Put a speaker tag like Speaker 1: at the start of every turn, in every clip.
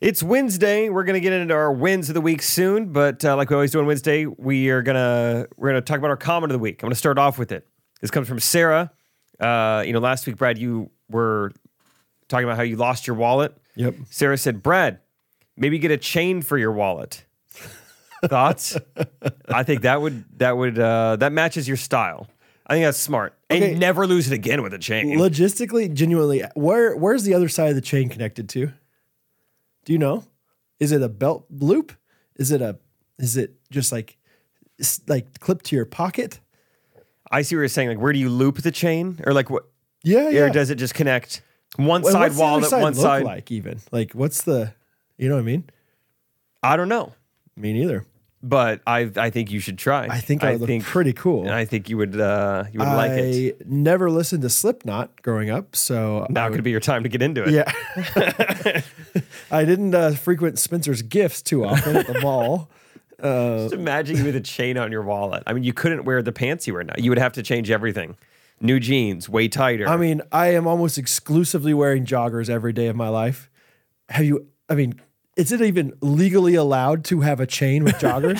Speaker 1: It's Wednesday. We're gonna get into our wins of the week soon, but uh, like we always do on Wednesday, we are gonna we're gonna talk about our comment of the week. I'm gonna start off with it. This comes from Sarah. Uh, you know, last week, Brad, you were talking about how you lost your wallet.
Speaker 2: Yep.
Speaker 1: Sarah said, "Brad, maybe get a chain for your wallet." Thoughts? I think that would that would uh, that matches your style. I think that's smart.
Speaker 2: Okay.
Speaker 1: And never lose it again with a chain.
Speaker 2: Logistically, genuinely, where where's the other side of the chain connected to? Do you know? Is it a belt loop? Is it a is it just like s- like clipped to your pocket?
Speaker 1: I see what you're saying. Like, where do you loop the chain, or like what?
Speaker 2: Yeah, yeah.
Speaker 1: Or does it just connect one
Speaker 2: Well,
Speaker 1: side
Speaker 2: what's the other
Speaker 1: wallet,
Speaker 2: side
Speaker 1: one
Speaker 2: look
Speaker 1: side?
Speaker 2: like even like what's the you know what I mean?
Speaker 1: I don't know,
Speaker 2: Me neither.
Speaker 1: but I I think you should try.
Speaker 2: I think I, would
Speaker 1: think,
Speaker 2: look pretty cool.
Speaker 1: and I think you would uh, you would
Speaker 2: I
Speaker 1: like it.
Speaker 2: never listened to Slipknot growing up, so I
Speaker 1: Now
Speaker 2: would-
Speaker 1: could be your time to get into it.
Speaker 2: Yeah. I didn't uh, frequent Spencer's gifts too often at the mall.
Speaker 1: Just imagine you with a chain on your wallet. I mean, you couldn't wear the pants you wear now. You would have to change everything. New jeans, way tighter.
Speaker 2: I mean, I am almost exclusively wearing joggers every day of my life. Have you, I mean, is it even legally allowed to have a chain with joggers?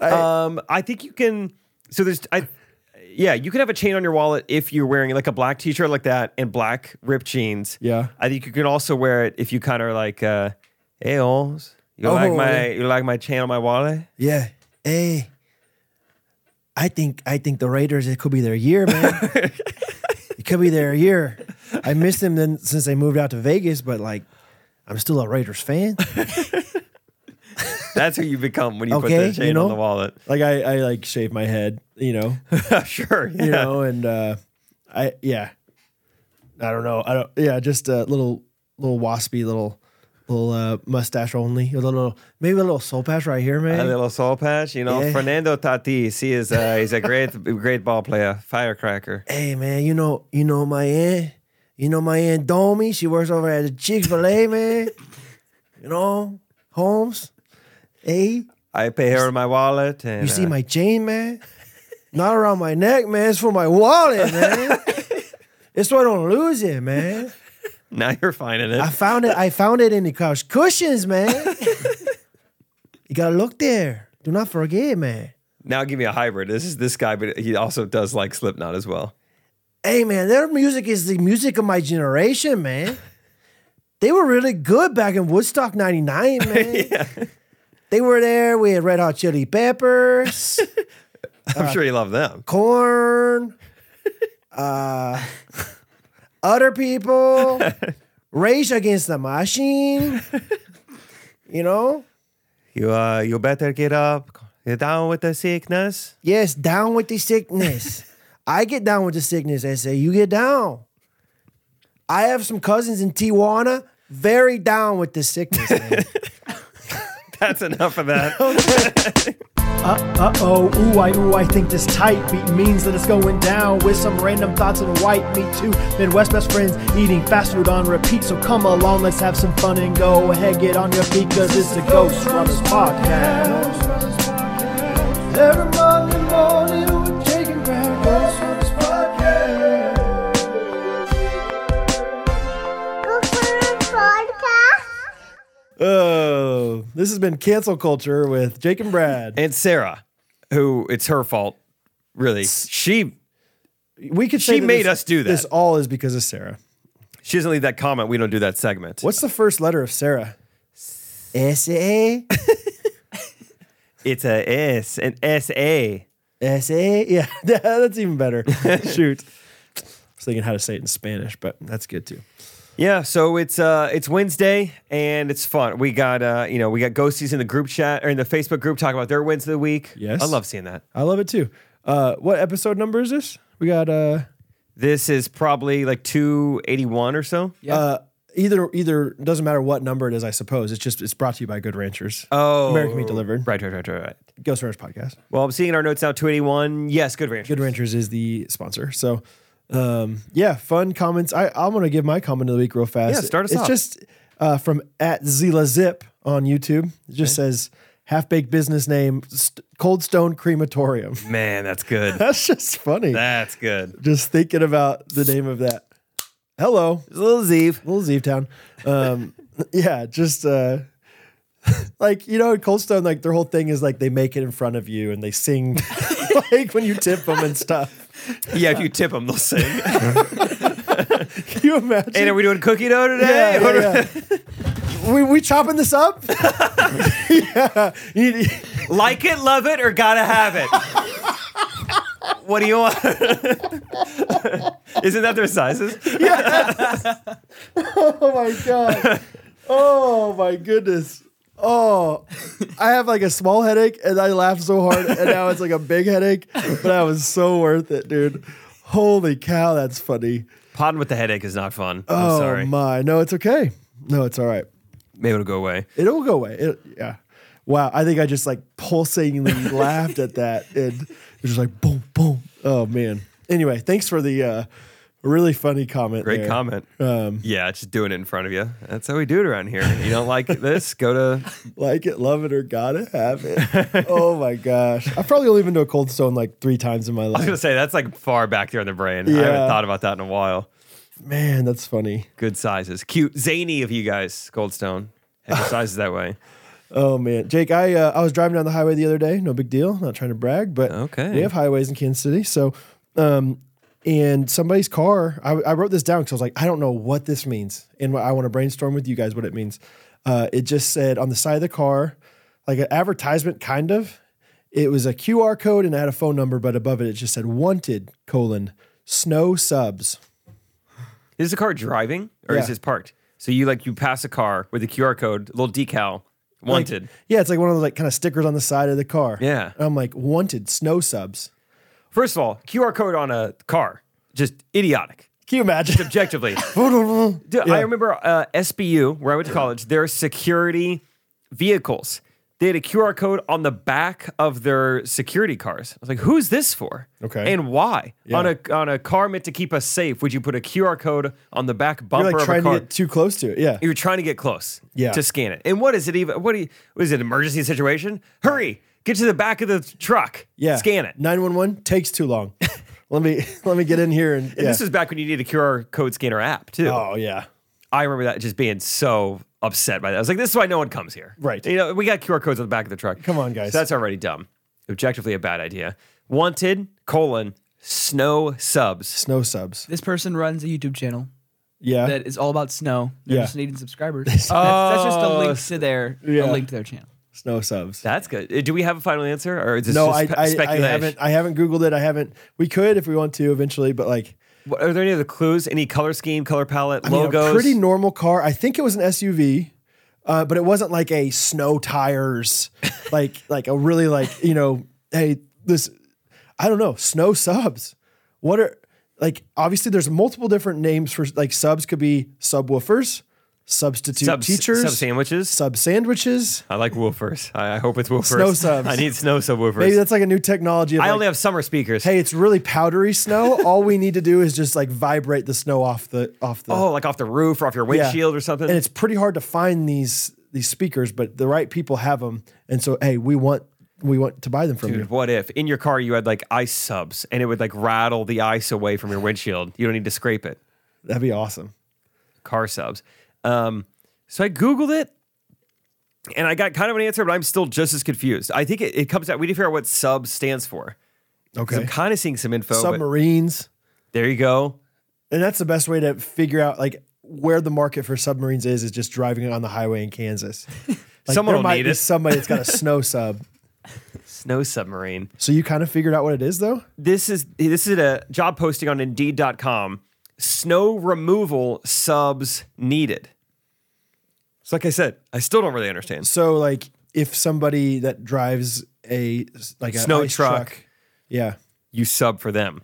Speaker 1: um, I think you can. So there's, I, yeah, you can have a chain on your wallet if you're wearing like a black t-shirt like that and black ripped jeans.
Speaker 2: Yeah.
Speaker 1: I think you can also wear it if you kind of like, uh, hey, Holmes, you like
Speaker 2: Oh,
Speaker 1: my,
Speaker 2: yeah.
Speaker 1: you like my chain on my wallet?
Speaker 2: yeah. Hey, I think, I think the Raiders, it could be their year, man. it could be their year. I missed them then since they moved out to Vegas, but like, I'm still a Raiders fan.
Speaker 1: That's who you become when you put
Speaker 2: Okay,
Speaker 1: the chain
Speaker 2: you know?
Speaker 1: on the wallet.
Speaker 2: like I, I like shave my head, you know,
Speaker 1: sure. Yeah.
Speaker 2: you know, and uh, I yeah, I don't know, I don't yeah, just a little little waspy little little uh, mustache only, a little maybe a little soul patch right here,
Speaker 1: A
Speaker 2: man.
Speaker 1: little soul patch, you know.
Speaker 2: Yeah.
Speaker 1: Fernando Tatis, he is uh, he's a great, great ball player, firecracker.
Speaker 2: hey man, you know you know my aunt, you know my aunt Domi, she works over at the Chick Fil A, man. You know Holmes, hey,
Speaker 1: I pay her in my wallet, and
Speaker 2: you see
Speaker 1: uh,
Speaker 2: my chain, man? Not around my neck, man. It's for my wallet, man. it's so I don't lose it, man.
Speaker 1: now you're finding it.
Speaker 2: I found it. I found it in the couch cushions, man. you gotta look there. Do not forget, man.
Speaker 1: now give me a hybrid. This is this guy, but he also does like Slipknot as well.
Speaker 2: Hey, man, their music is the music of my generation, man. They were really good back in Woodstock '99, man. They were there. We had Red Hot Chili Peppers,
Speaker 1: I'm sure you love them.
Speaker 2: Corn, uh, Other People, Rage Against the Machine. You know,
Speaker 1: You uh, you better get up. Get down with the sickness.
Speaker 2: Yes, down with the sickness. I get down with the sickness. I say, you get down. I have some cousins in Tijuana, very down with the sickness. Man.
Speaker 1: That's enough of that.
Speaker 3: Uh oh, ooh, I, ooh, I think this tight beat means that it's going down with some random thoughts and white meat too. Midwest best friends eating fast food on repeat, so come along, let's have some fun and go ahead, get on your feet, cause it's the Ghost Brothers Podcast. Every Monday morning, we're taking back Ghost Brothers Podcast.
Speaker 4: Podcast.
Speaker 2: oh, this has been cancel culture with Jake and Brad.
Speaker 1: and Sarah, who it's her fault, really. She
Speaker 2: we could.
Speaker 1: she
Speaker 2: say that
Speaker 1: made
Speaker 2: this-
Speaker 1: us do that.
Speaker 2: This all is because of Sarah.
Speaker 1: she doesn't leave that comment. We don't do that segment.
Speaker 2: What's the first letter of Sarah? S A
Speaker 1: It's a S an S A.
Speaker 2: S A. Yeah, that's even better. Shoot, I was thinking how to say it in Spanish, but that's good too.
Speaker 1: Yeah, so it's uh it's Wednesday and it's fun. We got uh you know we got ghosties in the group chat or in the Facebook group talking about their wins of the week.
Speaker 2: Yes.
Speaker 1: I love seeing that.
Speaker 2: I love it too. Uh, what episode number is this? We got uh,
Speaker 1: This is probably like two eighty one or so. Yeah.
Speaker 2: uh either either doesn't matter what number it is. I suppose it's just it's brought to you by Good Ranchers.
Speaker 1: Oh,
Speaker 2: American Meat Delivered,
Speaker 1: Right, right, right, right, right.
Speaker 2: Ghost Ranchers podcast.
Speaker 1: Well, I'm seeing in our notes now two eighty one. Yes, good ranch.
Speaker 2: Good Ranchers is the sponsor. So, um, yeah, fun comments. I I'm gonna give my comment of the week real fast.
Speaker 1: Yeah, start us
Speaker 2: It's
Speaker 1: off.
Speaker 2: just uh, from at Zila Zip on YouTube. It just says half baked business name St- Cold Stone Crematorium.
Speaker 1: Man, that's good.
Speaker 2: That's just funny.
Speaker 1: that's good.
Speaker 2: just thinking about the name of that. hello,
Speaker 1: Little Zeev.
Speaker 2: little Zeeve town. Um, yeah, just uh, like you know, in Cold Stone, like their whole thing is like they make it in front of you and they sing like when you tip them and stuff.
Speaker 1: Yeah, if you tip them, they'll sing. hey,
Speaker 2: Can you imagine?
Speaker 1: are we doing cookie dough today?
Speaker 2: yeah,
Speaker 1: What are-
Speaker 2: yeah, yeah. we we chopping this up? yeah, You-
Speaker 1: Like it, love it, or gotta have it. what do you want? Isn't that their sizes?
Speaker 2: Oh my god. Oh my goodness. Oh, I have like a small headache and I laughed so hard and now it's like a big headache, but that was so worth it, dude. Holy cow, that's funny.
Speaker 1: Potting with the headache is not fun.
Speaker 2: oh
Speaker 1: I'm sorry.
Speaker 2: my. No, it's okay. No, it's all right.
Speaker 1: Maybe it'll go away.
Speaker 2: It'll go away. It, yeah. Wow. I think I just like pulsatingly laughed at that and it was just like boom, boom. Oh man. Anyway, thanks for the uh, really funny comment.
Speaker 1: Great
Speaker 2: there.
Speaker 1: comment.
Speaker 2: Um,
Speaker 1: Yeah, just doing it in front of you. That's how we do it around here. You don't like this? Go to
Speaker 2: like it, love it, or gotta have it. oh my gosh. I've probably only been to a cold stone like three times in my
Speaker 1: I was gonna
Speaker 2: life.
Speaker 1: say that's like far back there in the brain. I
Speaker 2: Yeah.
Speaker 1: haven't thought about that in a while.
Speaker 2: Man, that's funny.
Speaker 1: Good sizes, cute, zany of you guys, Goldstone. Have your sizes that way.
Speaker 2: Oh man. Jake, I uh, I was driving down the highway the other day. No big deal. Not trying to brag, but
Speaker 1: Okay.
Speaker 2: they have highways in Kansas City. So um and somebody's car, I, I wrote this down because I was like, I don't know what this means. And I want to brainstorm with you guys what it means. Uh, it just said on the side of the car, like an advertisement, kind of. It was a QR code and it had a phone number, but above it, it just said wanted colon snow subs.
Speaker 1: Is the car driving or
Speaker 2: Yeah.
Speaker 1: is it parked? So you like you pass a car with a QR code, little decal, wanted.
Speaker 2: Yeah, it's like one of those like kind of stickers on the side of the car.
Speaker 1: Yeah.
Speaker 2: And I'm like, wanted snow subs.
Speaker 1: First of all, QR code on a car, just idiotic.
Speaker 2: Can you imagine?
Speaker 1: Objectively,
Speaker 2: yeah.
Speaker 1: Dude, I remember uh, SBU where I went to college. Their security vehicles, they had a QR code on the back of their security cars. I was like, "Who's this for?
Speaker 2: Okay.
Speaker 1: and why? On a on a car meant to keep us safe, would you put a QR code on the back bumper
Speaker 2: You're
Speaker 1: of
Speaker 2: like
Speaker 1: a
Speaker 2: trying to
Speaker 1: car?
Speaker 2: get too close to it. Yeah.
Speaker 1: you're trying to get close
Speaker 2: Yeah.
Speaker 1: to scan it. And what is it even? What, do you, what is it? An emergency situation? Hurry, get to the back of the truck.
Speaker 2: Yeah.
Speaker 1: scan it.
Speaker 2: 911 takes too long. let me let me get in here and,
Speaker 1: And
Speaker 2: yeah.
Speaker 1: This was back when you needed a QR code scanner app too.
Speaker 2: Oh yeah.
Speaker 1: I remember that just being so upset by that. I was like, this is why no one comes here.
Speaker 2: Right.
Speaker 1: You know, we got QR codes on the back of the truck.
Speaker 2: Come on, guys.
Speaker 1: So that's already dumb. Objectively a bad idea. Wanted, colon, snow subs.
Speaker 2: Snow subs.
Speaker 4: This person runs a YouTube channel
Speaker 2: Yeah.
Speaker 4: that is all about snow.
Speaker 2: Uh,
Speaker 4: They're
Speaker 2: Yeah. Oh,
Speaker 4: just needing subscribers. that's, that's just a link to their
Speaker 2: Yeah.
Speaker 4: a link to their channel.
Speaker 2: snow subs.
Speaker 1: That's good. Uh, Do we have a final answer or is this
Speaker 2: no,
Speaker 1: just
Speaker 2: I,
Speaker 1: pe-
Speaker 2: I, I
Speaker 1: speculation?
Speaker 2: haven't I haven't Googled it. I haven't we could if we want to eventually, but like
Speaker 1: What- Are there any other clues? Any color scheme, color palette,
Speaker 2: I mean,
Speaker 1: logos?
Speaker 2: a pretty normal car. I think it was an SUV, uh, but it wasn't like a snow tires, like like a really like you know, hey, this, I don't know, snow subs. What are like? Obviously, there's multiple different names for like subs. Could be subwoofers, substitute
Speaker 1: sub,
Speaker 2: teachers,
Speaker 1: Sub sandwiches.
Speaker 2: sub sandwiches.
Speaker 1: I like woofers. I, I hope it's woofers.
Speaker 2: Snow subs.
Speaker 1: I need snow subwoofers.
Speaker 2: Maybe that's like a new technology. Of
Speaker 1: I
Speaker 2: like,
Speaker 1: only have summer speakers.
Speaker 2: hey, it's really powdery snow. All we need to do is just like vibrate the snow off the off the
Speaker 1: oh, like off the roof or off your
Speaker 2: Yeah.
Speaker 1: windshield or something.
Speaker 2: And it's pretty hard to find these these speakers, but the right people have them. And so, hey, we want we want to buy them from
Speaker 1: Dude,
Speaker 2: you.
Speaker 1: what if in your car you had like ice subs and it would like rattle the ice away from your windshield? You don't need to scrape it.
Speaker 2: That'd be awesome.
Speaker 1: Car subs. Um, so I Googled it and I got kind of an answer, but I'm still just as confused. I think it, it comes out, we need to figure out what sub stands for. 'Cause
Speaker 2: Okay,
Speaker 1: I'm kind of seeing some info. but
Speaker 2: submarines,
Speaker 1: there you go.
Speaker 2: and that's the best way to figure out like where the market for submarines is is just driving it on the highway in Kansas. Like,
Speaker 1: Someone
Speaker 2: there
Speaker 1: will
Speaker 2: might
Speaker 1: need
Speaker 2: be
Speaker 1: it.
Speaker 2: somebody that's got a snow sub.
Speaker 1: Snow submarine.
Speaker 2: So you kind of figured out what it is, though.
Speaker 1: This is this is a job posting on Indeed.com. Snow removal subs needed. So like I said, I still don't really understand.
Speaker 2: So like if somebody that drives a like a
Speaker 1: Snow
Speaker 2: ice
Speaker 1: truck.
Speaker 2: yeah,
Speaker 1: You sub for them.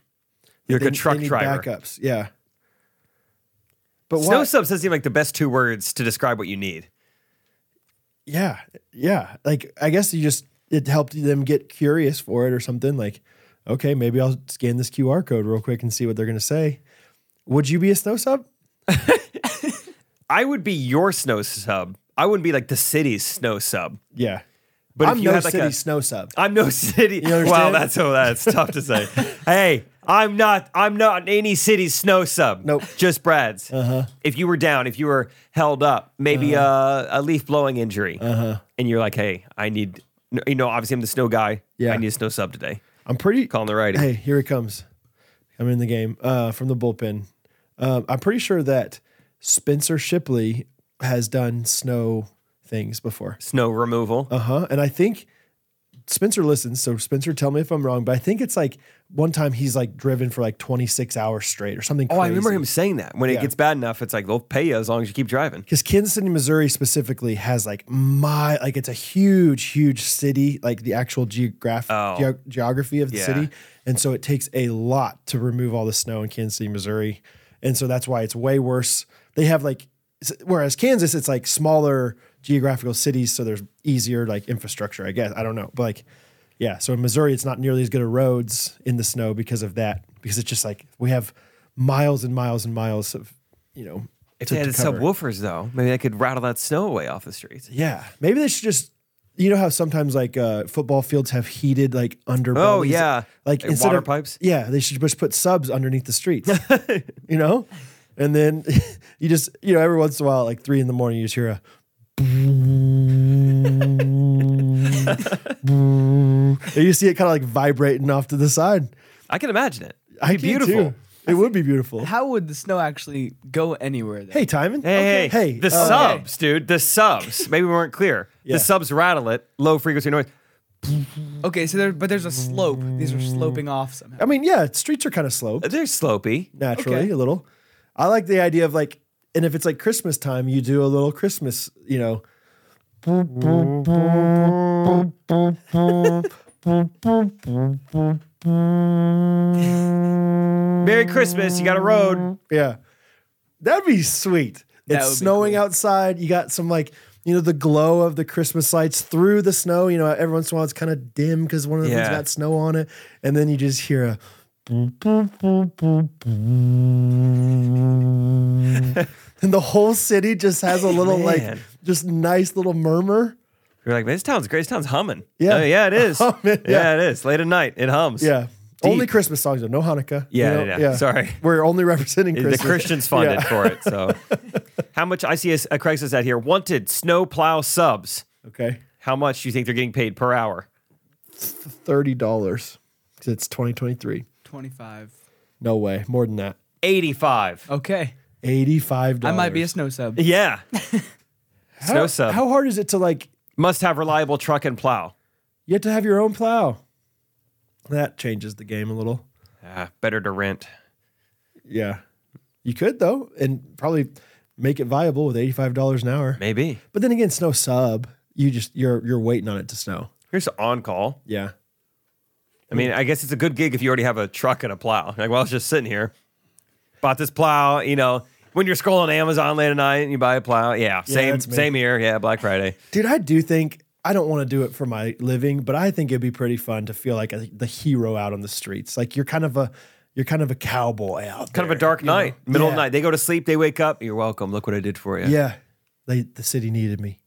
Speaker 1: You're like a
Speaker 2: They-
Speaker 1: truck
Speaker 2: they need
Speaker 1: driver.
Speaker 2: backups, yeah. But
Speaker 1: Snow
Speaker 2: why-
Speaker 1: subs doesn't seem like the best two words to describe what you need.
Speaker 2: Yeah, yeah. Like I guess you just it helped them get curious for it or something. Like, okay, maybe I'll scan this QR code real quick and see what they're gonna say. Would you be a snow sub?
Speaker 1: I would be your snow sub. I wouldn't be like the city's snow sub.
Speaker 2: Yeah,
Speaker 1: But
Speaker 2: I'm
Speaker 1: if you
Speaker 2: no
Speaker 1: had like
Speaker 2: city
Speaker 1: a,
Speaker 2: snow sub.
Speaker 1: I'm no city. Wow,
Speaker 2: understand?
Speaker 1: that's so that's tough to say. hey, I'm not. I'm not any city's snow sub.
Speaker 2: Nope.
Speaker 1: Just Brad's. Uh-huh. If you were down, if you were held up, maybe
Speaker 2: Uh-huh.
Speaker 1: uh, a leaf blowing injury, uh-huh. and you're like, hey, I need. You know, obviously I'm the snow guy.
Speaker 2: Yeah.
Speaker 1: I need a snow sub today.
Speaker 2: I'm pretty.
Speaker 1: Calling the righty.
Speaker 2: Hey, here it comes. I'm in the game uh, from the bullpen. Um, I'm pretty sure that Spencer Shipley has done snow things before.
Speaker 1: Snow removal.
Speaker 2: Uh huh. And I think Spencer listens. So Spencer, tell me if I'm wrong, but I think it's like one time he's like driven for like 26 hours straight or something.
Speaker 1: oh, I remember him saying that. When it
Speaker 2: Yeah.
Speaker 1: gets bad enough, it's like they'll pay you as long as you keep driving.
Speaker 2: because Kansas City, Missouri specifically has like my like it's a huge, huge city, like the actual geographic
Speaker 1: Oh.
Speaker 2: geography of the
Speaker 1: Yeah.
Speaker 2: city, and so it takes a lot to remove all the snow in Kansas City, Missouri, and so that's why it's way worse. They have like s- whereas Kansas, it's like smaller geographical cities, so there's easier like infrastructure, I guess. I don't know, but like yeah, so in Missouri, it's not nearly as good of roads in the snow because of that, because it's just like we have miles and miles and miles of you know.
Speaker 1: If
Speaker 2: to-
Speaker 1: they had
Speaker 2: to cover.
Speaker 1: subwoofers, though, maybe they could rattle that snow away off the streets.
Speaker 2: Yeah, maybe they should just. You know how sometimes like uh, football fields have heated like underbellies.
Speaker 1: Oh, yeah.
Speaker 2: like
Speaker 1: Like
Speaker 2: instead
Speaker 1: water
Speaker 2: of-
Speaker 1: pipes?
Speaker 2: Yeah, they should just put subs underneath the streets. you know, and then you just you know every once in a while, like three in the morning, you just hear a. and you see it kind of like vibrating off to the side.
Speaker 1: I can imagine it. It'd
Speaker 2: I
Speaker 1: be
Speaker 2: can,
Speaker 1: beautiful.
Speaker 2: too. It would be beautiful.
Speaker 4: How would the snow actually go anywhere? There?
Speaker 2: Hey, Timon.
Speaker 1: Hey, hey,
Speaker 2: hey.
Speaker 1: the
Speaker 2: uh,
Speaker 1: subs, dude. The subs. Maybe we weren't clear.
Speaker 2: Yeah.
Speaker 1: The subs rattle it, low frequency noise.
Speaker 4: Okay, so there, but there's a slope. These are sloping off somehow.
Speaker 2: I mean, yeah, streets are kind of slow.
Speaker 1: They're slopey.
Speaker 2: naturally
Speaker 4: Okay.
Speaker 2: a little. I like the idea of like, and if it's like Christmas time, you do a little Christmas, you know.
Speaker 1: Merry Christmas. You got a road.
Speaker 2: Yeah. That'd be sweet.
Speaker 4: That would
Speaker 2: it's
Speaker 4: be
Speaker 2: snowing outside. You got some like, you know, the glow of the Christmas lights through the snow. You know, every once in a while it's kind of dim because one of the things
Speaker 1: Yeah.
Speaker 2: got snow on it. And then you just hear a and the whole city just has a little like
Speaker 1: Man.
Speaker 2: just nice little murmur.
Speaker 1: You're like, this town's great. This town's humming.
Speaker 2: Yeah.
Speaker 1: Oh, yeah, it is.
Speaker 2: Humming,
Speaker 1: yeah.
Speaker 2: yeah.
Speaker 1: it is. Late at night, it hums.
Speaker 2: Yeah.
Speaker 1: Deep.
Speaker 2: Only Christmas songs, though. No Hanukkah.
Speaker 1: Yeah, yeah, yeah. Sorry.
Speaker 2: We're only representing Christmas.
Speaker 1: The Christians funded
Speaker 2: Yeah.
Speaker 1: for it. So, how much? I see a, a crisis out here. Wanted snow plow subs.
Speaker 2: Okay.
Speaker 1: How much do you think they're getting paid per hour?
Speaker 2: Thirty dollars. It's 2023.
Speaker 4: Twenty-five.
Speaker 2: No way. More than that. Oh.
Speaker 1: 85.
Speaker 4: Okay,
Speaker 2: Eighty-five
Speaker 4: I
Speaker 2: dollars.
Speaker 4: might be a snow sub.
Speaker 1: Yeah. snow sub.
Speaker 2: How hard is it to like?
Speaker 1: Must have reliable truck and plow.
Speaker 2: You have to have your own plow. That changes the game a little.
Speaker 1: Ah, better to rent.
Speaker 2: Yeah. You could though, and probably make it viable with eighty-five dollars an hour.
Speaker 1: Maybe.
Speaker 2: But then again, snow sub. You just you're you're waiting on it to snow.
Speaker 1: Here's on call.
Speaker 2: Yeah.
Speaker 1: I mean, I guess it's a good gig if you already have a truck and a plow. Like, well, I was just sitting here, bought this plow. You know, when you're scrolling Amazon late at night and you buy a plow, yeah, same
Speaker 2: that's me.
Speaker 1: same here. Yeah, Black Friday.
Speaker 2: Dude, I do think I don't want to do it for my living, but I think it'd be pretty fun to feel like a, the hero out on the streets. Like you're kind of a you're kind of a cowboy out.
Speaker 1: Kind of a
Speaker 2: there,
Speaker 1: dark
Speaker 2: you know?
Speaker 1: night, middle of
Speaker 2: Yeah.
Speaker 1: the night. They go to sleep, they wake up. You're welcome. Look what I did for you.
Speaker 2: Yeah, they, the city needed me.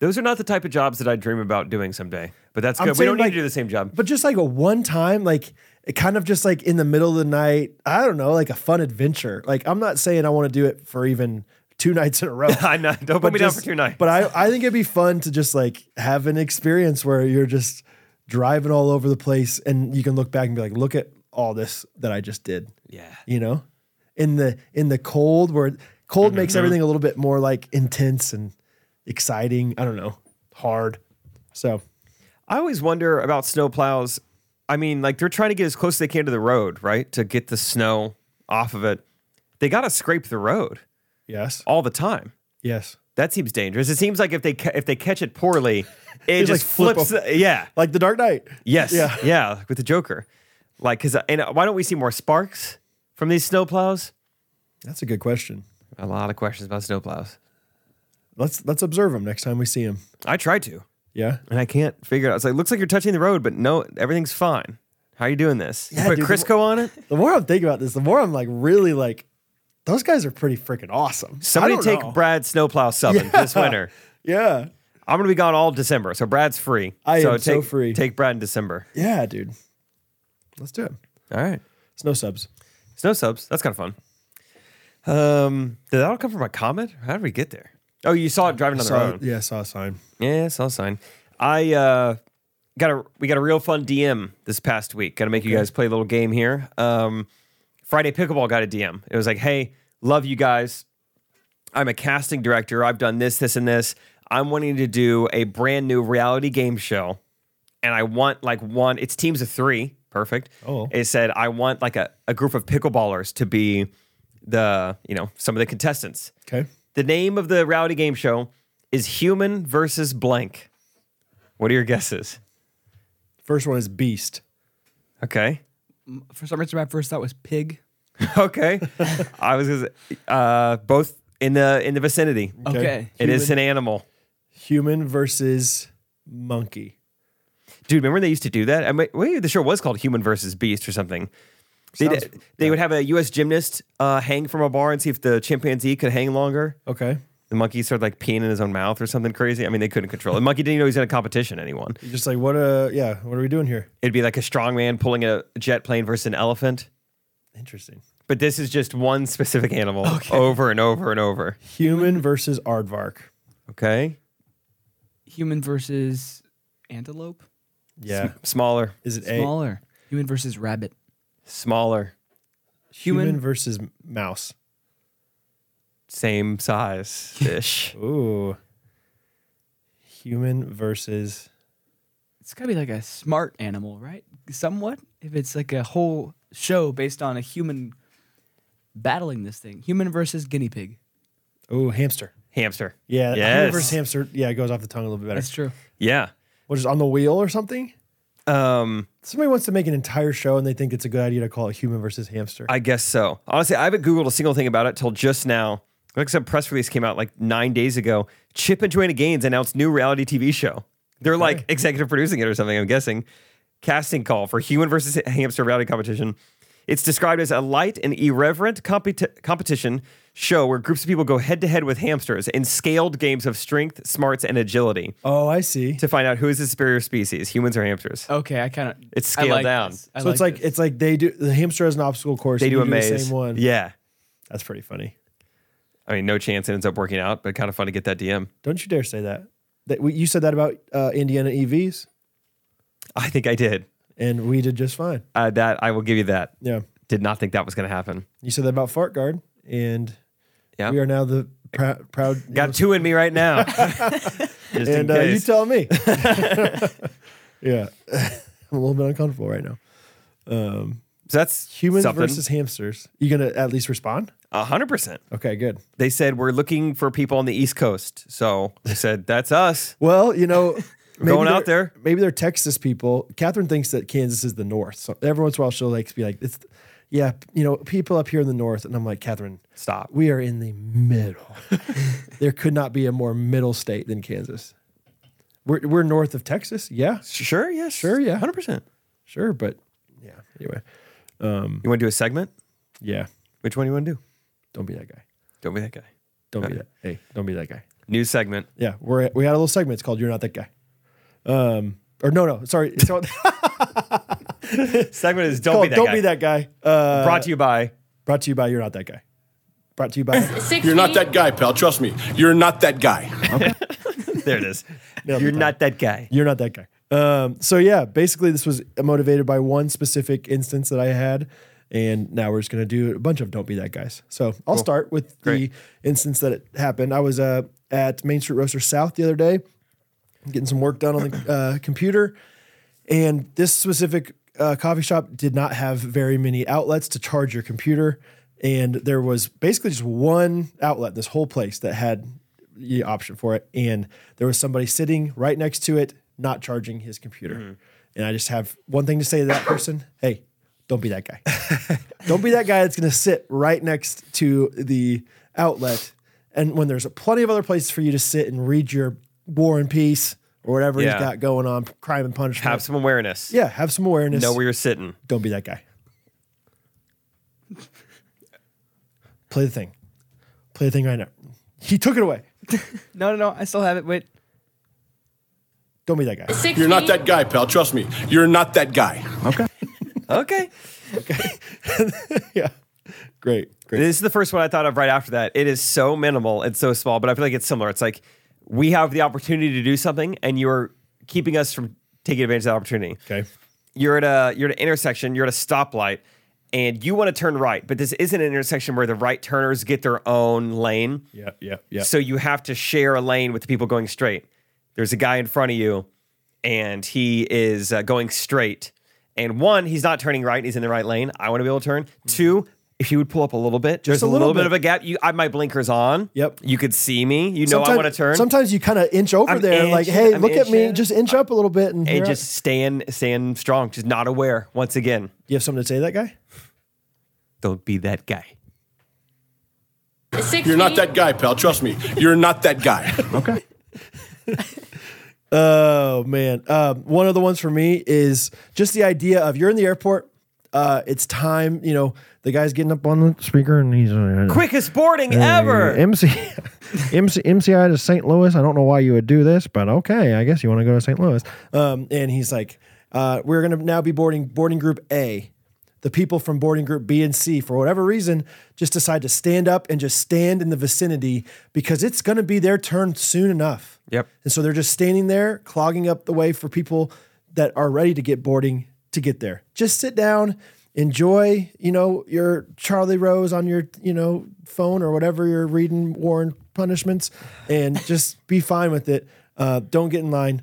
Speaker 1: Those are not the type of jobs that I dream about doing someday. But that's
Speaker 2: I'm
Speaker 1: good. We
Speaker 2: saying,
Speaker 1: don't need
Speaker 2: like-
Speaker 1: to do the same job.
Speaker 2: But just like a one time, like it kind of just like in the middle of the night. I don't know, like a fun adventure. Like I'm not saying I want to do it for even two nights in a row.
Speaker 1: I know. Don't put me down
Speaker 2: just-
Speaker 1: for two nights.
Speaker 2: But I, I think it'd be fun to just like have an experience where you're just driving all over the place and you can look back and be like, look at all this that I just did.
Speaker 1: yeah.
Speaker 2: You know? In the in the cold where cold
Speaker 1: Mm-hmm.
Speaker 2: makes everything a little bit more like intense and exciting. I don't know, hard. So
Speaker 1: I always wonder about snow plows. I mean, like they're trying to get as close as they can to the road, right? To get the snow off of it. They got to scrape the road
Speaker 2: yes.
Speaker 1: all the time.
Speaker 2: Yes.
Speaker 1: That seems dangerous. It seems like if they ca- if they catch it poorly, it
Speaker 2: It's
Speaker 1: just
Speaker 2: like flip
Speaker 1: flips.
Speaker 2: off.
Speaker 1: the- yeah.
Speaker 2: Like the Dark Knight.
Speaker 1: Yes.
Speaker 2: Yeah.
Speaker 1: Yeah. With the Joker, like because and uh, why don't we see more sparks from these snow plows?
Speaker 2: That's a good question.
Speaker 1: A lot of questions about snow plows.
Speaker 2: Let's let's observe him next time we see him.
Speaker 1: I tried to,
Speaker 2: Yeah.
Speaker 1: and I can't figure it out. It's like looks like you're touching the road, but no, everything's fine. How are you doing this? You
Speaker 2: Yeah,
Speaker 1: put
Speaker 2: dude, the-
Speaker 1: Crisco on it.
Speaker 2: The more I'm thinking about this, the more I'm like really like those guys are pretty freaking awesome. I
Speaker 1: Somebody
Speaker 2: don't
Speaker 1: take
Speaker 2: know.
Speaker 1: Brad's snowplow subbing this winter.
Speaker 2: Yeah.
Speaker 1: I'm gonna be gone all of December, so Brad's free.
Speaker 2: I
Speaker 1: so
Speaker 2: am so
Speaker 1: take,
Speaker 2: free.
Speaker 1: Take Brad in December.
Speaker 2: Yeah, dude. Let's do it.
Speaker 1: All right.
Speaker 2: It's no subs.
Speaker 1: Snow subs. That's kind of fun. Um, did that all come from a comment? How did we get there? Oh, you saw it driving on the
Speaker 2: Saw-
Speaker 1: road.
Speaker 2: yeah, saw a sign.
Speaker 1: Yeah, saw a sign. I uh, got a we got a real fun DM this past week. Got to make you guys play a little game here. Um, Friday Pickleball got a DM. It was like, hey, love you guys. I'm a casting director. I've done this, this, and this. I'm wanting to do a brand new reality game show, and I want like one. It's teams of three. Perfect.
Speaker 2: Oh.
Speaker 1: It said I want like a, a group of pickleballers to be the you know some of the contestants.
Speaker 2: Okay.
Speaker 1: The name of the reality game show is Human versus Blank. What are your guesses?
Speaker 2: First one is Beast.
Speaker 1: Okay.
Speaker 4: For some reason, my first thought was pig.
Speaker 1: Okay. I was gonna say, uh, both in the in the vicinity.
Speaker 4: Okay.
Speaker 1: It is an animal.
Speaker 2: Human versus monkey.
Speaker 1: Dude, remember when they used to do that? I mean, wait, the show was called Human versus Beast or something. They
Speaker 2: Sounds-
Speaker 1: they would have a U.S. gymnast uh, hang from a bar and see if the chimpanzee could hang longer.
Speaker 2: Okay.
Speaker 1: The monkey started like peeing in his own mouth or something crazy. I mean, they couldn't control it. The monkey didn't even know he was in a competition. Anyone?
Speaker 2: You're just like what? Uh, yeah. What are we doing here?
Speaker 1: It'd be like a strong man pulling a jet plane versus an elephant.
Speaker 2: Interesting.
Speaker 1: But this is just one specific animal over and over and over.
Speaker 2: Human versus aardvark.
Speaker 1: Okay.
Speaker 4: Human versus antelope.
Speaker 2: Yeah.
Speaker 1: Smaller,
Speaker 2: Is it a
Speaker 4: Smaller. Human versus rabbit.
Speaker 1: smaller,
Speaker 2: human,
Speaker 4: Human-
Speaker 2: versus mouse?
Speaker 1: same size ish.
Speaker 2: Ooh. Human versus
Speaker 4: It's gotta be like a smart animal, right? Somewhat. If it's like a whole show based on a human battling this thing, human versus guinea pig.
Speaker 2: ooh hamster.
Speaker 1: Hamster.
Speaker 2: Yeah. Human
Speaker 1: Yes.
Speaker 2: versus hamster. Yeah, it goes off the tongue a little bit better.
Speaker 4: That's true.
Speaker 1: Yeah.
Speaker 2: Which is on the wheel or something.
Speaker 1: Um,
Speaker 2: Somebody wants to make an entire show and they think it's a good idea to call it human versus hamster.
Speaker 1: I guess so. Honestly, I haven't Googled a single thing about it till just now. Like some press release came out like nine days ago. Chip and Joanna Gaines announced new reality TV show. They're like executive producing it or something, I'm guessing. Casting call for human versus hamster reality competition. It's described as a light and irreverent competi- competition show where groups of people go head to head with hamsters in scaled games of strength, smarts, and agility
Speaker 2: oh, I see.
Speaker 1: to find out who is the superior species, humans or
Speaker 2: Oh,
Speaker 1: hamsters.
Speaker 4: Okay, I kind of
Speaker 1: It's scaled down.
Speaker 2: So it's like it's like they do the hamster has an obstacle course.
Speaker 1: they
Speaker 2: and
Speaker 1: do
Speaker 2: you
Speaker 1: a
Speaker 2: The
Speaker 1: maze.
Speaker 2: same one.
Speaker 1: Yeah.
Speaker 2: that's pretty funny.
Speaker 1: I mean, no chance it ends up working out, but kind of fun to get that DM.
Speaker 2: Don't you dare say that. That we, you said that about uh, Indiana EVs,
Speaker 1: I think I did.
Speaker 2: and we did just fine.
Speaker 1: Uh, that I will give you that.
Speaker 2: Yeah,
Speaker 1: Did not think that was going to happen.
Speaker 2: you said that about Fart Guard, and
Speaker 1: Yeah.
Speaker 2: we are now the prou- proud.
Speaker 1: Got two in me right now. Just in
Speaker 2: and uh, you
Speaker 1: case.
Speaker 2: tell me. yeah, I'm a little bit uncomfortable right now. Um,
Speaker 1: so that's
Speaker 2: humans
Speaker 1: something.
Speaker 2: versus hamsters. You gonna at least respond?
Speaker 1: A hundred percent.
Speaker 2: Okay, good.
Speaker 1: They said we're looking for people on the East Coast. So I said that's us.
Speaker 2: Well, you know, maybe
Speaker 1: going out
Speaker 2: they're-
Speaker 1: there.
Speaker 2: Maybe they're Texas people. Catherine thinks that Kansas is the North. So every once in a while, she'll like be like, "It's yeah, you know, people up here in the North." And I'm like, Catherine,
Speaker 1: Stop.
Speaker 2: we are in the middle. there could not be a more middle state than Kansas. We're we're north of Texas, yeah,
Speaker 1: Sure. Yeah.
Speaker 2: Sure, yeah.
Speaker 1: Hundred percent.
Speaker 2: sure, but yeah. Anyway,
Speaker 1: You want to do a segment?
Speaker 2: yeah,
Speaker 1: Which one do you want to do?
Speaker 2: don't be that guy.
Speaker 1: Don't be that guy.
Speaker 2: Don't be that. Hey, don't be that guy.
Speaker 1: New segment.
Speaker 2: Yeah, we're we had a little segment. It's called "You're Not That Guy." Um, or no, no, sorry. It's called,
Speaker 1: Segment is don't
Speaker 2: called
Speaker 1: be that
Speaker 2: "Don't
Speaker 1: guy.
Speaker 2: Be That Guy." Uh,
Speaker 1: Brought to you by.
Speaker 2: Brought to you by You're Not That Guy. Brought to you by
Speaker 5: Six
Speaker 6: You're not
Speaker 5: feet.
Speaker 6: that guy, pal. Trust me. You're not that guy.
Speaker 1: There it is.
Speaker 2: Nailed
Speaker 1: You're
Speaker 2: it,
Speaker 1: not that guy.
Speaker 2: You're Not That Guy. Um, so yeah, basically this was motivated by one specific instance that I had, and now we're just gonna do a bunch of Don't Be That Guys. So I'll start with
Speaker 1: Great.
Speaker 2: the instance that it happened. I was uh, at Main Street Roaster South the other day, getting some work done on the uh, computer, and this specific uh, coffee shop did not have very many outlets to charge your computer. And there was basically just one outlet, in this whole place that had the option for it. And there was somebody sitting right next to it, not charging his computer. And I just have one thing to say to that person hey, don't be that guy. don't be that guy that's going to sit right next to the outlet. And when there's plenty of other places for you to sit and read your War and Peace or whatever
Speaker 1: Yeah.
Speaker 2: you've got going on, crime and punishment.
Speaker 1: Have some awareness.
Speaker 2: Yeah, have some awareness.
Speaker 1: Know where you're sitting.
Speaker 2: Don't be that guy. Play the thing. Play the thing right now. He took it away.
Speaker 4: no, no, no. I still have it. Wait,
Speaker 2: Don't be that guy.
Speaker 5: Six
Speaker 6: You're not
Speaker 5: feet.
Speaker 6: that guy, pal. Trust me. You're not that guy.
Speaker 1: Okay.
Speaker 2: yeah. Great. Great.
Speaker 1: This is the first one I thought of right after that. It is so minimal and so small, but I feel like it's similar. It's like we have the opportunity to do something, and you're keeping us from taking advantage of that opportunity.
Speaker 2: Okay.
Speaker 1: You're at a you're at an intersection. You're at a stoplight, and you want to turn right, but this isn't an intersection where the right turners get their own lane.
Speaker 2: Yeah. Yeah. Yeah.
Speaker 1: So you have to share a lane with the people going straight. There's a guy in front of you, and he is uh, going straight. And one, he's not turning right; he's in the right lane. I want to be able to turn. Two, if you would pull up a little bit, just a little, bit. of a gap. You, I have my blinkers on.
Speaker 2: Yep.
Speaker 1: You could see me. You know I want to turn.
Speaker 2: Sometimes you kind of inch over
Speaker 1: I'm
Speaker 2: there, like,
Speaker 1: inching,
Speaker 2: hey,
Speaker 1: I'm
Speaker 2: look at me,
Speaker 1: inching.
Speaker 2: just inch up a little bit, and,
Speaker 1: and
Speaker 2: here I-
Speaker 1: just stand, stand strong. Just not aware. Once again,
Speaker 2: you have something to say to that guy.
Speaker 1: don't be that guy.
Speaker 5: Six
Speaker 6: You're not
Speaker 5: feet?
Speaker 6: that guy, pal. Trust me. You're not that guy.
Speaker 2: Okay. oh man, um, one of the ones for me is just the idea of you're in the airport. Uh, it's time, you know, the guy's getting up on the speaker and he's uh,
Speaker 1: Quickest boarding ever.
Speaker 2: MC, MC, MCI to St. Louis. I don't know why you would do this, but okay, I guess you want to go to St. Louis. Um, and he's like, uh, we're going to now be boarding boarding group A. The people from boarding group B and C, for whatever reason, just decide to stand up and just stand in the vicinity because it's going to be their turn soon enough.
Speaker 1: Yep.
Speaker 2: And so they're just standing there, clogging up the way for people that are ready to get boarding to get there. Just sit down, enjoy, you know, your Charlie Rose on your, you know, phone or whatever you're reading, Warren punishments, and just be fine with it. Uh, don't get in line.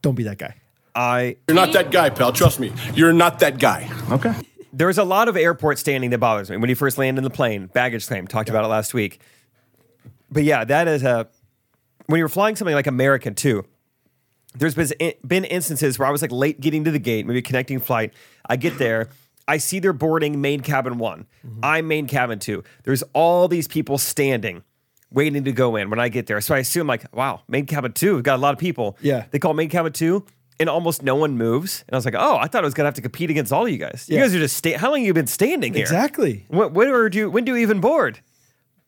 Speaker 2: Don't be that guy.
Speaker 1: I
Speaker 6: You're not that guy, pal. Trust me. You're not that guy.
Speaker 1: There's a lot of airport standing that bothers me. When you first land in the plane, baggage claim, talked about it last week. But yeah, that is a when you're flying something like American too. There's been been instances where I was like late getting to the gate, maybe a connecting flight. I get there, I see they're boarding main cabin one.
Speaker 2: Mm-hmm.
Speaker 1: I'm main cabin two. There's all these people standing, waiting to go in when I get there. So I assume like, wow, main cabin two, we've got a lot of people.
Speaker 2: Yeah.
Speaker 1: they call main cabin two, and almost no one moves. And I was like, oh, I thought I was gonna have to compete against all you guys. You
Speaker 2: Yeah.
Speaker 1: guys are just sta- how long have you been standing here?
Speaker 2: Exactly.
Speaker 1: When, when are you? When do you even board?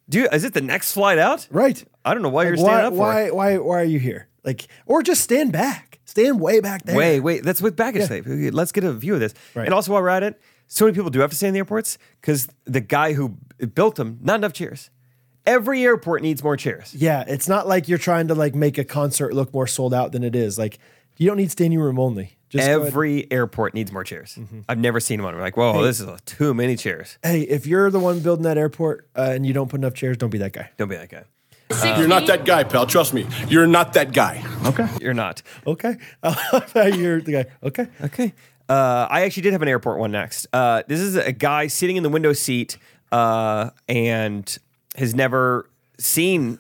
Speaker 1: Do you, is it the next flight out?
Speaker 2: Right.
Speaker 1: I don't know why you're
Speaker 2: Like, why,
Speaker 1: standing up for.
Speaker 2: why, why, why are you here? Like, or just stand back. Stand way back there.
Speaker 1: Wait, wait. That's with baggage tape. Okay, Let's get a view of this.
Speaker 2: Right.
Speaker 1: And also, while we're at it, so many people do have to stay in the airports because the guy who b- built them, not enough chairs. Every airport needs more chairs.
Speaker 2: Yeah, it's not like you're trying to like make a concert look more sold out than it is. Like you don't need standing room only. Just go ahead-
Speaker 1: Every airport needs more chairs.
Speaker 2: Mm-hmm.
Speaker 1: I've never seen one. I'm like, whoa, this is a- too many chairs.
Speaker 2: hey, if you're the one building that airport uh, and you don't put enough chairs, don't be that guy.
Speaker 1: Don't be that guy.
Speaker 5: Six
Speaker 6: You're not
Speaker 5: feet?
Speaker 6: that guy, pal. Trust me. You're not that guy.
Speaker 1: You're not.
Speaker 2: Okay, I love how you're the guy. Okay,
Speaker 1: Okay. Uh, I actually did have an airport one next. Uh, this is a guy sitting in the window seat uh, and has never seen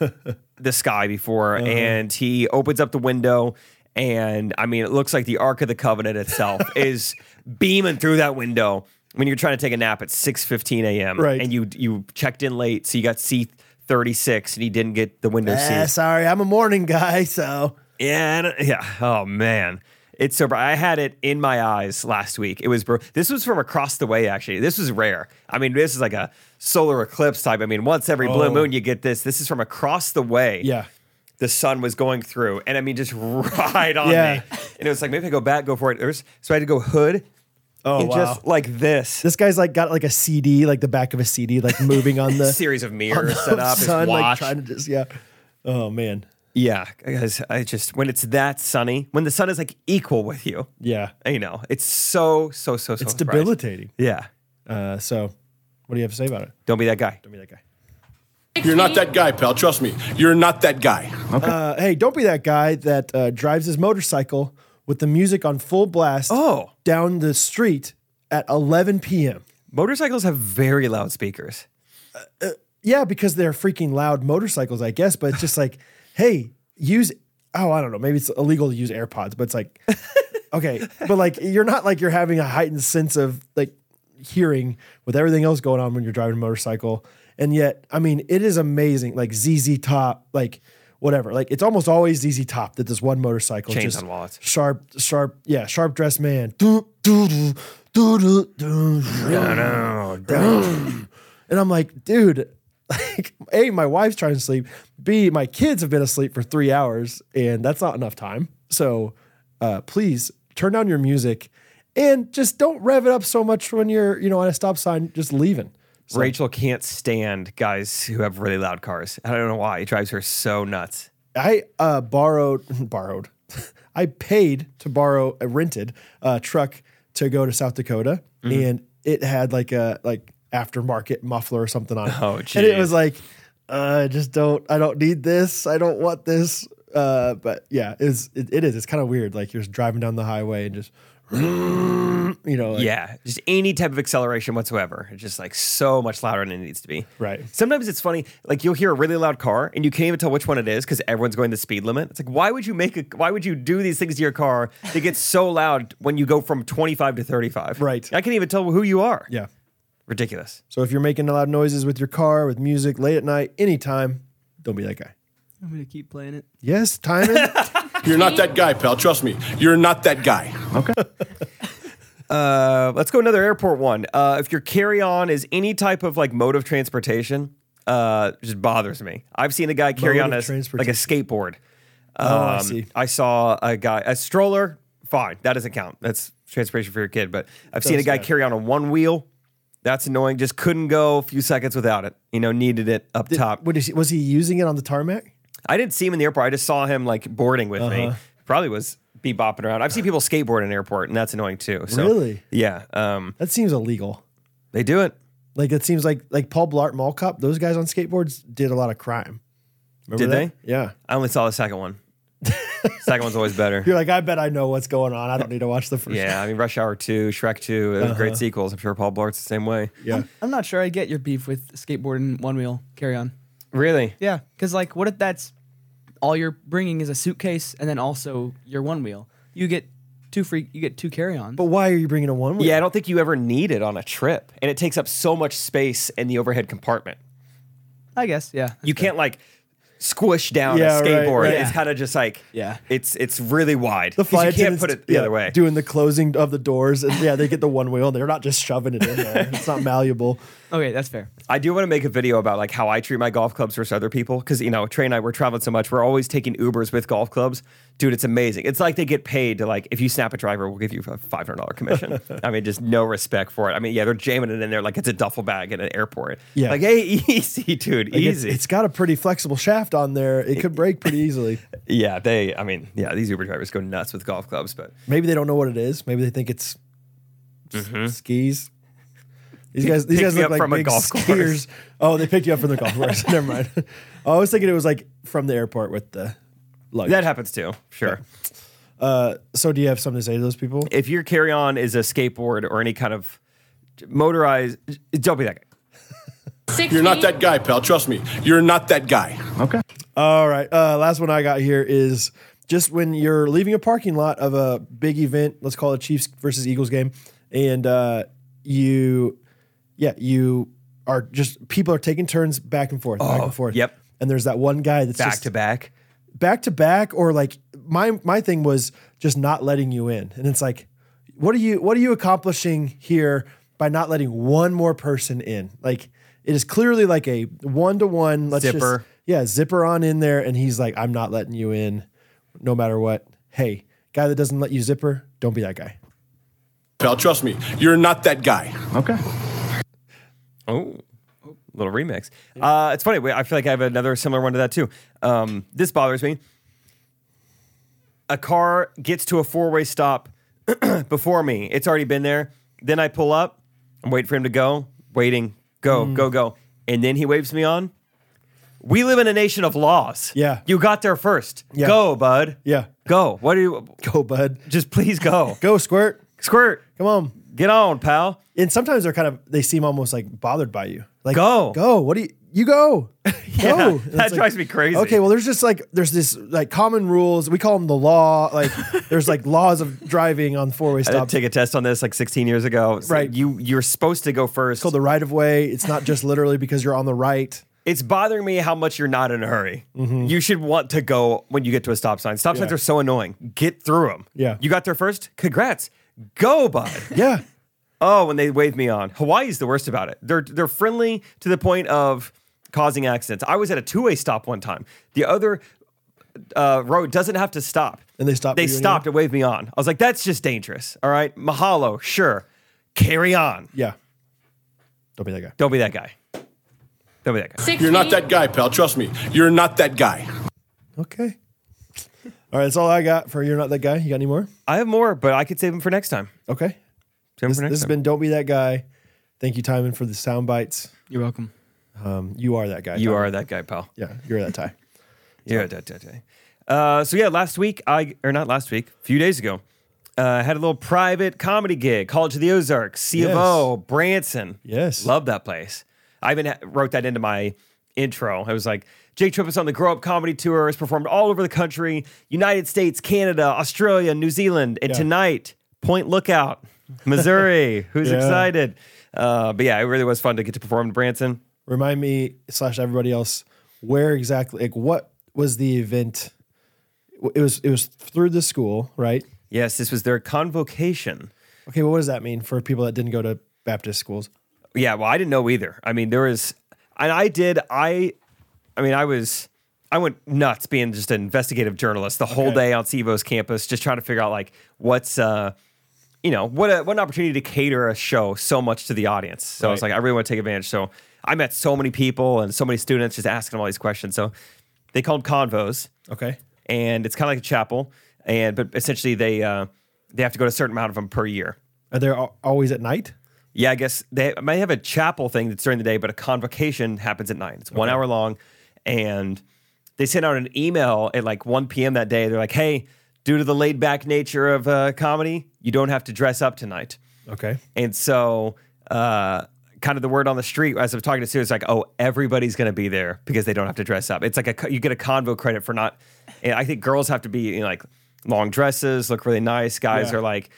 Speaker 1: the sky before. And he opens up the window. And I mean, it looks like the Ark of the Covenant itself is beaming through that window when you're trying to take a nap at 6 15 a.m.
Speaker 2: Right.
Speaker 1: And you you checked in late, so you got C36 and you didn't get the window
Speaker 2: Eh,
Speaker 1: seat.
Speaker 2: sorry, I'm a morning guy, so
Speaker 1: Yeah, I don't- yeah. Oh man, it's so. br- I had it in my eyes last week. It was. Bro- this was from across the way. Actually, this was rare. I mean, this is like a solar eclipse type. I mean, once every blue moon you get this. This is from across the way.
Speaker 2: Oh. yeah.
Speaker 1: The sun was going through, and I mean, just right on
Speaker 2: Yeah.
Speaker 1: me. And it was like maybe I go back, go for it. There was- so I had to go hood.
Speaker 2: Oh
Speaker 1: and
Speaker 2: wow,
Speaker 1: Just like this.
Speaker 2: this guy's like got like a CD, like the back of a CD, like moving on the
Speaker 1: series of mirrors set up. his
Speaker 2: sun, like
Speaker 1: watch.
Speaker 2: trying to just yeah. Oh man,
Speaker 1: yeah, guys. I just when it's that sunny, when the sun is like equal with you.
Speaker 2: yeah,
Speaker 1: You know, it's so so so so.
Speaker 2: it's
Speaker 1: bright.
Speaker 2: debilitating.
Speaker 1: Yeah.
Speaker 2: Uh, so, what do you have to say about it?
Speaker 1: Don't be that guy.
Speaker 2: Don't be that guy.
Speaker 5: Six
Speaker 6: You're not
Speaker 5: feet?
Speaker 6: that guy, pal. Trust me. You're not that guy.
Speaker 2: Uh, hey, don't be that guy that uh, drives his motorcycle with the music on full blast
Speaker 1: Oh.
Speaker 2: down the street at 11 p.m.
Speaker 1: Motorcycles have very loud speakers.
Speaker 2: Yeah, because they're freaking loud motorcycles, I guess. But it's just like, hey, use. Oh, I don't know. Maybe it's illegal to use AirPods, but it's like, okay, but like you're not like you're having a heightened sense of like hearing with everything else going on when you're driving a motorcycle. And yet, I mean, it is amazing. Like ZZ Top, like whatever. Like it's almost always ZZ Top that this one motorcycle
Speaker 1: Chains
Speaker 2: just
Speaker 1: on wallets.
Speaker 2: sharp, sharp, yeah, sharp dressed man. Doo, doo, doo, doo, doo, doo, Oh, doo. And I'm like, dude, like, A, my wife's trying to sleep. B, my kids have been asleep for three hours, and that's not enough time. So uh, please turn down your music And just don't rev it up so much when you're, you know, on a stop sign, just leaving. So,
Speaker 1: Rachel can't stand guys who have really loud cars. I don't know why. It drives her so nuts.
Speaker 2: I uh, borrowed, borrowed, I paid to borrow a rented uh, truck to go to South Dakota,
Speaker 1: Mm-hmm.
Speaker 2: and it had like a like aftermarket muffler or something on it.
Speaker 1: Oh,
Speaker 2: and it
Speaker 1: geez.
Speaker 2: was like, uh, I just don't, I don't need this, I don't want this. Uh, but yeah, it's it, it is. It's kind of weird. Like you're just driving down the highway and just, you know, like,
Speaker 1: yeah, just any type of acceleration whatsoever. It's just like so much louder than it needs to be.
Speaker 2: Right.
Speaker 1: Sometimes it's funny, like you'll hear a really loud car and you can't even tell which one it is because everyone's going the speed limit. It's like why would you make a why would you do these things to your car that gets so loud when you go from twenty five to thirty five?
Speaker 2: Right.
Speaker 1: I can't even tell who you are.
Speaker 2: yeah.
Speaker 1: Ridiculous.
Speaker 2: So if you're making loud noises with your car, with music, late at night, anytime, don't be that guy.
Speaker 4: I'm gonna keep playing it.
Speaker 2: Yes, timing. Oh,
Speaker 6: You're not that guy, pal. Trust me. You're not that guy.
Speaker 1: Uh, let's go another airport one. Uh, if your carry on is any type of like mode of transportation, uh, just bothers me. I've seen a guy carry
Speaker 2: Mode
Speaker 1: on
Speaker 2: of
Speaker 1: as like a skateboard.
Speaker 2: oh, I
Speaker 1: Um,
Speaker 2: see.
Speaker 1: I saw a guy, a stroller, fine, that doesn't count. That's transportation for your kid. But I've seen a
Speaker 2: does
Speaker 1: guy
Speaker 2: count.
Speaker 1: carry on a one wheel. That's annoying. Just couldn't go a few seconds without it. You know, needed it up top.
Speaker 2: What is he, was he using it on the tarmac?
Speaker 1: I didn't see him in the airport. I just saw him like boarding with
Speaker 2: Uh-huh.
Speaker 1: me. Probably was bebopping around. I've seen people skateboard in an airport, and that's annoying too. So,
Speaker 2: Really?
Speaker 1: Yeah. Um,
Speaker 2: That seems illegal.
Speaker 1: they do it.
Speaker 2: Like it seems like like Paul Blart Mall Cop. Those guys on skateboards did a lot of crime. Remember
Speaker 1: Did
Speaker 2: that? Yeah.
Speaker 1: I only saw the second one. second one's always better.
Speaker 2: You're like, I bet I know what's going on. I don't need to watch the first.
Speaker 1: Yeah, I mean Rush Hour Two, Shrek Two, those are great sequels. I'm sure Paul Blart's the same way.
Speaker 2: Yeah.
Speaker 4: I'm not sure I get your beef with skateboard and one wheel carry on.
Speaker 1: Really?
Speaker 4: Yeah, because like, what if that's all you're bringing is a suitcase and then also your one wheel? You get two free, you get two carry ons.
Speaker 2: But why are you bringing a one? wheel?
Speaker 1: Yeah, I don't think you ever need it on a trip, and it takes up so much space in the overhead compartment.
Speaker 4: I guess, yeah.
Speaker 1: You can't like squish down
Speaker 2: Yeah,
Speaker 1: a
Speaker 2: right,
Speaker 1: skateboard.
Speaker 2: right.
Speaker 1: It's kind of just like
Speaker 4: Yeah.
Speaker 1: it's it's really wide.
Speaker 2: The
Speaker 1: 'Cause
Speaker 2: flight
Speaker 1: you can't
Speaker 2: attendants,
Speaker 1: put it the
Speaker 2: yeah,
Speaker 1: other way.
Speaker 2: Doing the closing of the doors, and yeah, they get the one wheel. They're not just shoving it in there. It's not malleable.
Speaker 4: Okay, that's fair.
Speaker 1: I do want to make a video about like how I treat my golf clubs versus other people because you know Trey and I we're traveling so much we're always taking Ubers with golf clubs, dude. It's amazing. It's like they get paid to like if you snap a driver, we'll give you a five hundred dollar commission. I mean, just no respect for it. I mean, yeah, they're jamming it in there like it's a duffel bag at an airport.
Speaker 2: Yeah.
Speaker 1: like hey, easy, dude,
Speaker 2: Like, it's-
Speaker 1: easy.
Speaker 2: it's got a pretty flexible shaft on there. It could break pretty easily.
Speaker 1: yeah, they. I mean, yeah, these Uber drivers go nuts with golf clubs, but
Speaker 2: Maybe they don't know what it is. Maybe they think it's s- skis. These guys, these
Speaker 1: picked Mm-hmm.
Speaker 2: guys
Speaker 1: me
Speaker 2: look
Speaker 1: up
Speaker 2: like
Speaker 1: from a
Speaker 2: big
Speaker 1: golf course.
Speaker 2: skiers. Oh, they picked you up from the golf course. Never mind. Oh, I was thinking it was like from the airport with the luggage.
Speaker 1: that happens too. Sure.
Speaker 2: uh, so, do you have something to say to those people?
Speaker 1: If your carry on is a skateboard or any kind of motorized, don't be that guy.
Speaker 6: You're not that guy, pal. Trust me. You're not that guy.
Speaker 2: All right. Uh, last one I got here is just when you're leaving a parking lot of a big event, let's call it Chiefs versus Eagles game, and uh, you, yeah, you are just people are taking turns back and forth, back and forth.
Speaker 1: Oh, yep.
Speaker 2: And there's that one guy that's
Speaker 1: Back
Speaker 2: just
Speaker 1: to back.
Speaker 2: back to back, or like my my thing was just not letting you in, and it's like, what are you what are you accomplishing here by not letting one more person in? Like it is clearly like a one to one. Let's
Speaker 1: Zipper.
Speaker 2: Just, yeah, zipper on in there, and he's like, I'm not letting you in, no matter what. Hey, guy that doesn't let you zipper, don't be that guy.
Speaker 6: Pal, trust me. You're not that guy.
Speaker 1: Oh, little remix. Uh, it's funny. we- I feel like I have another similar one to that too. Um, this bothers me. A car gets to a four-way stop before me. It's already been there. Then I pull up. I'm waiting for him to go. Waiting. Go.
Speaker 2: Mm.
Speaker 1: Go. Go. And then he waves me on. We live in a nation of laws.
Speaker 2: Yeah.
Speaker 1: You got there first.
Speaker 2: Yeah.
Speaker 1: Go, bud.
Speaker 2: Yeah.
Speaker 1: Go. What do you?
Speaker 2: Go, bud.
Speaker 1: Just please go.
Speaker 2: Go, squirt.
Speaker 1: Squirt.
Speaker 2: Come on.
Speaker 1: Get on, pal.
Speaker 2: And sometimes they're kind of they seem almost like bothered by you. Like
Speaker 1: Go.
Speaker 2: go. What do you you go?
Speaker 1: Yeah,
Speaker 2: go. And
Speaker 1: that
Speaker 2: it's like,
Speaker 1: drives me crazy.
Speaker 2: Okay, well there's just like there's this like common rules. We call them the law. Like there's like laws of driving on four way
Speaker 1: I did
Speaker 2: stops.
Speaker 1: take a test on this like 16 years ago. So
Speaker 2: Right.
Speaker 1: You you're supposed to go first.
Speaker 2: Called the right of way. It's not just literally because you're on the right.
Speaker 1: it's bothering me how much you're not in a hurry. You should want to go when you get to a stop sign. Stop signs
Speaker 2: Mm-hmm. Yeah.
Speaker 1: are so annoying. Get through them.
Speaker 2: Yeah.
Speaker 1: You got there first. Congrats. Go, bud.
Speaker 2: Yeah.
Speaker 1: oh, when they wave me on. Hawaii's the worst about it. They're they're friendly to the point of causing accidents. I was at a two-way stop one time. The other uh, road doesn't have to stop.
Speaker 2: And they stopped
Speaker 1: They
Speaker 2: you anyway?
Speaker 1: stopped and waved me on. I was like, that's just dangerous. All right, mahalo, sure, carry on.
Speaker 2: Yeah. Don't be that guy.
Speaker 1: Don't be that guy. Don't be that guy.
Speaker 5: Six
Speaker 6: You're not
Speaker 5: feet.
Speaker 6: that guy, pal. Trust me. You're not that guy.
Speaker 2: Okay. All right, that's all I got for You're Not That Guy. You got any more?
Speaker 1: I have more, but I could save them for next time.
Speaker 2: Okay.
Speaker 1: Save 'em
Speaker 2: This,
Speaker 1: for
Speaker 2: this
Speaker 1: next
Speaker 2: has
Speaker 1: time.
Speaker 2: been Don't Be That Guy. Thank you, Timon, for the sound bites.
Speaker 4: You're welcome.
Speaker 2: Um, you are that guy.
Speaker 1: you
Speaker 2: Timon.
Speaker 1: are that guy, pal.
Speaker 2: Yeah, you're that tie.
Speaker 1: Yeah, da, da, da. Uh, so yeah, last week I or not last week, a few days ago, uh, I had a little private comedy gig, College of the Ozarks, C of
Speaker 2: Yes.
Speaker 1: O, Branson.
Speaker 2: Yes.
Speaker 1: love that place. I even ha- wrote that into my intro. I was like, Jake Tripp is on the Grow Up Comedy Tour. Has performed all over the country, United States, Canada, Australia, New Zealand, and
Speaker 2: Yeah.
Speaker 1: tonight, Point Lookout, Missouri. Who's
Speaker 2: Yeah.
Speaker 1: excited? Uh, but yeah, it really was fun to get to perform in Branson.
Speaker 2: Remind me slash everybody else where exactly like what was the event? W- It was it was through the school, right?
Speaker 1: Yes, this was their convocation.
Speaker 2: Okay, well, what does that mean for people that didn't go to Baptist schools?
Speaker 1: Yeah, well, I didn't know either. I mean, there was, and I did. I, I mean, I was, I went nuts being just an investigative journalist the whole
Speaker 2: Okay.
Speaker 1: day on Sevo's campus, just trying to figure out like what's, uh, you know, what a, what an opportunity to cater a show so much to the audience. So I was
Speaker 2: Right.
Speaker 1: like, I really want to take advantage. So I met so many people and so many students, just asking them all these questions. So they called convos
Speaker 2: Okay,
Speaker 1: and it's kind of like a chapel, and but essentially they uh, they have to go to a certain amount of them per year.
Speaker 2: are they al- always at night?
Speaker 1: Yeah, I guess they might have a chapel thing that's during the day, but a convocation happens at nine. It's one hour long, and they sent out an email at like one p.m. that day. They're like, "Hey, due to the laid back nature of uh, comedy, you don't have to dress up tonight."
Speaker 2: Okay,
Speaker 1: And so, uh, kind of the word on the street as I'm talking to Sue, it's like, oh, everybody's going to be there because they don't have to dress up. It's like a co- you get a convo credit for not. And I think girls have to be you know, like long dresses, look really nice. Guys
Speaker 2: Yeah.
Speaker 1: are like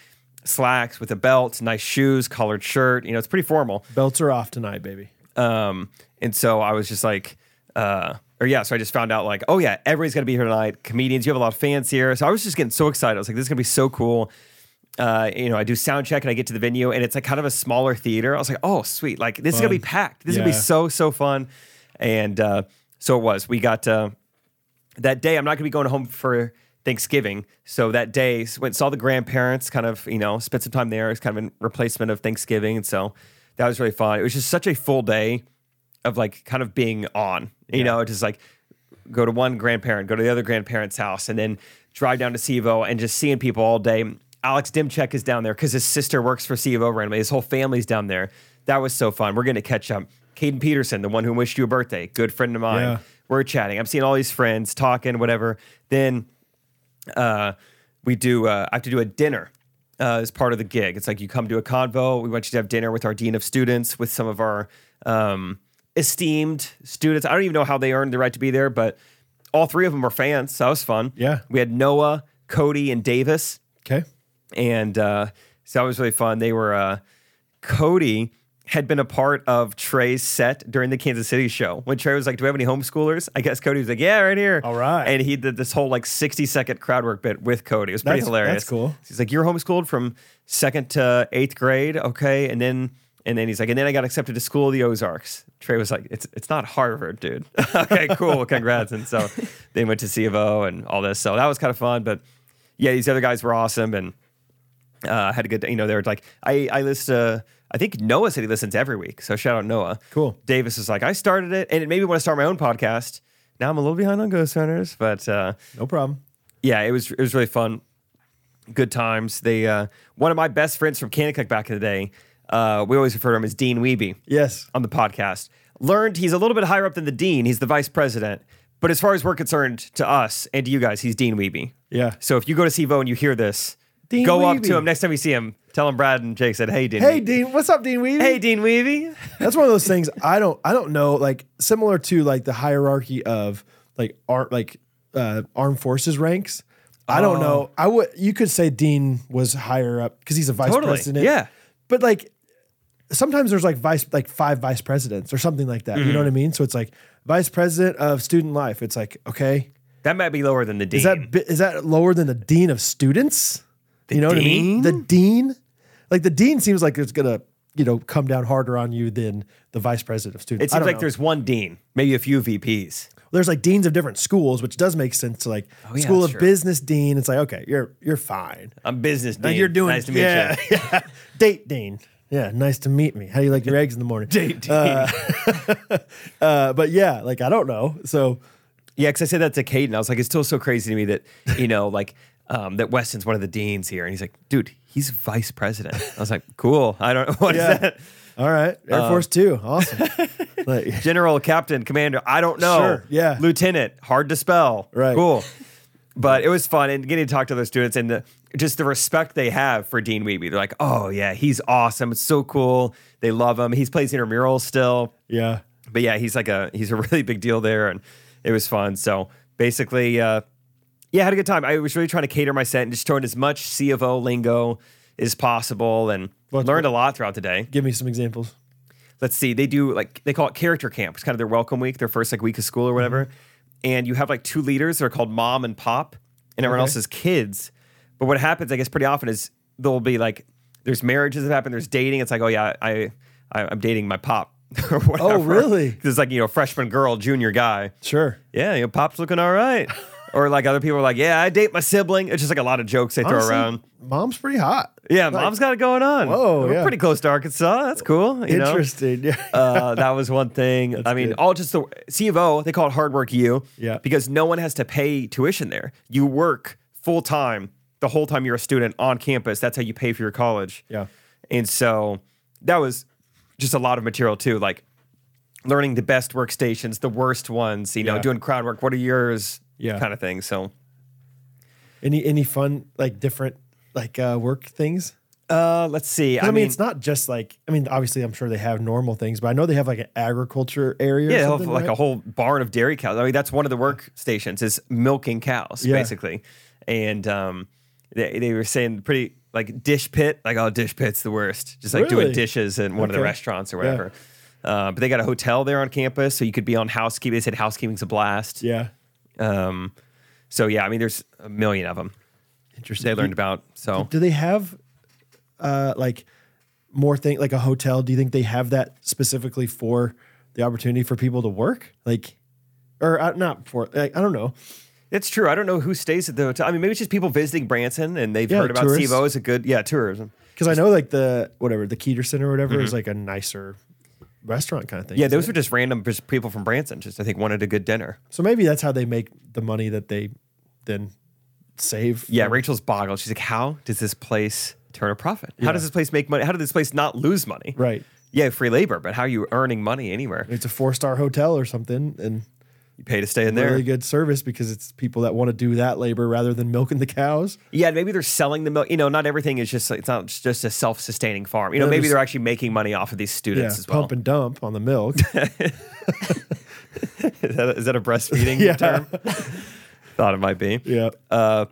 Speaker 1: slacks with a belt, nice shoes, collared shirt. You know, it's pretty formal.
Speaker 2: belts are off tonight, baby.
Speaker 1: Um, and so I was just like, uh, or yeah, so I just found out like, oh yeah, everybody's gonna be here tonight. Comedians, you have a lot of fans here. So I was just getting so excited. I was like, this is gonna be so cool. Uh, you know, I do sound check and I get to the venue and it's like kind of a smaller theater. I was like, oh sweet, like this is gonna be
Speaker 2: Fun.
Speaker 1: packed. This is gonna be
Speaker 2: Yeah.
Speaker 1: so so fun. And uh, so it was. We got uh, that day. I'm not gonna be going home for Thanksgiving. So that day, s- went saw the grandparents. Kind of you know spent some time there. It's kind of a replacement of Thanksgiving. And so that was really fun. It was just such a full day of like kind of being on. You know, just like go to one grandparent, go to the other grandparent's house, and then drive down to Sevo and just seeing people all day. Alex Dimchek is down there because his sister works for Sevo randomly. His whole family's down there. That was so fun. We're gonna catch up. Caden Peterson, the one who wished you a birthday, good friend of mine.
Speaker 2: Yeah.
Speaker 1: We're chatting. I'm seeing all these friends talking, whatever. Then uh, we do uh, I have to do a dinner uh, as part of the gig. It's like you come to a convo. We want you to have dinner with our dean of students, with some of our um, esteemed students. I don't even know how they earned the right to be there, but all three of them were fans. So that was fun.
Speaker 2: Yeah.
Speaker 1: we had Noah, Cody, and Davis
Speaker 2: Okay,
Speaker 1: and uh, so that was really fun. They were uh, Cody had been a part of Trey's set during the Kansas City show when Trey was like, "Do we have any homeschoolers?" I guess Cody was like, "Yeah, right here."
Speaker 2: All right.
Speaker 1: and he did this whole like sixty second crowd work bit with Cody. It was pretty
Speaker 2: That's-
Speaker 1: hilarious.
Speaker 2: that's cool.
Speaker 1: He's like, "You're homeschooled from second to eighth grade, okay?" And then and then he's like, "And then I got accepted to school of the Ozarks." Trey was like, "It's it's not Harvard, dude." okay, cool, congrats. and so they went to C of O and all this. So that was kind of fun, but yeah, these other guys were awesome and uh, had a good day. You know, they were like, I, I list, uh, I think Noah said he listens every week. So shout out Noah.
Speaker 2: Cool.
Speaker 1: Davis was like, I started it and it made me want to start my own podcast. Now I'm a little behind on Ghost Hunters, but uh,
Speaker 2: no problem.
Speaker 1: yeah, it was, it was really fun. Good times. They, uh, one of my best friends from Canicuck back in the day, uh, we always refer to him as Dean Weeby
Speaker 2: Yes.
Speaker 1: on the podcast. Learned he's a little bit higher up than the dean. He's the vice president. But as far as we're concerned, to us and to you guys, he's Dean Weeby.
Speaker 2: Yeah.
Speaker 1: So if you go to SIVO and you hear this,
Speaker 2: Dean
Speaker 1: go up to
Speaker 2: Wiebe.
Speaker 1: him next time you see him. Tell him Brad and Jake said, "Hey, Dean.
Speaker 2: Hey,
Speaker 1: Wiebe."
Speaker 2: Dean. What's up, Dean Weavy?
Speaker 1: hey, Dean Weeby."
Speaker 2: That's one of those things I don't I don't know like similar to like the hierarchy of like art like uh, armed forces ranks. I don't
Speaker 1: Oh.
Speaker 2: know. I would you could say Dean was higher up because he's a vice
Speaker 1: Totally,
Speaker 2: president.
Speaker 1: yeah.
Speaker 2: but like sometimes there's like vice like five vice presidents or something like that.
Speaker 1: Mm-hmm.
Speaker 2: You know what I mean? So it's like vice president of student life. It's like okay,
Speaker 1: That might be lower than the dean.
Speaker 2: is that bi- is that lower than the dean of students? you know what I
Speaker 1: dean?
Speaker 2: mean? The dean, like the dean, seems like it's gonna you know come down harder on you than the vice president of
Speaker 1: it
Speaker 2: students. I
Speaker 1: seems
Speaker 2: don't
Speaker 1: like
Speaker 2: know.
Speaker 1: there's one dean, maybe a few VPs.
Speaker 2: there's like deans of different schools, which does make sense to like
Speaker 1: yeah,
Speaker 2: school
Speaker 1: that's
Speaker 2: of
Speaker 1: true.
Speaker 2: business dean. It's like okay, you're you're fine.
Speaker 1: I'm business.
Speaker 2: Like
Speaker 1: Dean.
Speaker 2: you're doing
Speaker 1: Nice to meet
Speaker 2: yeah,
Speaker 1: you.
Speaker 2: Yeah. Date Dean. Yeah, nice to meet me. How do you like your eggs in the morning? Date Dean. but yeah, like I don't know. So
Speaker 1: Yeah, because I said that to Caden. I was like, it's still so crazy to me that, you know, like um, that Weston's one of the deans here. And he's like, dude, he's vice president. I was like, cool. I don't know what is
Speaker 2: Yeah.
Speaker 1: that?
Speaker 2: all right, Air
Speaker 1: Uh,
Speaker 2: Force Two, awesome. like,
Speaker 1: General, captain, commander. I don't know.
Speaker 2: Sure, yeah.
Speaker 1: Lieutenant, hard to spell.
Speaker 2: Right.
Speaker 1: Cool. But it was fun and getting to talk to those students and the, just the respect they have for Dean Weeby. They're like, oh, yeah, he's awesome. It's so cool. They love him. He plays intramural still.
Speaker 2: yeah,
Speaker 1: but yeah, he's like a he's a really big deal there, and it was fun. So basically, uh, yeah, I had a good time. I was really trying to cater my set and just throwing as much C of O lingo as possible, and learned a lot throughout the day.
Speaker 2: give me some examples.
Speaker 1: Let's see, they do like they call it character camp. It's kind of their welcome week, their first like week of school or whatever.
Speaker 2: Mm-hmm.
Speaker 1: And you have like two leaders that are called mom and pop, and everyone else is kids. But what happens, I guess, pretty often is there'll be like there's marriages that happen, there's dating. It's like, oh yeah, I, I I'm dating my pop. or whatever.
Speaker 2: Oh, really?
Speaker 1: 'Cause It's like you know freshman girl, junior guy.
Speaker 2: Sure.
Speaker 1: Yeah, your pop's looking all right. or like other people are like, yeah, I date my sibling. It's just like a lot of jokes they throw
Speaker 2: Honestly,
Speaker 1: around.
Speaker 2: Mom's pretty hot.
Speaker 1: Yeah, mom's got it going on.
Speaker 2: Whoa,
Speaker 1: we're
Speaker 2: yeah.
Speaker 1: pretty close to Arkansas. That's cool. You know?
Speaker 2: Interesting. Yeah.
Speaker 1: uh, that was one thing. I mean,
Speaker 2: good.
Speaker 1: all just the C of O, they call it hard work U.
Speaker 2: Yeah.
Speaker 1: Because no one has to pay tuition there. You work full time the whole time you're a student on campus. That's how you pay for your college.
Speaker 2: Yeah.
Speaker 1: And so that was just a lot of material too, like learning the best workstations, the worst ones, you know,
Speaker 2: Yeah.
Speaker 1: doing crowd work. What are yours?
Speaker 2: Yeah.
Speaker 1: Kind of thing. So
Speaker 2: Any any fun like different like uh, work things?
Speaker 1: uh, let's see.
Speaker 2: I, mean, it's not just like I mean, obviously, I'm sure they have normal things, but I know they have like an agriculture area.
Speaker 1: Yeah,
Speaker 2: or
Speaker 1: they'll have,
Speaker 2: something,
Speaker 1: like a
Speaker 2: right?
Speaker 1: whole barn of dairy cows. I mean, that's one of the work stations is milking cows,
Speaker 2: Yeah.
Speaker 1: basically. And um, they, they were saying pretty like dish pit, like oh, dish pit's the worst. Just like doing
Speaker 2: Really?
Speaker 1: dishes in one of the
Speaker 2: Okay.
Speaker 1: restaurants or whatever. Uh, but they got a hotel there on campus, so you could be on housekeeping. They said housekeeping's a blast.
Speaker 2: yeah,
Speaker 1: Um, so yeah, I mean, there's a million of them
Speaker 2: interesting.
Speaker 1: they learned about. So
Speaker 2: Do they have uh, like more thing like a hotel? Do you think they have that specifically for the opportunity for people to work? Like, or uh, not for like I don't know.
Speaker 1: it's true. I don't know who stays at the hotel. I mean, maybe it's just people visiting Branson and they've
Speaker 2: Yeah,
Speaker 1: heard about
Speaker 2: tourists.
Speaker 1: SIBO as a good yeah tourism.
Speaker 2: Because I know like the whatever the Keter Center or whatever is like a nicer restaurant kind of thing.
Speaker 1: Mm-hmm. Yeah,
Speaker 2: isn't
Speaker 1: those
Speaker 2: it?
Speaker 1: were just random just people from Branson. Just I think wanted a good dinner.
Speaker 2: so maybe that's how they make the money that they then save.
Speaker 1: Yeah,
Speaker 2: from-
Speaker 1: Rachel's boggled. She's like, "How does this place turn a profit? How does this place make money? How did this place not lose money?
Speaker 2: right.
Speaker 1: Yeah, free labor, but how are you earning money anywhere?
Speaker 2: It's a four star hotel or something, and
Speaker 1: You pay to stay in there.
Speaker 2: really good service because it's people that want to do that labor rather than milking the cows.
Speaker 1: Yeah, maybe they're selling the milk. You know, not everything is just like, it's not just a self sustaining farm. You know,
Speaker 2: Yeah,
Speaker 1: maybe
Speaker 2: there's-
Speaker 1: they're actually making money off of these students as well.
Speaker 2: pump and dump on the milk.
Speaker 1: is, that a, is that a breastfeeding
Speaker 2: Yeah.
Speaker 1: term? Thought it might be.
Speaker 2: yeah,
Speaker 1: Uh,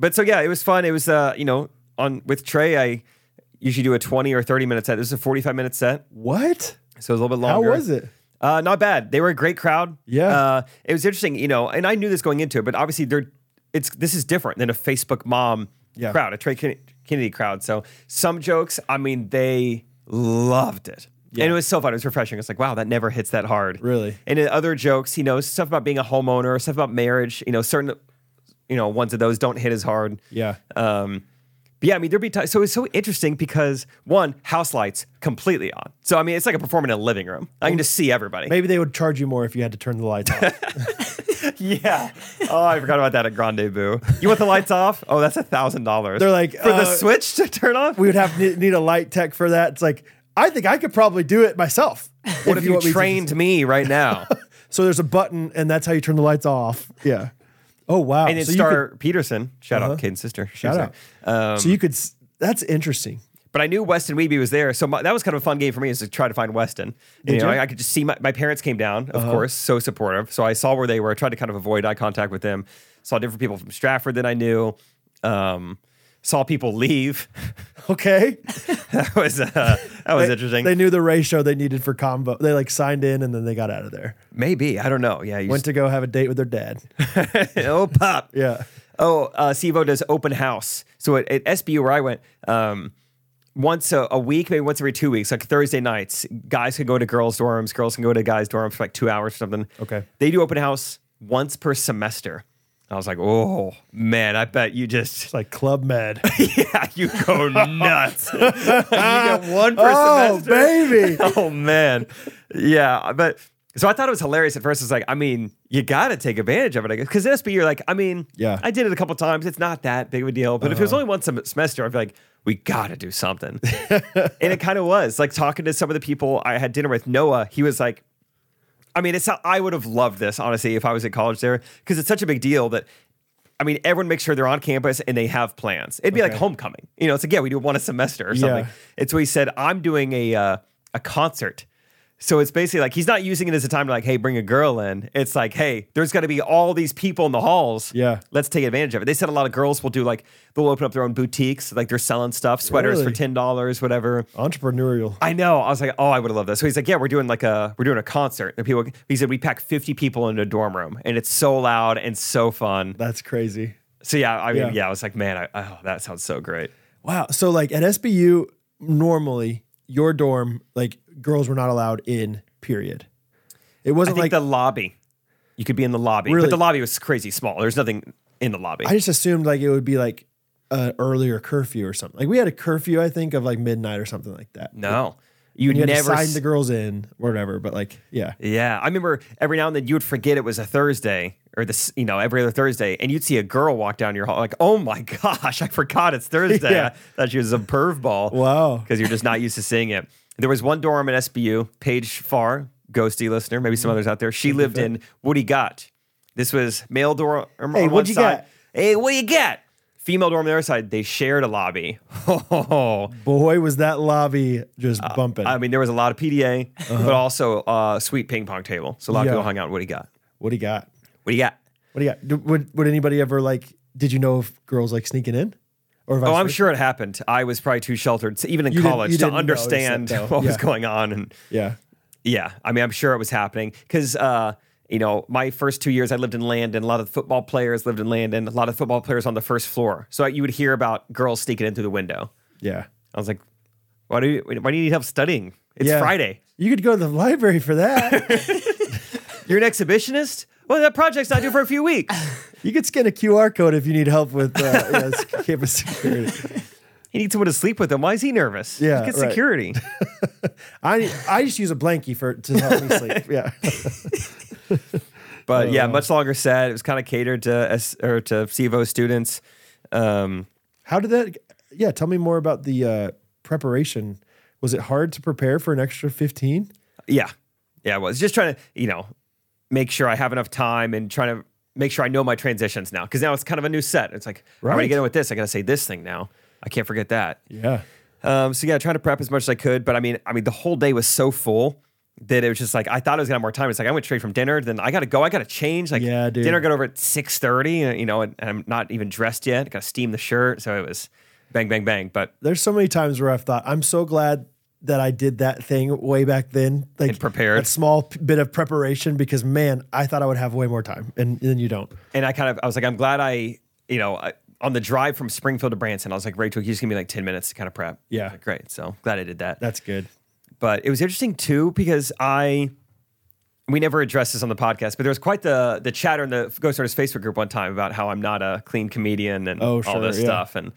Speaker 1: but so yeah, it was fun. It was uh, you know, on with Trey, I usually do a twenty or thirty minute set. This is a forty five minute set.
Speaker 2: what?
Speaker 1: So it was a little bit
Speaker 2: How
Speaker 1: longer.
Speaker 2: was it?
Speaker 1: Uh, not bad. They were a great crowd.
Speaker 2: Yeah.
Speaker 1: Uh, it was interesting, you know, and I knew this going into it, but obviously they're it's this is different than a Facebook mom
Speaker 2: Yeah.
Speaker 1: crowd, a Trey Ken- Kennedy crowd. So some jokes, I mean, they loved it. And it was so fun. It was refreshing. It's like, wow, that never hits that hard.
Speaker 2: Really?
Speaker 1: And in other jokes, you know, stuff about being a homeowner, stuff about marriage, you know, certain you know, ones of those don't hit as hard.
Speaker 2: Yeah.
Speaker 1: Um, but yeah, I mean, there'd be times. So it's so interesting because one, house lights completely on. So I mean, it's like a performing in a living room. I can just see everybody.
Speaker 2: Maybe they would charge you more if you had to turn the lights off.
Speaker 1: Yeah. Oh, I forgot about that at Grande Boo. You want the lights off? Oh, that's a thousand dollars.
Speaker 2: They're like,
Speaker 1: for the
Speaker 2: uh,
Speaker 1: switch to turn off.
Speaker 2: we would have ne- need a light tech for that. It's like I think I could probably do it myself.
Speaker 1: what if you
Speaker 2: want me to-
Speaker 1: trained me right now?
Speaker 2: So there's a button, and that's how you turn the lights off. Yeah. Oh wow.
Speaker 1: And then
Speaker 2: so You
Speaker 1: Star Peterson, shout out Caden's sister. She
Speaker 2: could,
Speaker 1: was
Speaker 2: shout out.
Speaker 1: there. Um,
Speaker 2: so you could. s- That's interesting.
Speaker 1: but I knew Weston Weeby was there, so my, that was kind of a fun game for me is to try to find Weston. You know,
Speaker 2: you?
Speaker 1: I, I could just see my, my parents came down,
Speaker 2: Uh-huh.
Speaker 1: of course, so supportive. So I saw where they were. I tried to kind of avoid eye contact with them. Saw different people from Stratford that I knew. Um, saw people leave.
Speaker 2: Okay.
Speaker 1: that was uh, that was
Speaker 2: They-
Speaker 1: interesting.
Speaker 2: They knew the ratio they needed for combo. They like signed in and then they got out of there.
Speaker 1: Maybe I don't know. Yeah, you
Speaker 2: Went to go have a date with their dad.
Speaker 1: oh pop.
Speaker 2: Yeah.
Speaker 1: Oh, uh, Sivo does open house. So at, at SBU where I went, um, once a, a week, maybe once every two weeks, like Thursday nights, guys can go to girls' dorms, girls can go to guys' dorms for like two hours or something.
Speaker 2: Okay.
Speaker 1: They do open house once per semester. I was like, oh man, I bet you just
Speaker 2: It's like Club Med.
Speaker 1: yeah, you go nuts. you get one per
Speaker 2: oh,
Speaker 1: semester.
Speaker 2: baby.
Speaker 1: oh man, yeah. But so I thought it was hilarious at first. It's like, I mean, you got to take advantage of it, I guess, because SB, you're like, I mean,
Speaker 2: Yeah.
Speaker 1: I did it a couple times. It's not that big of a deal. But if it was only once a semester, I'd be like, we got to do something. and it kind of was like talking to some of the people I had dinner with. Noah, he was like. I mean, it's how I would have loved this, honestly, if I was at college there, because it's such a big deal that, I mean, everyone makes sure they're on campus and they have plans. It'd be like homecoming. You know, it's like, yeah, we do one a semester or something.
Speaker 2: Yeah.
Speaker 1: It's what he said, I'm doing a, uh, a concert. So it's basically like he's not using it as a time to like, hey, bring a girl in. It's like, hey, there's got to be all these people in the halls.
Speaker 2: Yeah.
Speaker 1: Let's take advantage of it. They said a lot of girls will do like, they'll open up their own boutiques. Like they're selling stuff, sweaters
Speaker 2: Really?
Speaker 1: for $10, whatever.
Speaker 2: Entrepreneurial.
Speaker 1: I know. I was like, oh, I would have loved that. So he's like, yeah, we're doing like a we're doing a concert. And people, he said, we pack fifty people in a dorm room, and it's so loud and so fun.
Speaker 2: That's crazy.
Speaker 1: So yeah, I mean, yeah,
Speaker 2: Yeah.
Speaker 1: I was like, man, I, oh, that sounds so great.
Speaker 2: Wow. So like at SBU, normally your dorm, like girls were not allowed in, period. It
Speaker 1: I
Speaker 2: wasn't
Speaker 1: think
Speaker 2: like
Speaker 1: the lobby, you could be in the lobby,
Speaker 2: Really?
Speaker 1: but the lobby was crazy small. There's nothing in the lobby.
Speaker 2: I just assumed like it would be like an earlier curfew or something. Like we had a curfew, I think, of like midnight or something like that.
Speaker 1: no, you
Speaker 2: You had
Speaker 1: never.
Speaker 2: to sign
Speaker 1: s-
Speaker 2: the girls in, or whatever. But like, yeah,
Speaker 1: yeah, I remember every now and then you would forget it was a Thursday or this, you know, every other Thursday, and you'd see a girl walk down your hall, like, oh my gosh, I forgot it's Thursday.
Speaker 2: Yeah.
Speaker 1: I thought she was a perv ball.
Speaker 2: wow,
Speaker 1: because you're just not used to seeing it. There was one dorm in SBU, Paige Farr, ghosty listener, maybe
Speaker 2: Mm-hmm.
Speaker 1: some others out there. She lived in What do you Got. This was male dorm on
Speaker 2: Hey,
Speaker 1: one
Speaker 2: what you
Speaker 1: side.
Speaker 2: got?
Speaker 1: Hey, what do you got? Female dorm on the other side. They shared a lobby.
Speaker 2: boy, was that lobby just bumping?
Speaker 1: Uh, I mean, there was a lot of PDA, but also uh, sweet ping pong table. So a lot of
Speaker 2: Uh-huh. Yeah.
Speaker 1: people hung out. in What do you got?
Speaker 2: what do you got?
Speaker 1: What do you got?
Speaker 2: What do you got? Do- Would would anybody ever like? Did you know if girls like sneaking in? Or vice
Speaker 1: Oh, I'm
Speaker 2: versa?
Speaker 1: sure it happened. I was probably too sheltered, so even in
Speaker 2: You didn't-
Speaker 1: college,
Speaker 2: you
Speaker 1: to
Speaker 2: didn't notice it,
Speaker 1: understand
Speaker 2: though.
Speaker 1: what was
Speaker 2: Yeah.
Speaker 1: going on and
Speaker 2: Yeah,
Speaker 1: Yeah, I mean, I'm sure it was happening because uh, you know my first two years I lived in Landon. A lot of football players lived in Landon. A lot of football players on the first floor. So you would hear about girls sneaking in through the window.
Speaker 2: yeah,
Speaker 1: I was like, why do you, why do you need help studying? It's
Speaker 2: Yeah.
Speaker 1: Friday.
Speaker 2: You could go to the library for that.
Speaker 1: You're an exhibitionist. Well, that project's not due for a few weeks.
Speaker 2: you could scan a QR code if you need help with uh, yeah, it's campus security.
Speaker 1: He needs someone to sleep with him. Why is he nervous?
Speaker 2: Yeah,
Speaker 1: Just get
Speaker 2: right.
Speaker 1: security.
Speaker 2: I I just use a blankie for to help me sleep. Yeah,
Speaker 1: But yeah, much longer set. It was kind of catered to S- or to CVO students. Um,
Speaker 2: how did that? Yeah, tell me more about the uh, preparation. Was it hard to prepare for an extra fifteen?
Speaker 1: Yeah. Yeah, I was just trying to, you know, make sure I have enough time and trying to make sure I know my transitions now. Cause now it's kind of a new set. It's like, right. I'm gonna
Speaker 2: Right.
Speaker 1: get in with this. I gotta say this thing now. I can't forget that.
Speaker 2: Yeah,
Speaker 1: Um, so yeah, trying to prep as much as I could. But I mean, I mean, the whole day was so full that it was just like I thought I was gonna have more time. It's like I went straight from dinner, then I gotta go, I gotta change. Like
Speaker 2: Yeah, dude.
Speaker 1: dinner got over at six thirty, uh, you know, and, and I'm not even dressed yet. Gotta steam the shirt. So it was bang, bang, bang. But
Speaker 2: there's so many times where I've thought I'm so glad that I did that thing way back then, like
Speaker 1: And prepared.
Speaker 2: that small p- bit of preparation because man, I thought I would have way more time, and then you don't.
Speaker 1: and I kind of I was like, I'm glad I, you know, I, on the drive from Springfield to Branson, I was like, Rachel, you just give me like ten minutes to kind of prep.
Speaker 2: Yeah.
Speaker 1: I was like, great. So glad I did that.
Speaker 2: That's good.
Speaker 1: But it was interesting too because I, we never addressed this on the podcast, but there was quite the the chatter in the Ghost Artist Facebook group one time about how I'm not a clean comedian and
Speaker 2: Oh,
Speaker 1: all
Speaker 2: sure,
Speaker 1: this
Speaker 2: yeah.
Speaker 1: stuff, and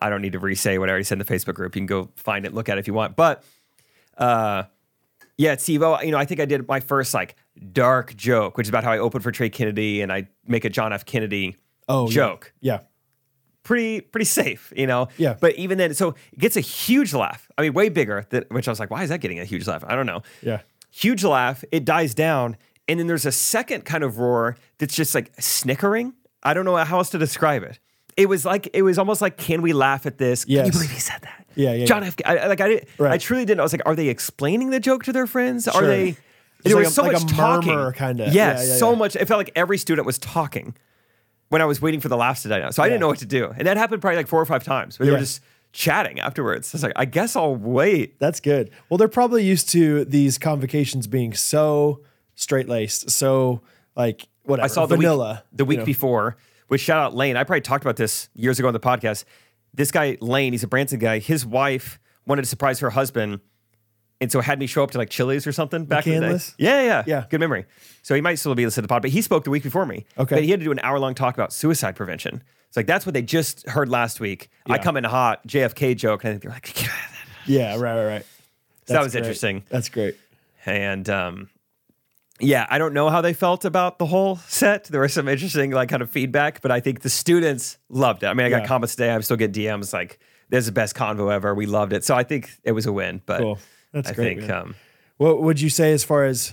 Speaker 1: I don't need to re-say what I already said in the Facebook group. You can go find it, look at it if you want, but. uh yeah, at Sivo, you know, I think I did my first like dark joke, which is about how I opened for Trey Kennedy and I make a John F. Kennedy
Speaker 2: Oh, yeah.
Speaker 1: joke.
Speaker 2: Yeah,
Speaker 1: Pretty pretty safe, you know.
Speaker 2: Yeah.
Speaker 1: But even then, so it gets a huge laugh. I mean, way bigger. That, which I was like, why is that getting a huge laugh? I don't know.
Speaker 2: yeah.
Speaker 1: Huge laugh. It dies down, and then there's a second kind of roar that's just like snickering. I don't know how else to describe it. It was like it was almost like, can we laugh at this? Can you
Speaker 2: Yes.
Speaker 1: believe he said that?
Speaker 2: Yeah, yeah,
Speaker 1: John
Speaker 2: yeah.
Speaker 1: F. I, I- like I did. I
Speaker 2: Right.
Speaker 1: truly didn't. I was like, are they explaining the joke to their friends? Are
Speaker 2: Sure.
Speaker 1: they?
Speaker 2: It's
Speaker 1: there
Speaker 2: like
Speaker 1: was
Speaker 2: a-
Speaker 1: so
Speaker 2: like a
Speaker 1: much talking.
Speaker 2: murmur kinda.
Speaker 1: Yeah,
Speaker 2: Yeah, yeah,
Speaker 1: so
Speaker 2: yeah.
Speaker 1: much. It felt like every student was talking when I was waiting for the laughs to die down. So I didn't
Speaker 2: Yeah.
Speaker 1: know what to do, and that happened probably like four or five times. Where They were
Speaker 2: Yeah.
Speaker 1: just chatting afterwards. I was like, I guess I'll wait.
Speaker 2: That's good. Well, they're probably used to these convocations being so straight laced, so like whatever.
Speaker 1: I saw the
Speaker 2: vanilla.
Speaker 1: week, the
Speaker 2: you
Speaker 1: week
Speaker 2: know.
Speaker 1: before, which shout out Lane. I probably talked about this years ago on the podcast. This guy Lane, he's a Branson guy. His wife wanted to surprise her husband And so it had me show up to like Chili's or something back in the day.
Speaker 2: McCandless?
Speaker 1: Yeah, yeah,
Speaker 2: Yeah.
Speaker 1: Good memory. So he might still be listening to the pod, but he spoke the week before me.
Speaker 2: Okay.
Speaker 1: But he had to do an hour long talk about suicide prevention. It's like that's what they just heard last week. I come in hot, JFK joke, and I think they're like, so
Speaker 2: Yeah, right, right, right.
Speaker 1: that
Speaker 2: That's
Speaker 1: was
Speaker 2: great.
Speaker 1: interesting.
Speaker 2: That's great.
Speaker 1: And um, yeah, I don't know how they felt about the whole set. There was some interesting like kind of feedback, but I think the students loved it. I mean, I got
Speaker 2: Yeah.
Speaker 1: comments today. I still get DMs like, "This is the best convo ever. We loved it." So I think it was a win. But
Speaker 2: Cool. That's
Speaker 1: I
Speaker 2: great,
Speaker 1: think
Speaker 2: man.
Speaker 1: um,
Speaker 2: What would you say as far as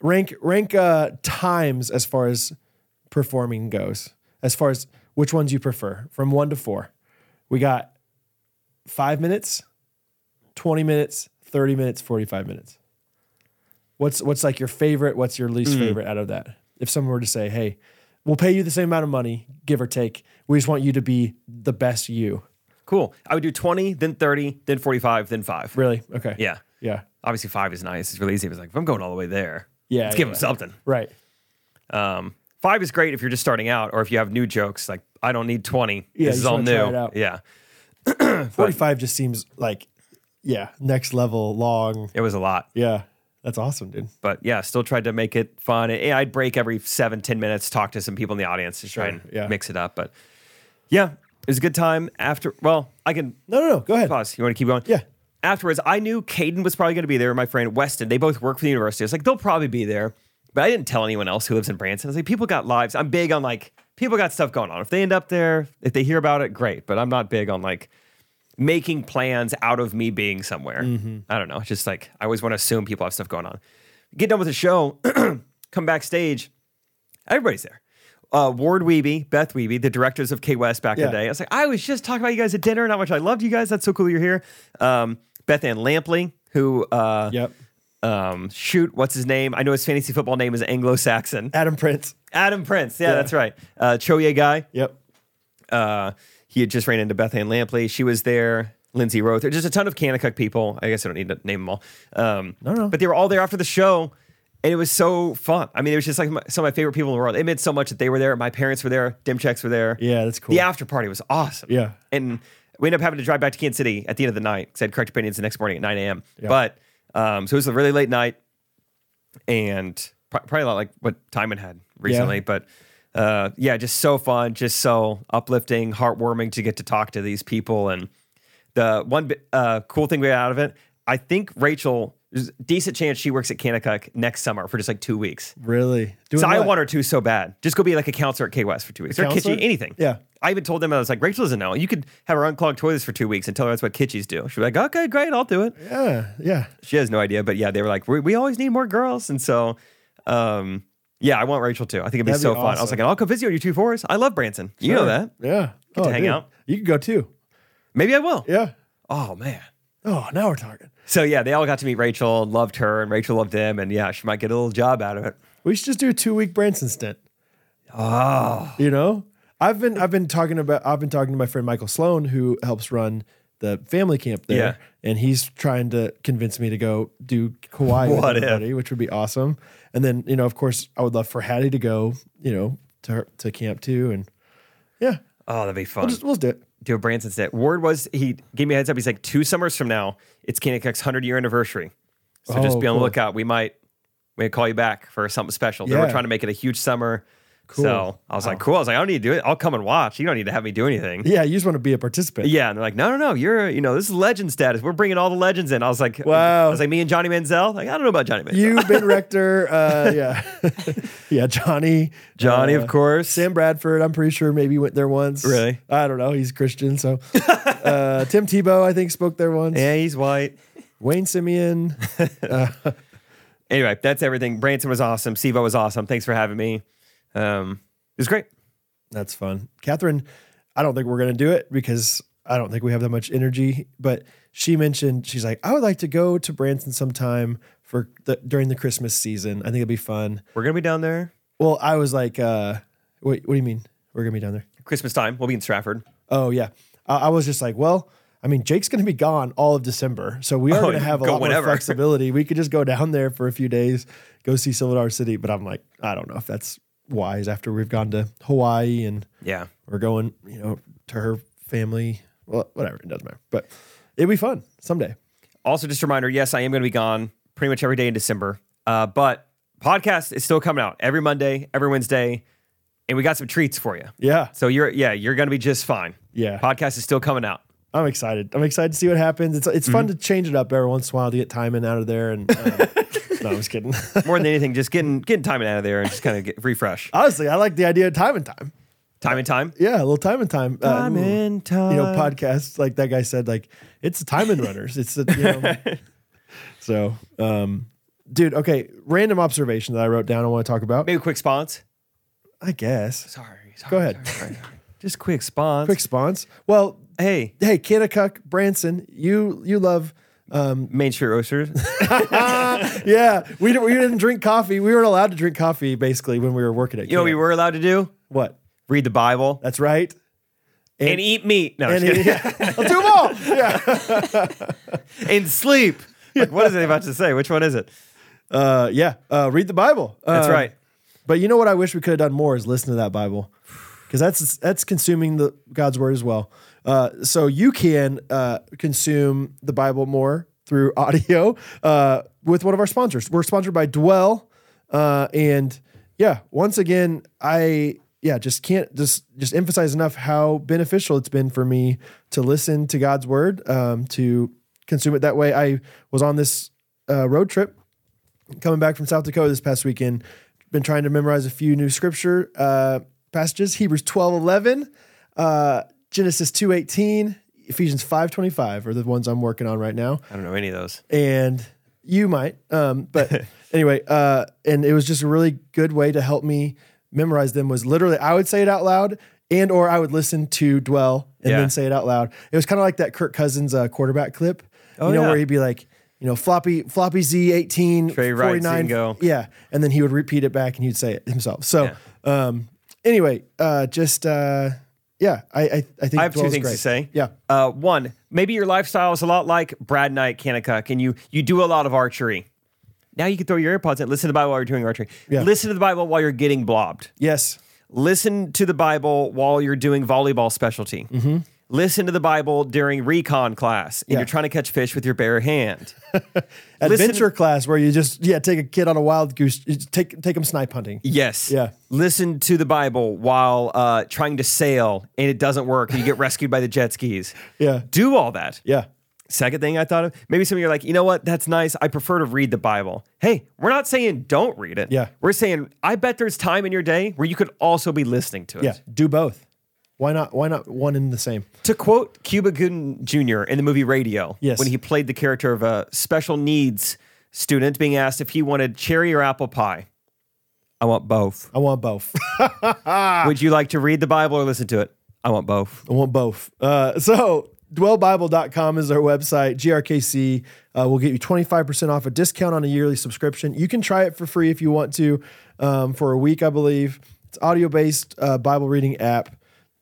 Speaker 2: rank rank uh, times as far as performing goes? As far as which ones you prefer from one to four? We got five minutes, twenty minutes, thirty minutes, forty-five minutes. What's what's like your favorite? What's your least favorite out of that? If someone were to say, "Hey, we'll pay you the same amount of money, give or take. We just want you to be the best you."
Speaker 1: cool. I would do twenty, then thirty, then forty-five, then five.
Speaker 2: Really? Okay.
Speaker 1: Yeah,
Speaker 2: Yeah.
Speaker 1: obviously five is nice. It's really easy. It was like if I'm going all the way there,
Speaker 2: Yeah,
Speaker 1: let's give
Speaker 2: yeah.
Speaker 1: them something.
Speaker 2: Right.
Speaker 1: Um, five is great if you're just starting out or if you have new jokes. Like I don't need twenty. this
Speaker 2: Yeah, you
Speaker 1: is
Speaker 2: just
Speaker 1: all
Speaker 2: wanna try it
Speaker 1: new.
Speaker 2: out.
Speaker 1: Yeah,
Speaker 2: 45 just seems like yeah next level long
Speaker 1: it was a lot.
Speaker 2: yeah that's awesome dude
Speaker 1: but yeah, still tried to make it fun. Yeah, I'd break every seven, ten minutes, talk to some people in the audience to try
Speaker 2: Sure,
Speaker 1: and
Speaker 2: yeah.
Speaker 1: mix it up. But yeah, it was a good time after. Well, I can
Speaker 2: no no no go ahead
Speaker 1: pause. You want to keep going?
Speaker 2: Yeah.
Speaker 1: Afterwards, I knew Caden was probably going to be there. My friend Weston, they both work for the university. I was like, they'll probably be there. But I didn't tell anyone else who lives in Branson. I was like, people got lives. I'm big on like, people got stuff going on. If they end up there, if they hear about it, great. But I'm not big on like making plans out of me being somewhere.
Speaker 2: Mm-hmm.
Speaker 1: I don't know. It's just like, I always want to assume people have stuff going on. Get done with the show, come backstage, everybody's there. Uh, Ward Weeby, Beth Weeby, the directors of K West back in
Speaker 2: Yeah.
Speaker 1: the day. I was like, I was just talking about you guys at dinner and how much I loved you guys. That's so cool you're here. Um, Beth Ann Lampley, who, uh,
Speaker 2: yep
Speaker 1: um, shoot, what's his name? I know his fantasy football name is Anglo Saxon.
Speaker 2: adam prince
Speaker 1: Adam Prince. Yeah, that's right. Uh, Choye guy.
Speaker 2: yep
Speaker 1: Uh, he had just ran into Beth Ann Lampley. She was there. Lindsay Rother, just a ton of Kanakuk people. I guess I don't need to name them all. Um,
Speaker 2: No, no.
Speaker 1: But they were all there after the show, and it was so fun. I mean, it was just like my, some of my favorite people in the world. It meant so much that they were there. My parents were there. Dimchecks were there.
Speaker 2: Yeah, that's cool.
Speaker 1: The after party was awesome.
Speaker 2: Yeah.
Speaker 1: And we ended up having to drive back to Kansas City at the end of the night because I had correct opinions the next morning at 9 a.m. But um, so it was a really late night and pr- probably a lot like what Timon had recently. But uh, yeah, just so fun, just so uplifting, heartwarming to get to talk to these people. And the one bi- uh, cool thing we got out of it, I think Rachel, there's a decent chance she works at Kanakuk next summer for just like two weeks.
Speaker 2: really Doing
Speaker 1: So I
Speaker 2: what?
Speaker 1: want her to so bad. Just go be like a counselor at K West for two weeks. or
Speaker 2: counselor?
Speaker 1: Kitschy, anything.
Speaker 2: Yeah.
Speaker 1: I even told them I was like, Rachel doesn't know. You could have her unclog toilets for two weeks and tell her that's what kitschys do. She'd be like, okay, great, I'll do it.
Speaker 2: yeah yeah
Speaker 1: She has no idea, but yeah, they were like, we, we always need more girls, and so, um, yeah, I want Rachel too. I think it'd be
Speaker 2: That'd be
Speaker 1: so fun. I was
Speaker 2: awesome.
Speaker 1: like, I'll come visit you at your two fours. I love Branson. You know
Speaker 2: Sure.
Speaker 1: that.
Speaker 2: yeah Get
Speaker 1: to hang out.
Speaker 2: you can go too
Speaker 1: Maybe I will.
Speaker 2: yeah
Speaker 1: Oh man.
Speaker 2: oh now we're talking
Speaker 1: So yeah, they all got to meet Rachel, and loved her, and Rachel loved them, and yeah, she might get a little job out of it.
Speaker 2: we should just do a two-week branson stint oh
Speaker 1: Ah.
Speaker 2: you know i've been i've been talking about i've been talking to my friend michael sloan who helps run the family camp there
Speaker 1: Yeah.
Speaker 2: and he's trying to convince me to go do Kauai with
Speaker 1: What if?
Speaker 2: everybody, which would be awesome. And then, you know, of course, I would love for Hattie to go, you know, to her, to camp too, and yeah,
Speaker 1: Oh, that'd be fun.
Speaker 2: we'll just we'll do it.
Speaker 1: do a Branson set. Word was he gave me a heads up. He's like, two summers from now, it's Kanakuk's hundred year anniversary. So just
Speaker 2: Oh,
Speaker 1: be on the
Speaker 2: cool.
Speaker 1: lookout. We might we might call you back for something special. They
Speaker 2: Yeah.
Speaker 1: were trying to make it a huge summer.
Speaker 2: Cool.
Speaker 1: So I was like, cool. I was like, I don't need to do it. I'll come and watch. You don't need to have me do anything.
Speaker 2: Yeah, you just want to be a participant.
Speaker 1: Yeah, and they're like, no, no, no, you're, you know, this is legend status. We're bringing all the legends in. I was like,
Speaker 2: Wow.
Speaker 1: I was like, me and Johnny Manziel. Like, I don't know about Johnny Manziel.
Speaker 2: You, Ben Rector, uh, yeah, yeah, Johnny,
Speaker 1: Johnny,
Speaker 2: uh,
Speaker 1: of course.
Speaker 2: Sam Bradford. I'm pretty sure maybe went there once.
Speaker 1: Really?
Speaker 2: I don't know. He's Christian, so uh, Tim Tebow, I think, spoke there once.
Speaker 1: Yeah, he's white.
Speaker 2: Wayne Simeon.
Speaker 1: Anyway, that's everything. Branson was awesome. Sivo was awesome. Thanks for having me. Um, it was great.
Speaker 2: That's fun. Catherine, I don't think we're going to do it because I don't think we have that much energy. But she mentioned, she's like, I would like to go to Branson sometime for the, during the Christmas season. I think it'd be fun.
Speaker 1: We're gonna be down there
Speaker 2: Well, I was like, uh, wait, what do you mean? We're going to be down there.
Speaker 1: Christmas time. We'll be in Stratford.
Speaker 2: Oh, yeah. I, I was just like, well, I mean, Jake's going to be gone all of December. So we are
Speaker 1: Oh,
Speaker 2: going to
Speaker 1: you
Speaker 2: have a
Speaker 1: go
Speaker 2: lot
Speaker 1: whenever.
Speaker 2: more flexibility. We could just go down there for a few days, go see Silverdar City. But I'm like, I don't know if that's wise after we've gone to Hawaii and
Speaker 1: Yeah.
Speaker 2: we're going, you know, to her family. Well, whatever, it doesn't matter. But it'd be fun someday.
Speaker 1: Also, just a reminder yes, I am going to be gone pretty much every day in December, uh, but podcast is still coming out every Monday, every Wednesday, and we got some treats for you.
Speaker 2: Yeah.
Speaker 1: So you're, yeah, you're going to be just fine.
Speaker 2: Yeah.
Speaker 1: Podcast is still coming out.
Speaker 2: I'm excited. I'm excited to see what happens. It's it's
Speaker 1: Mm-hmm.
Speaker 2: fun to change it up every once in a while to get time in out of there. And uh, no, I'm just kidding.
Speaker 1: More than anything, just getting getting time and out of there and just kind of get refresh.
Speaker 2: Honestly, I like the idea of time and time.
Speaker 1: Time and time.
Speaker 2: Yeah, a little time and time. Uh,
Speaker 1: and time.
Speaker 2: you know, podcasts like that guy said, like it's the time and runners. It's the you know. so, um, dude. Okay, random observation that I wrote down. I want to talk about.
Speaker 1: Maybe a quick sponsors.
Speaker 2: I guess
Speaker 1: Sorry,
Speaker 2: Go ahead.
Speaker 1: Just quick spawns.
Speaker 2: quick spawns. Well,
Speaker 1: Hey,
Speaker 2: hey, Kennecuck Branson, you you love.
Speaker 1: Main Street Roasters.
Speaker 2: Yeah, we didn't, we didn't drink coffee. We weren't allowed to drink coffee basically when we were working at.
Speaker 1: You know what we
Speaker 2: camp.
Speaker 1: were allowed to do?
Speaker 2: what?
Speaker 1: Read the Bible
Speaker 2: That's right.
Speaker 1: and, eat meat. No,
Speaker 2: And
Speaker 1: just kidding.
Speaker 2: it- I'll do 'em all. Yeah.
Speaker 1: and sleep. Like, what is it about to say? Which one is it?
Speaker 2: Uh, yeah. Uh, read the Bible. Uh,
Speaker 1: That's right.
Speaker 2: But you know what? I wish we could have done more is listen to that Bible, because that's that's consuming the God's word as well. Uh, so you can uh, consume the Bible more through audio uh, with one of our sponsors. We're sponsored by Dwell, uh, and yeah, once again, I yeah just can't just just emphasize enough how beneficial it's been for me to listen to God's word um, to consume it that way. I was on this uh, road trip coming back from South Dakota this past weekend. Been trying to memorize a few new scripture uh, passages: Hebrews twelve eleven, uh, Genesis two eighteen, Ephesians five twenty five are the ones I'm working on right now
Speaker 1: I don't know any of those.
Speaker 2: and you might. Um, but anyway, uh, and it was just a really good way to help me memorize them. Was literally I would say it out loud, and or I would listen to dwell and
Speaker 1: Yeah.
Speaker 2: then say it out loud. It was kind of like that Kirk Cousins uh, quarterback clip,
Speaker 1: Oh,
Speaker 2: you know,
Speaker 1: yeah.
Speaker 2: where he'd be like. You know, floppy, floppy Z eighteen
Speaker 1: Trey
Speaker 2: forty nine.
Speaker 1: Wright, Zingo.
Speaker 2: Yeah, and then he would repeat it back, and he'd say it himself. So, um, anyway, uh, just uh, yeah, I, I, I think
Speaker 1: I have two
Speaker 2: Dwell's
Speaker 1: things to
Speaker 2: great.
Speaker 1: say.
Speaker 2: Yeah,
Speaker 1: Uh, one, maybe your lifestyle is a lot like Brad Knight, Kanakuk, and you you do a lot of archery. Now you can throw your AirPods in, listen to the Bible while you're doing archery.
Speaker 2: Yeah.
Speaker 1: Listen to the Bible while you're getting blobbed.
Speaker 2: yes,
Speaker 1: Listen to the Bible while you're doing volleyball specialty. Listen to the Bible during recon class and
Speaker 2: Mm-hmm. Yeah.
Speaker 1: you're trying to catch fish with your bare hand. Listen-
Speaker 2: adventure class where you just yeah take a kid on a wild goose you just take take them snipe hunting
Speaker 1: Yes.
Speaker 2: Yeah.
Speaker 1: Listen to the Bible while uh, trying to sail and it doesn't work and you get rescued by the jet skis.
Speaker 2: Yeah.
Speaker 1: Do all that.
Speaker 2: yeah
Speaker 1: Second thing I thought of, maybe some of you are like, you know what? That's nice. I prefer to read the Bible. Hey, we're not saying don't read it.
Speaker 2: Yeah.
Speaker 1: We're saying, I bet there's time in your day where you could also be listening to it.
Speaker 2: yeah do both why not why not one and the same
Speaker 1: To quote Cuba Gooden Jr. in the movie Radio,
Speaker 2: Yes.
Speaker 1: when he played the character of a special needs student being asked if he wanted cherry or apple pie, I want both.
Speaker 2: i want both Ah.
Speaker 1: Would you like to read the Bible or listen to it? I want both.
Speaker 2: I want both. Uh, so dwellbible.com is our website. GRKC uh, will get you 25% off a discount on a yearly subscription. You can try it for free if you want to um, for a week, I believe. It's audio-based uh, Bible reading app.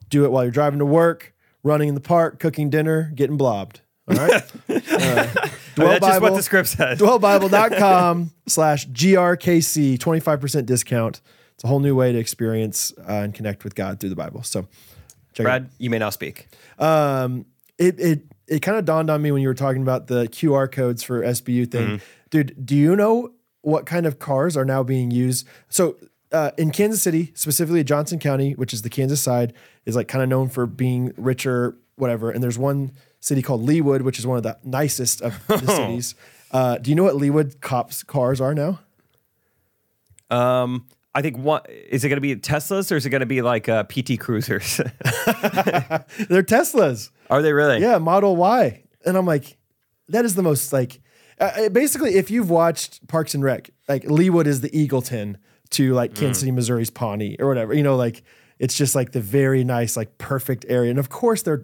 Speaker 2: Do it while you're driving to work, running in the park, cooking dinner, getting blobbed. All right. Uh, Dwell
Speaker 1: that's just what the script says.
Speaker 2: dwellbible.com slash grkc 25% discount it's a whole new way to experience uh, and connect with god through the bible so check it out
Speaker 1: Brad, you may now speak.
Speaker 2: um, it it it kind of dawned on me when you were talking about the QR codes for SBU thing, dude. Do you know what kind of cars are now being used? So. Uh, in Kansas City, specifically Johnson County, which is the Kansas side, is like kind of known for being richer, whatever. And there's one city called Leawood, which is one of the nicest of the cities. Uh, do you know what Leawood cops cars are now?
Speaker 1: Um, I think one is it going to be Teslas or is it going to be like uh, PT Cruisers?
Speaker 2: They're Teslas.
Speaker 1: Are they really?
Speaker 2: Yeah, Model Y. And I'm like, that is the most like, uh, uh, basically, if you've watched Parks and Rec, like Leewood is the Eagleton to like Kansas City, Missouri's Pawnee or whatever. You know, like it's just like the very nice, like perfect area. And of course, they're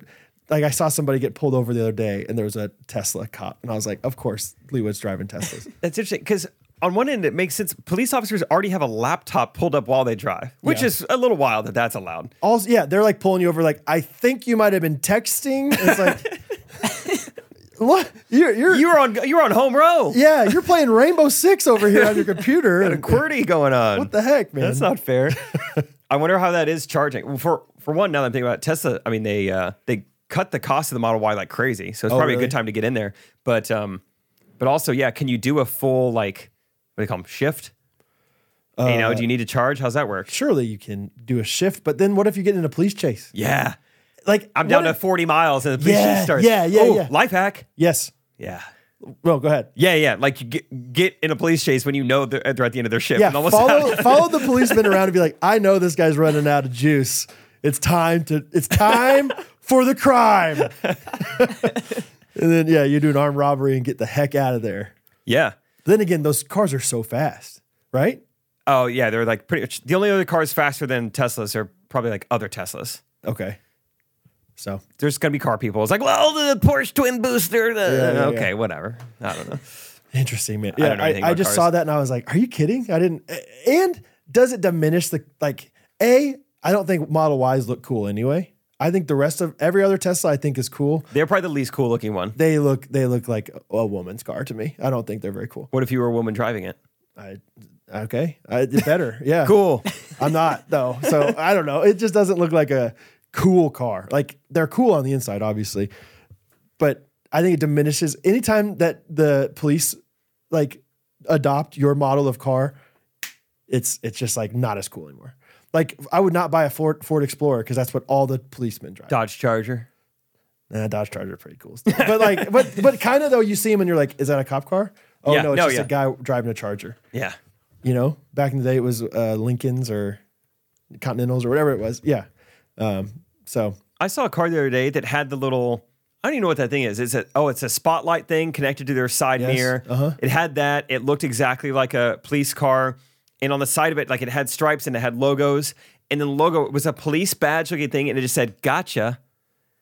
Speaker 2: like, I saw somebody get pulled over the other day and there was a Tesla cop. And I was like, of course, Leewood's driving Teslas.
Speaker 1: That's interesting because on one end it makes sense. Police officers already have a laptop pulled up while they drive, which
Speaker 2: Yeah.
Speaker 1: is a little wild that that's allowed.
Speaker 2: also, yeah, they're like pulling you over, like, I think you might have been texting. It's like, look, you're, you're,
Speaker 1: You were on you were on home row.
Speaker 2: yeah, you're playing Rainbow Six over here on your computer. and-
Speaker 1: QWERTY going on.
Speaker 2: What the heck, man?
Speaker 1: That's not fair. I wonder how that is charging. Well, for for one, now that I'm thinking about it, Tesla, I mean they uh, they cut the cost of the Model Y like crazy, so it's probably
Speaker 2: Oh, really?
Speaker 1: a good time to get in there. But um, But also, yeah, can you do a full like what do they call them shift? you know, do
Speaker 2: Uh,
Speaker 1: you need to charge? How's that work?
Speaker 2: Surely you can do a shift, but then what if you get in a police chase?
Speaker 1: Yeah,
Speaker 2: Like
Speaker 1: I'm
Speaker 2: what
Speaker 1: down to
Speaker 2: if-
Speaker 1: 40 miles and the police
Speaker 2: Yeah,
Speaker 1: chase starts.
Speaker 2: yeah, yeah,
Speaker 1: Oh,
Speaker 2: yeah.
Speaker 1: Life hack.
Speaker 2: yes.
Speaker 1: Yeah.
Speaker 2: Well, go ahead.
Speaker 1: Yeah, yeah. Like you get, get in a police chase when you know they're, they're at the end of their shift.
Speaker 2: Yeah,
Speaker 1: and almost
Speaker 2: follow
Speaker 1: out.
Speaker 2: follow the policeman around and be like, I know this guy's running out of juice. It's time to it's time for the crime. and then yeah, you do an armed robbery and get the heck out of there.
Speaker 1: yeah.
Speaker 2: Then again, those cars are so fast, right?
Speaker 1: Oh yeah, they're like pretty. Much, the only other cars faster than Teslas are probably like other Teslas.
Speaker 2: Okay. So
Speaker 1: There's gonna be car people. It's like, well, the Porsche twin booster. The, uh,
Speaker 2: yeah,
Speaker 1: okay,
Speaker 2: yeah.
Speaker 1: whatever. I don't know.
Speaker 2: interesting, man.
Speaker 1: I
Speaker 2: Yeah,
Speaker 1: don't know
Speaker 2: I,
Speaker 1: anything
Speaker 2: I
Speaker 1: about
Speaker 2: just
Speaker 1: cars.
Speaker 2: saw that and I was like, Are you kidding? I didn't. a- And does it diminish the like? A, I don't think Model Ys look cool anyway. I think the rest of every other Tesla I think is cool.
Speaker 1: They're probably the least cool looking one.
Speaker 2: They look they look like a- a woman's car to me. I don't think they're very cool.
Speaker 1: What if you were a woman driving it?
Speaker 2: I okay, I did better. Yeah,
Speaker 1: Cool.
Speaker 2: I'm not though, so I don't know. It just doesn't look like a cool car. Like they're cool on the inside, obviously, but I think it diminishes anytime that the police like adopt your model of car. It's it's just like not as cool anymore. Like I would not buy a Ford Ford Explorer because that's what all the policemen drive.
Speaker 1: Dodge Charger.
Speaker 2: Nah, Dodge Charger are pretty cool, still. but like, but but kind of though, you see them and you're like, is that a cop car? Oh
Speaker 1: Yeah,
Speaker 2: no, it's
Speaker 1: no,
Speaker 2: just
Speaker 1: yeah.
Speaker 2: a guy driving a Charger
Speaker 1: Yeah.
Speaker 2: you know back in the day it was uh lincolns or continentals or whatever it was yeah um so
Speaker 1: I saw a car the other day that had the little. I don't even know what that thing is. It's a oh, it's a spotlight thing connected to their side
Speaker 2: Yes,
Speaker 1: mirror.
Speaker 2: uh-huh.
Speaker 1: It had that. It looked exactly like a police car, and on the side of it, like it had stripes and it had logos. And then the logo it was a police badge looking thing, and it just said "Gotcha."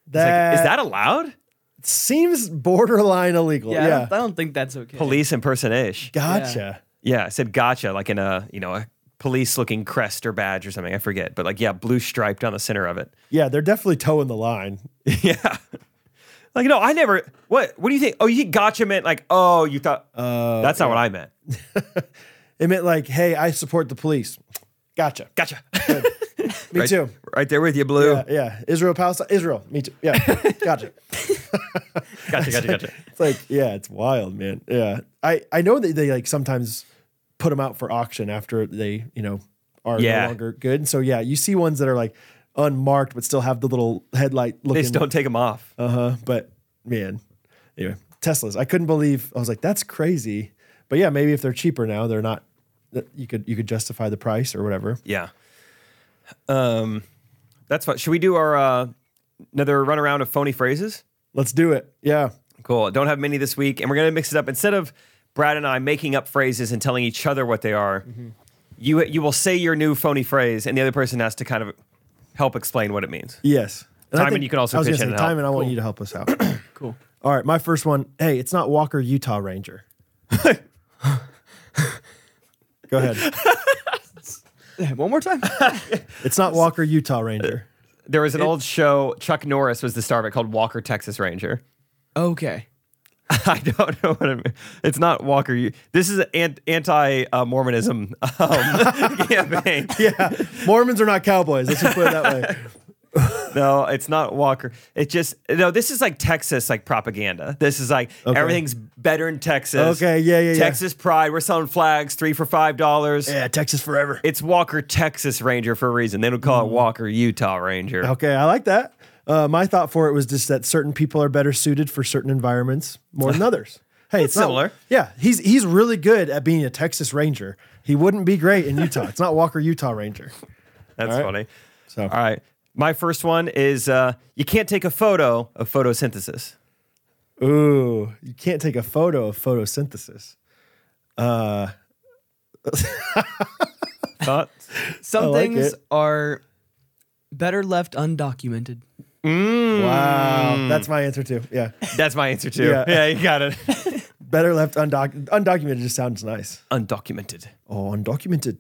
Speaker 1: It's
Speaker 2: that,
Speaker 1: like, is that allowed?
Speaker 2: seems borderline illegal yeah,
Speaker 4: Yeah, I, don't, I don't think that's okay.
Speaker 1: Police impersonation.
Speaker 2: gotcha
Speaker 1: Yeah, it said "Gotcha" like in a you know a police looking crest or badge or something. I forget, but like yeah, blue striped on the center of it.
Speaker 2: yeah. they're definitely toeing the line
Speaker 1: Yeah. Like no, I never. What? What do you think? Oh, you think gotcha meant like? Oh, you thought? that's not what I meant.
Speaker 2: it meant like hey i support the police gotcha
Speaker 1: Gotcha.
Speaker 2: me
Speaker 1: right,
Speaker 2: too
Speaker 1: Right there with you, blue.
Speaker 2: yeah, yeah israel palestine israel me too yeah gotcha
Speaker 1: Gotcha. Gotcha. Gotcha.
Speaker 2: it's like yeah it's wild man yeah i i know that they like sometimes put them out for auction after they you know are
Speaker 1: Yeah.
Speaker 2: no longer good and so yeah you see ones that are like unmarked but still have the little headlight
Speaker 1: They
Speaker 2: looking
Speaker 1: just don't take them off.
Speaker 2: uh-huh but man anyway teslas i couldn't believe i was like that's crazy but yeah maybe if they're cheaper now they're not that you could you could justify the price or whatever
Speaker 1: Yeah. Um, that's fun. Should we do our uh, another runaround of phony phrases?
Speaker 2: let's do it yeah
Speaker 1: Cool. Don't have many this week, and we're gonna mix it up. Instead of Brad and I making up phrases and telling each other what they are, you you will say your new phony phrase, and the other person has to kind of help explain what it means.
Speaker 2: Yes. I
Speaker 1: Timon, you can also
Speaker 2: I was gonna
Speaker 1: pitch in
Speaker 2: say,
Speaker 1: and help.
Speaker 2: Timon, I want you to help us out.
Speaker 4: Cool.
Speaker 2: All right, my first one. Hey, it's not Walker Utah Ranger. Go ahead.
Speaker 4: Yeah, One more time.
Speaker 2: It's not Walker Utah Ranger.
Speaker 1: There was an old show. Chuck Norris was the star of it called Walker Texas Ranger.
Speaker 4: okay.
Speaker 1: I don't know what I mean. It's not Walker. You, this is an anti uh, Mormonism um, campaign.
Speaker 2: Yeah, Mormons are not cowboys. Let's just put it that way.
Speaker 1: No, it's not Walker. It just no. This is like Texas like propaganda. This is like everything's better in Texas.
Speaker 2: Okay, yeah, yeah, yeah.
Speaker 1: Texas pride. We're selling flags three for five dollars.
Speaker 2: Yeah, Texas forever.
Speaker 1: It's Walker Texas Ranger for a reason. They don't call it Walker Utah Ranger.
Speaker 2: Mm-hmm. Okay, I like that. Uh, my thought for it was just that certain people are better suited for certain environments more than others. Hey, it's not-
Speaker 1: similar.
Speaker 2: yeah, he's he's really good at being a Texas Ranger. He wouldn't be great in Utah. It's not Walker Utah Ranger.
Speaker 1: That's
Speaker 2: All right.
Speaker 1: funny.
Speaker 2: So
Speaker 1: All right, my first one is uh, you can't take a photo of photosynthesis.
Speaker 2: Ooh, you can't take a photo of photosynthesis.
Speaker 1: Thoughts?
Speaker 4: Some
Speaker 2: like
Speaker 4: things
Speaker 2: it.
Speaker 4: are better left undocumented.
Speaker 2: Wow, that's my answer too. Yeah,
Speaker 1: That's my answer too.
Speaker 2: Yeah.
Speaker 1: yeah you got it.
Speaker 2: better left undoc- undocumented. Just sounds nice.
Speaker 1: Undocumented.
Speaker 2: Oh, undocumented.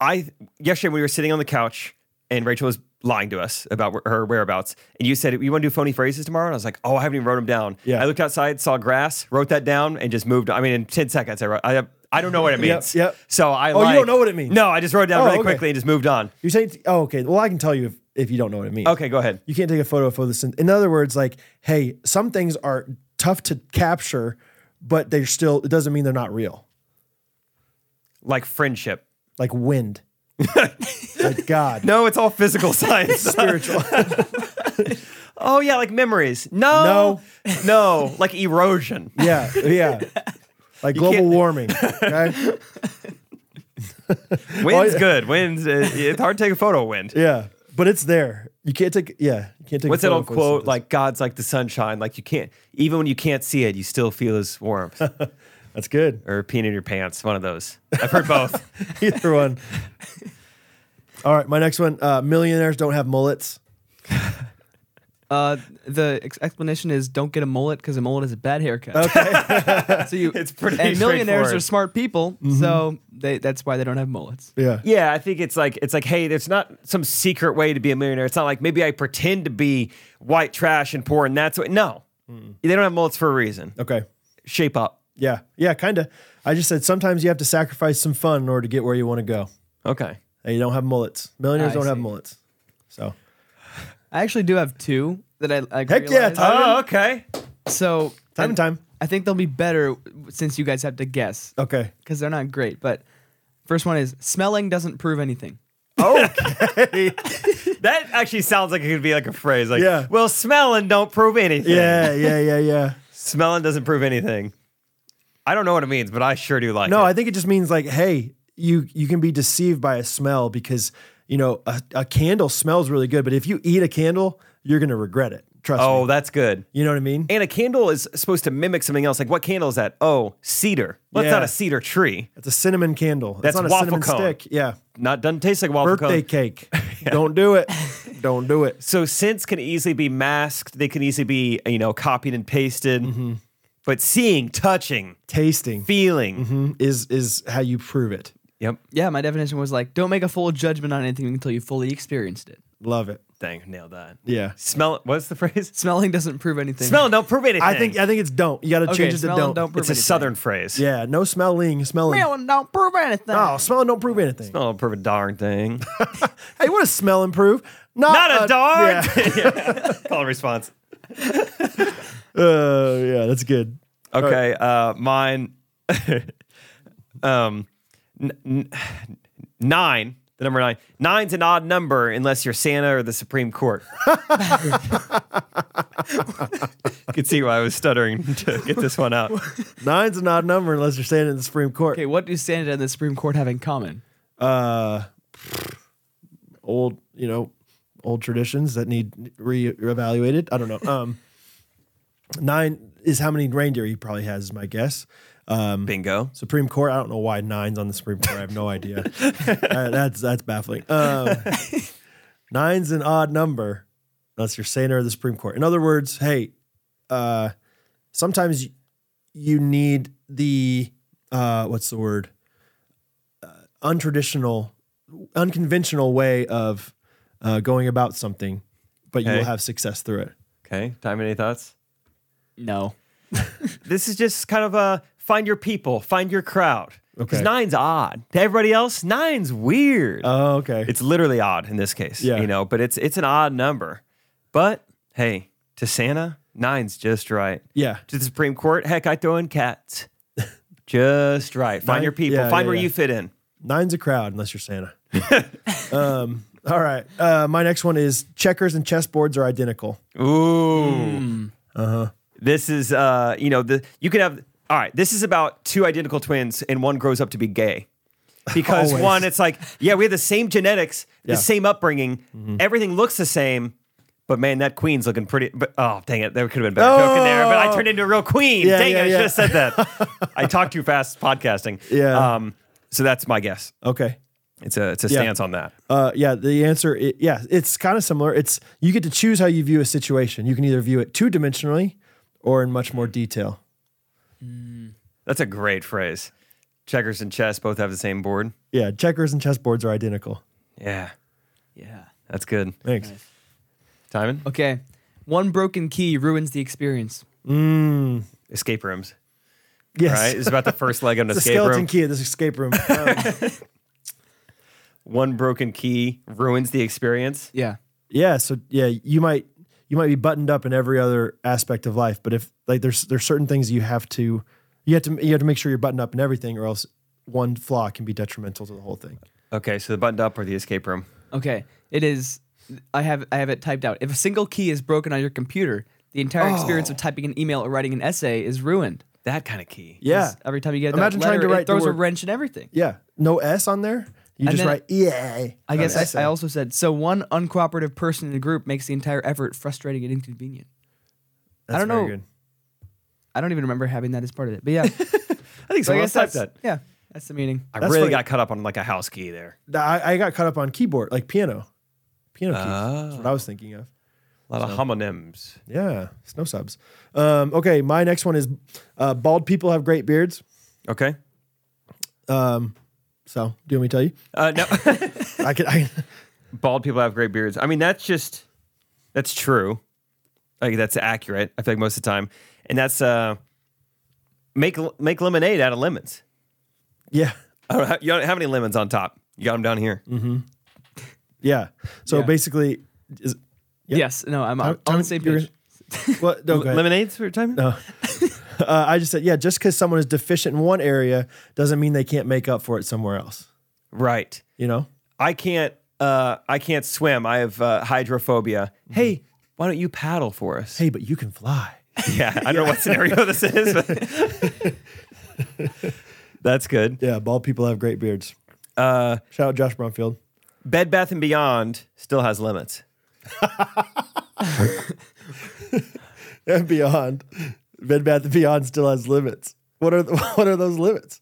Speaker 1: I yesterday we were sitting on the couch and Rachel was lying to us about wh- her whereabouts. And you said, "You want to do phony phrases tomorrow?" And I was like, "Oh, I haven't even wrote them down."
Speaker 2: Yeah.
Speaker 1: I looked outside, saw grass, wrote that down, and just moved. on. I mean, in ten seconds, I wrote. I, I don't know what it means.
Speaker 2: yep.
Speaker 1: So I.
Speaker 2: Oh, you
Speaker 1: like-
Speaker 2: don't know what it means.
Speaker 1: No, I just wrote it down
Speaker 2: Oh,
Speaker 1: really
Speaker 2: okay.
Speaker 1: quickly and just moved on.
Speaker 2: You're saying? Oh, okay. Well, I can tell you if, if you don't know what it means.
Speaker 1: Okay, go ahead.
Speaker 2: You can't take a photo of photosynthesis. In other words, like, hey, some things are tough to capture, but they're still. It doesn't mean they're not real.
Speaker 1: like friendship.
Speaker 2: Like wind. like God.
Speaker 1: No, it's all physical science. Spiritual. oh yeah, like memories. No. No. No. Like erosion.
Speaker 2: Yeah. Yeah. Like global
Speaker 1: can't- warming,
Speaker 2: warming. Okay. Oh,
Speaker 1: Wind's good. Wind's uh, it's hard to take a photo of wind.
Speaker 2: yeah. But it's there. You can't take. Yeah. You can't take.
Speaker 1: What's that old quote? Like God's like the sunshine. Like you can't even when you can't see it, you still feel his warmth.
Speaker 2: That's good.
Speaker 1: or peeing in your pants. One of those. I've heard both.
Speaker 2: Either one. All right. My next one. Uh, millionaires don't have mullets.
Speaker 4: Uh, the ex- explanation is don't get a mullet because a mullet is a bad haircut. Okay, so you
Speaker 1: It's pretty
Speaker 4: and millionaires
Speaker 1: straightforward.
Speaker 4: are smart people,
Speaker 2: Mm-hmm.
Speaker 4: so they that's why they don't have mullets.
Speaker 2: Yeah.
Speaker 1: Yeah, I think it's like it's like, hey, there's not some secret way to be a millionaire. It's not like maybe I pretend to be white trash and poor, and that's what. No, they don't have mullets for a reason.
Speaker 2: Okay.
Speaker 1: Shape up.
Speaker 2: Yeah. Yeah. Kind of. I just said sometimes you have to sacrifice some fun in order to get where you want to go.
Speaker 1: Okay.
Speaker 2: And you don't have mullets. Millionaires
Speaker 4: I
Speaker 2: don't have
Speaker 4: see.
Speaker 2: mullets. So
Speaker 4: I actually do have two that I like.
Speaker 2: Heck yeah,
Speaker 4: realized.
Speaker 2: Tyler.
Speaker 1: Oh, okay.
Speaker 4: So
Speaker 2: time Oh. and time.
Speaker 4: I think they'll be better since you guys have to guess
Speaker 2: Okay.
Speaker 4: because they're not great. But first one is smelling doesn't prove anything.
Speaker 1: That actually sounds like it could be like a phrase. Like,
Speaker 2: Yeah.
Speaker 1: well, smelling don't prove anything.
Speaker 2: Yeah. Yeah. Yeah. Yeah.
Speaker 1: Smelling doesn't prove anything. I don't know what it means, but I sure do like
Speaker 2: No,
Speaker 1: it.
Speaker 2: I think it just means like, hey, you you can be deceived by a smell because you know a, a candle smells really good, but if you eat a candle, you're gonna regret it. Trust
Speaker 1: oh,
Speaker 2: me.
Speaker 1: that's good.
Speaker 2: You know what I mean?
Speaker 1: And a candle is supposed to mimic something else. Like, what candle is that? Oh, cedar. Well, it's
Speaker 2: Yeah.
Speaker 1: not a cedar tree.
Speaker 2: It's a cinnamon candle.
Speaker 1: That's
Speaker 2: it's not a
Speaker 1: waffle
Speaker 2: cinnamon
Speaker 1: cone.
Speaker 2: stick. Yeah,
Speaker 1: Not doesn't taste like waffle cone.
Speaker 2: birthday cake. Don't do it. Don't do it.
Speaker 1: So scents can easily be masked. They can easily be you know copied and pasted.
Speaker 2: Mm-hmm.
Speaker 1: But seeing, touching,
Speaker 2: Tasting
Speaker 1: feeling.
Speaker 2: is is how you prove it.
Speaker 1: Yep.
Speaker 4: Yeah, my definition was like don't make a full judgment on anything until you fully experienced it.
Speaker 2: Love it.
Speaker 1: Dang, nailed that.
Speaker 2: Yeah.
Speaker 1: Smell. What's the phrase?
Speaker 4: Smelling doesn't prove anything.
Speaker 1: Smell. Don't prove anything.
Speaker 2: I think I think it's don't. You got to
Speaker 4: Okay,
Speaker 2: change it to
Speaker 4: smell and
Speaker 2: don't.
Speaker 4: don't prove
Speaker 1: it's a
Speaker 4: anything.
Speaker 1: southern phrase.
Speaker 2: Yeah, no smelling, smelling.
Speaker 4: Smelling don't prove anything.
Speaker 2: Oh, smell and don't prove anything.
Speaker 1: Oh, don't prove a darn thing.
Speaker 2: Hey, what does smell improve?
Speaker 1: Not a darn.
Speaker 2: Yeah.
Speaker 1: Call and response.
Speaker 2: Uh, yeah, that's good.
Speaker 1: Okay. Uh, mine. um, n- n- nine. The number nine. Nine's an odd number unless you're Santa or the Supreme Court. you can see why I was stuttering to get this one out.
Speaker 2: Nine's an odd number unless you're standing in the Supreme Court.
Speaker 4: Okay, what do Santa and the Supreme Court have in common?
Speaker 2: Uh, old, you know, old traditions that need reevaluated. I don't know. Um, nine is how many reindeer he probably has, is my guess. Um,
Speaker 1: Bingo.
Speaker 2: Supreme Court. I don't know why nine's on the Supreme Court. I have no idea. Uh, that's that's baffling. Um, nine's an odd number unless you're Santa or the Supreme Court. In other words, hey, uh, sometimes you, you need the uh, what's the word? Uh, untraditional, unconventional way of uh, going about something, but you
Speaker 1: Okay.
Speaker 2: will have success through it.
Speaker 1: Okay. Time. Any thoughts?
Speaker 4: No.
Speaker 1: This is just kind of a find your people, find your crowd. Because
Speaker 2: Okay.
Speaker 1: nine's odd to everybody else. Nine's weird.
Speaker 2: Oh, okay.
Speaker 1: It's literally odd in this case,
Speaker 2: Yeah.
Speaker 1: you know, but it's it's an odd number. But hey, to Santa, nine's just right.
Speaker 2: yeah.
Speaker 1: To the Supreme Court, heck, I throw in cats. just right. Find
Speaker 2: Nine-
Speaker 1: your people.
Speaker 2: yeah,
Speaker 1: Find
Speaker 2: yeah,
Speaker 1: where
Speaker 2: yeah.
Speaker 1: you fit in.
Speaker 2: Nine's a crowd unless you're Santa. um, all right. Uh, my next one is checkers and chessboards are identical.
Speaker 1: Ooh.
Speaker 2: Mm. Uh-huh.
Speaker 1: This is uh, you know, the you could have all right, this is about two identical twins and one grows up to be gay. Because
Speaker 2: Always.
Speaker 1: one, it's like, yeah, we have the same genetics,
Speaker 2: Yeah. Mm-hmm.
Speaker 1: the same upbringing, everything looks the same. But man, that queen's looking pretty. But oh, dang it, there could have been a better joke in there. But I
Speaker 2: Oh.
Speaker 1: turned into a real queen.
Speaker 2: Yeah,
Speaker 1: dang
Speaker 2: yeah,
Speaker 1: it,
Speaker 2: yeah.
Speaker 1: I should have said that. I talk too fast podcasting.
Speaker 2: Yeah.
Speaker 1: Um. So that's my guess.
Speaker 2: Okay.
Speaker 1: It's a it's a
Speaker 2: Yeah.
Speaker 1: stance on that.
Speaker 2: Uh, yeah. The answer, i yeah, it's kind of similar. It's you get to choose how you view a situation. You can either view it two dimensionally or in much more detail.
Speaker 1: That's a great phrase. Checkers and chess both have the same board.
Speaker 2: Yeah. Checkers and chessboards are identical.
Speaker 1: Yeah,
Speaker 4: Yeah.
Speaker 1: that's good.
Speaker 2: Thanks.
Speaker 1: Timon,
Speaker 4: Okay. One broken key ruins the experience.
Speaker 1: escape rooms.
Speaker 2: Yes.
Speaker 1: Right, it's about the first leg of an
Speaker 2: The
Speaker 1: escape
Speaker 2: skeleton
Speaker 1: room.
Speaker 2: key of this escape room. Um,
Speaker 1: One broken key ruins the experience.
Speaker 4: Yeah.
Speaker 2: yeah. So yeah, you might you might be buttoned up in every other aspect of life, but if like there's there's certain things you have to You have to you have to make sure you're buttoned up and everything, or else one flaw can be detrimental to the whole thing.
Speaker 1: Okay, so the buttoned up or the escape room.
Speaker 4: Okay, it is. I have I have it typed out. If a single key is broken on your computer, the entire
Speaker 2: Oh.
Speaker 4: experience of typing an email or writing an essay is ruined.
Speaker 1: That kind of key.
Speaker 2: Yeah.
Speaker 4: 'Cause Every time you get
Speaker 2: Imagine
Speaker 4: that letter,
Speaker 2: trying to
Speaker 4: it
Speaker 2: write the
Speaker 4: throws a
Speaker 2: word-
Speaker 4: wrench in everything.
Speaker 2: Yeah. No S on there. You
Speaker 4: And
Speaker 2: just
Speaker 4: then-
Speaker 2: write EA.
Speaker 4: I guess I, I also said so. One uncooperative person in the group makes the entire effort frustrating and inconvenient. I don't know. I don't even remember having that as part of it. But yeah, so
Speaker 1: I think so.
Speaker 4: I
Speaker 1: Let's
Speaker 4: guess
Speaker 1: type
Speaker 4: that's
Speaker 1: that.
Speaker 4: yeah, that's the meaning.
Speaker 1: I
Speaker 2: That's
Speaker 1: really
Speaker 2: funny.
Speaker 1: got caught up on like a house key there.
Speaker 2: I, I got caught up on keyboard, like piano. Piano keys. That's
Speaker 4: Ah.
Speaker 2: what I was thinking of.
Speaker 1: A lot of homonyms.
Speaker 2: Yeah. Snow subs. Um, okay. My next one is uh, bald people have great beards. Um,
Speaker 1: Okay.
Speaker 2: So do you want me to tell you?
Speaker 1: Uh, no,
Speaker 2: I could. I,
Speaker 1: bald people have great beards. I mean, that's just that's true. Like that's accurate. I feel like most of the time, and that's uh, make make lemonade out of lemons.
Speaker 2: yeah.
Speaker 1: I don't have, you don't have any lemons on top. You got them down here.
Speaker 2: Mm-hmm. Yeah. So
Speaker 4: Yeah.
Speaker 2: basically, is, Yep.
Speaker 4: Yes, no, I'm
Speaker 2: Tom-
Speaker 4: on, on
Speaker 2: Tom,
Speaker 4: the same
Speaker 2: you're-
Speaker 4: page.
Speaker 2: what? No, go ahead.
Speaker 1: Lemonades for time.
Speaker 2: No. uh, I just said, yeah, just because someone is deficient in one area doesn't mean they can't make up for it somewhere else.
Speaker 1: Right.
Speaker 2: You know?
Speaker 1: I can't. Uh, I can't swim. I have uh, hydrophobia. Hey, why don't you paddle for us?
Speaker 2: Hey, but you can fly.
Speaker 1: Yeah, I don't know what scenario this is. But That's good.
Speaker 2: Yeah, bald people have great beards. Uh, Shout out Josh Brumfield.
Speaker 1: Bed Bath and Beyond still has limits.
Speaker 2: And beyond, Bed Bath and Beyond still has limits. What are what are those limits?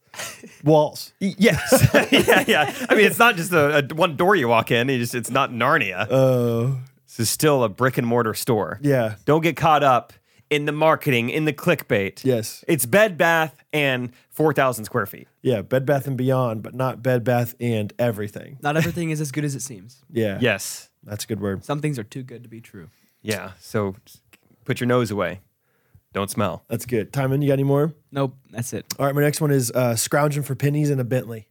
Speaker 2: Walls.
Speaker 1: Y- Yes. yeah, yeah. I mean, it's not just a, a one door you walk in. It's just it's not Narnia. Oh, this is still a brick and mortar store.
Speaker 2: Yeah.
Speaker 1: Don't get caught up in the marketing, in the clickbait.
Speaker 2: Yes.
Speaker 1: It's Bed Bath and four thousand square feet.
Speaker 2: Yeah, Bed Bath and Beyond, but not Bed Bath and everything.
Speaker 4: Not everything is as good as it seems.
Speaker 2: Yeah.
Speaker 1: Yes.
Speaker 2: That's a good word.
Speaker 4: Some things are too good to be true.
Speaker 1: Yeah. So put your nose away. Don't smell.
Speaker 2: That's good. Timon, you got any more?
Speaker 4: Nope, that's it.
Speaker 2: All right, my next one is uh, scrounging for pennies in a Bentley.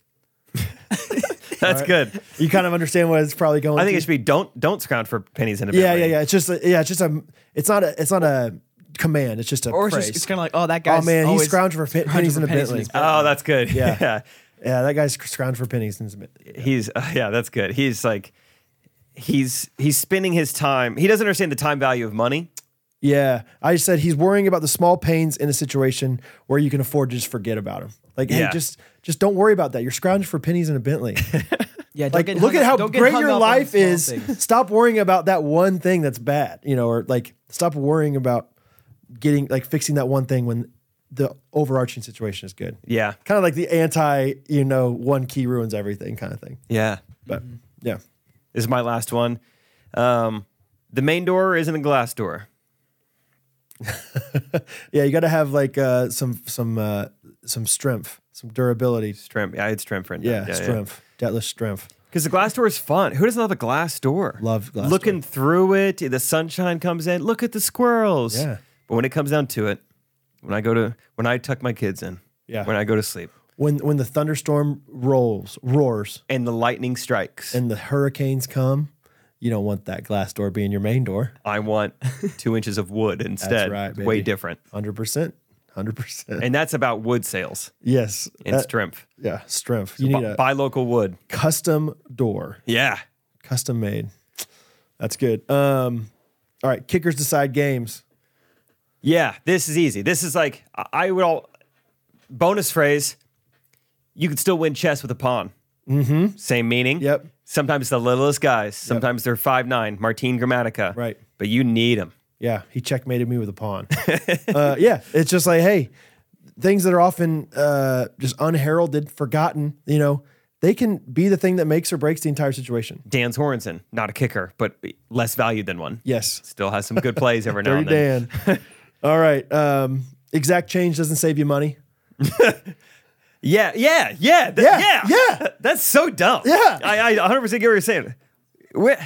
Speaker 1: That's good.
Speaker 2: You kind of understand what it's probably going.
Speaker 1: I think
Speaker 2: to.
Speaker 1: it should be don't don't scrounge for pennies in a
Speaker 2: Yeah,
Speaker 1: Bentley.
Speaker 2: yeah, yeah. It's just a, yeah, it's just a it's not a it's not a command. It's just a
Speaker 4: Or it's
Speaker 2: phrase.
Speaker 4: just it's kind of like, oh, that
Speaker 2: oh
Speaker 4: guy's
Speaker 2: man, he's
Speaker 4: always
Speaker 2: scrounging for pe-
Speaker 4: scrounging
Speaker 2: pennies
Speaker 4: for
Speaker 2: in a
Speaker 4: pennies in
Speaker 2: Bentley.
Speaker 4: his
Speaker 1: Oh, that's good.
Speaker 2: Yeah.
Speaker 1: yeah.
Speaker 2: yeah, that guy's scrounging for pennies in his Bentley.
Speaker 1: he's uh, yeah that's good he's like he's he's spending his time he doesn't understand the time value of money
Speaker 2: Yeah, I said he's worrying about the small pains in a situation where you can afford to just forget about him. Like,
Speaker 1: Yeah.
Speaker 2: hey, just just don't worry about that. You're scrounging for pennies in a Bentley.
Speaker 4: Yeah, don't
Speaker 2: like,
Speaker 4: get
Speaker 2: look
Speaker 4: hung
Speaker 2: at how
Speaker 4: up- don't get
Speaker 2: great
Speaker 4: hung
Speaker 2: your
Speaker 4: up on
Speaker 2: life
Speaker 4: small
Speaker 2: is.
Speaker 4: things.
Speaker 2: Stop worrying about that one thing that's bad, you know, or like stop worrying about getting like fixing that one thing when the overarching situation is good.
Speaker 1: yeah
Speaker 2: kind of like the anti, you know, one key ruins everything kind of thing.
Speaker 1: yeah
Speaker 2: But
Speaker 4: Mm-hmm.
Speaker 2: yeah,
Speaker 1: this is my last one um the main door isn't a glass door
Speaker 2: yeah, you got to have like uh, some some uh, some strength, some durability.
Speaker 1: strength yeah it's strength right now.
Speaker 2: Yeah, strength, Deadlift strength.
Speaker 1: because the glass door is fun who doesn't love a glass door
Speaker 2: Love glass
Speaker 1: looking through it the sunshine comes in look at the squirrels
Speaker 2: Yeah.
Speaker 1: but when it comes down to it when i go to when i tuck my kids in
Speaker 2: Yeah.
Speaker 1: when i go to sleep
Speaker 2: When when the thunderstorm rolls, roars,
Speaker 1: and the lightning strikes
Speaker 2: and the hurricanes come, you don't want that glass door being your main door.
Speaker 1: i want two inches of wood instead
Speaker 2: right,
Speaker 1: way
Speaker 2: baby.
Speaker 1: different
Speaker 2: Hundred percent, hundred percent.
Speaker 1: and that's about wood sales
Speaker 2: Yes,
Speaker 1: and
Speaker 2: that-
Speaker 1: strength.
Speaker 2: Yeah, strength. You need
Speaker 1: Bu-
Speaker 2: a
Speaker 1: buy local wood.
Speaker 2: custom door.
Speaker 1: Yeah.
Speaker 2: custom made. That's good. Um, all right, kickers decide games.
Speaker 1: Yeah. This is easy. This is like, I- I would all, bonus phrase, you can still win chess with a pawn. Mm-hmm. Same meaning.
Speaker 2: Yep.
Speaker 1: Sometimes the littlest guys, sometimes they're five nine. Martin Grammatica.
Speaker 2: Right.
Speaker 1: But you need them.
Speaker 2: Yeah, he checkmated me with a pawn. uh, yeah, it's just like, hey, things that are often uh, just unheralded, forgotten, you know, they can be the thing that makes or breaks the entire situation.
Speaker 1: Dan Sorensen, not a kicker, but less valued than one.
Speaker 2: Yes.
Speaker 1: Still has some good plays every now
Speaker 2: Dirty
Speaker 1: and then.
Speaker 2: Dan. all right. Um, exact change doesn't save you money.
Speaker 1: Yeah, yeah, yeah, th-
Speaker 2: Yeah,
Speaker 1: yeah,
Speaker 2: yeah.
Speaker 1: That's so dumb.
Speaker 2: Yeah.
Speaker 1: I, I 100 percent get what you're saying. Wh-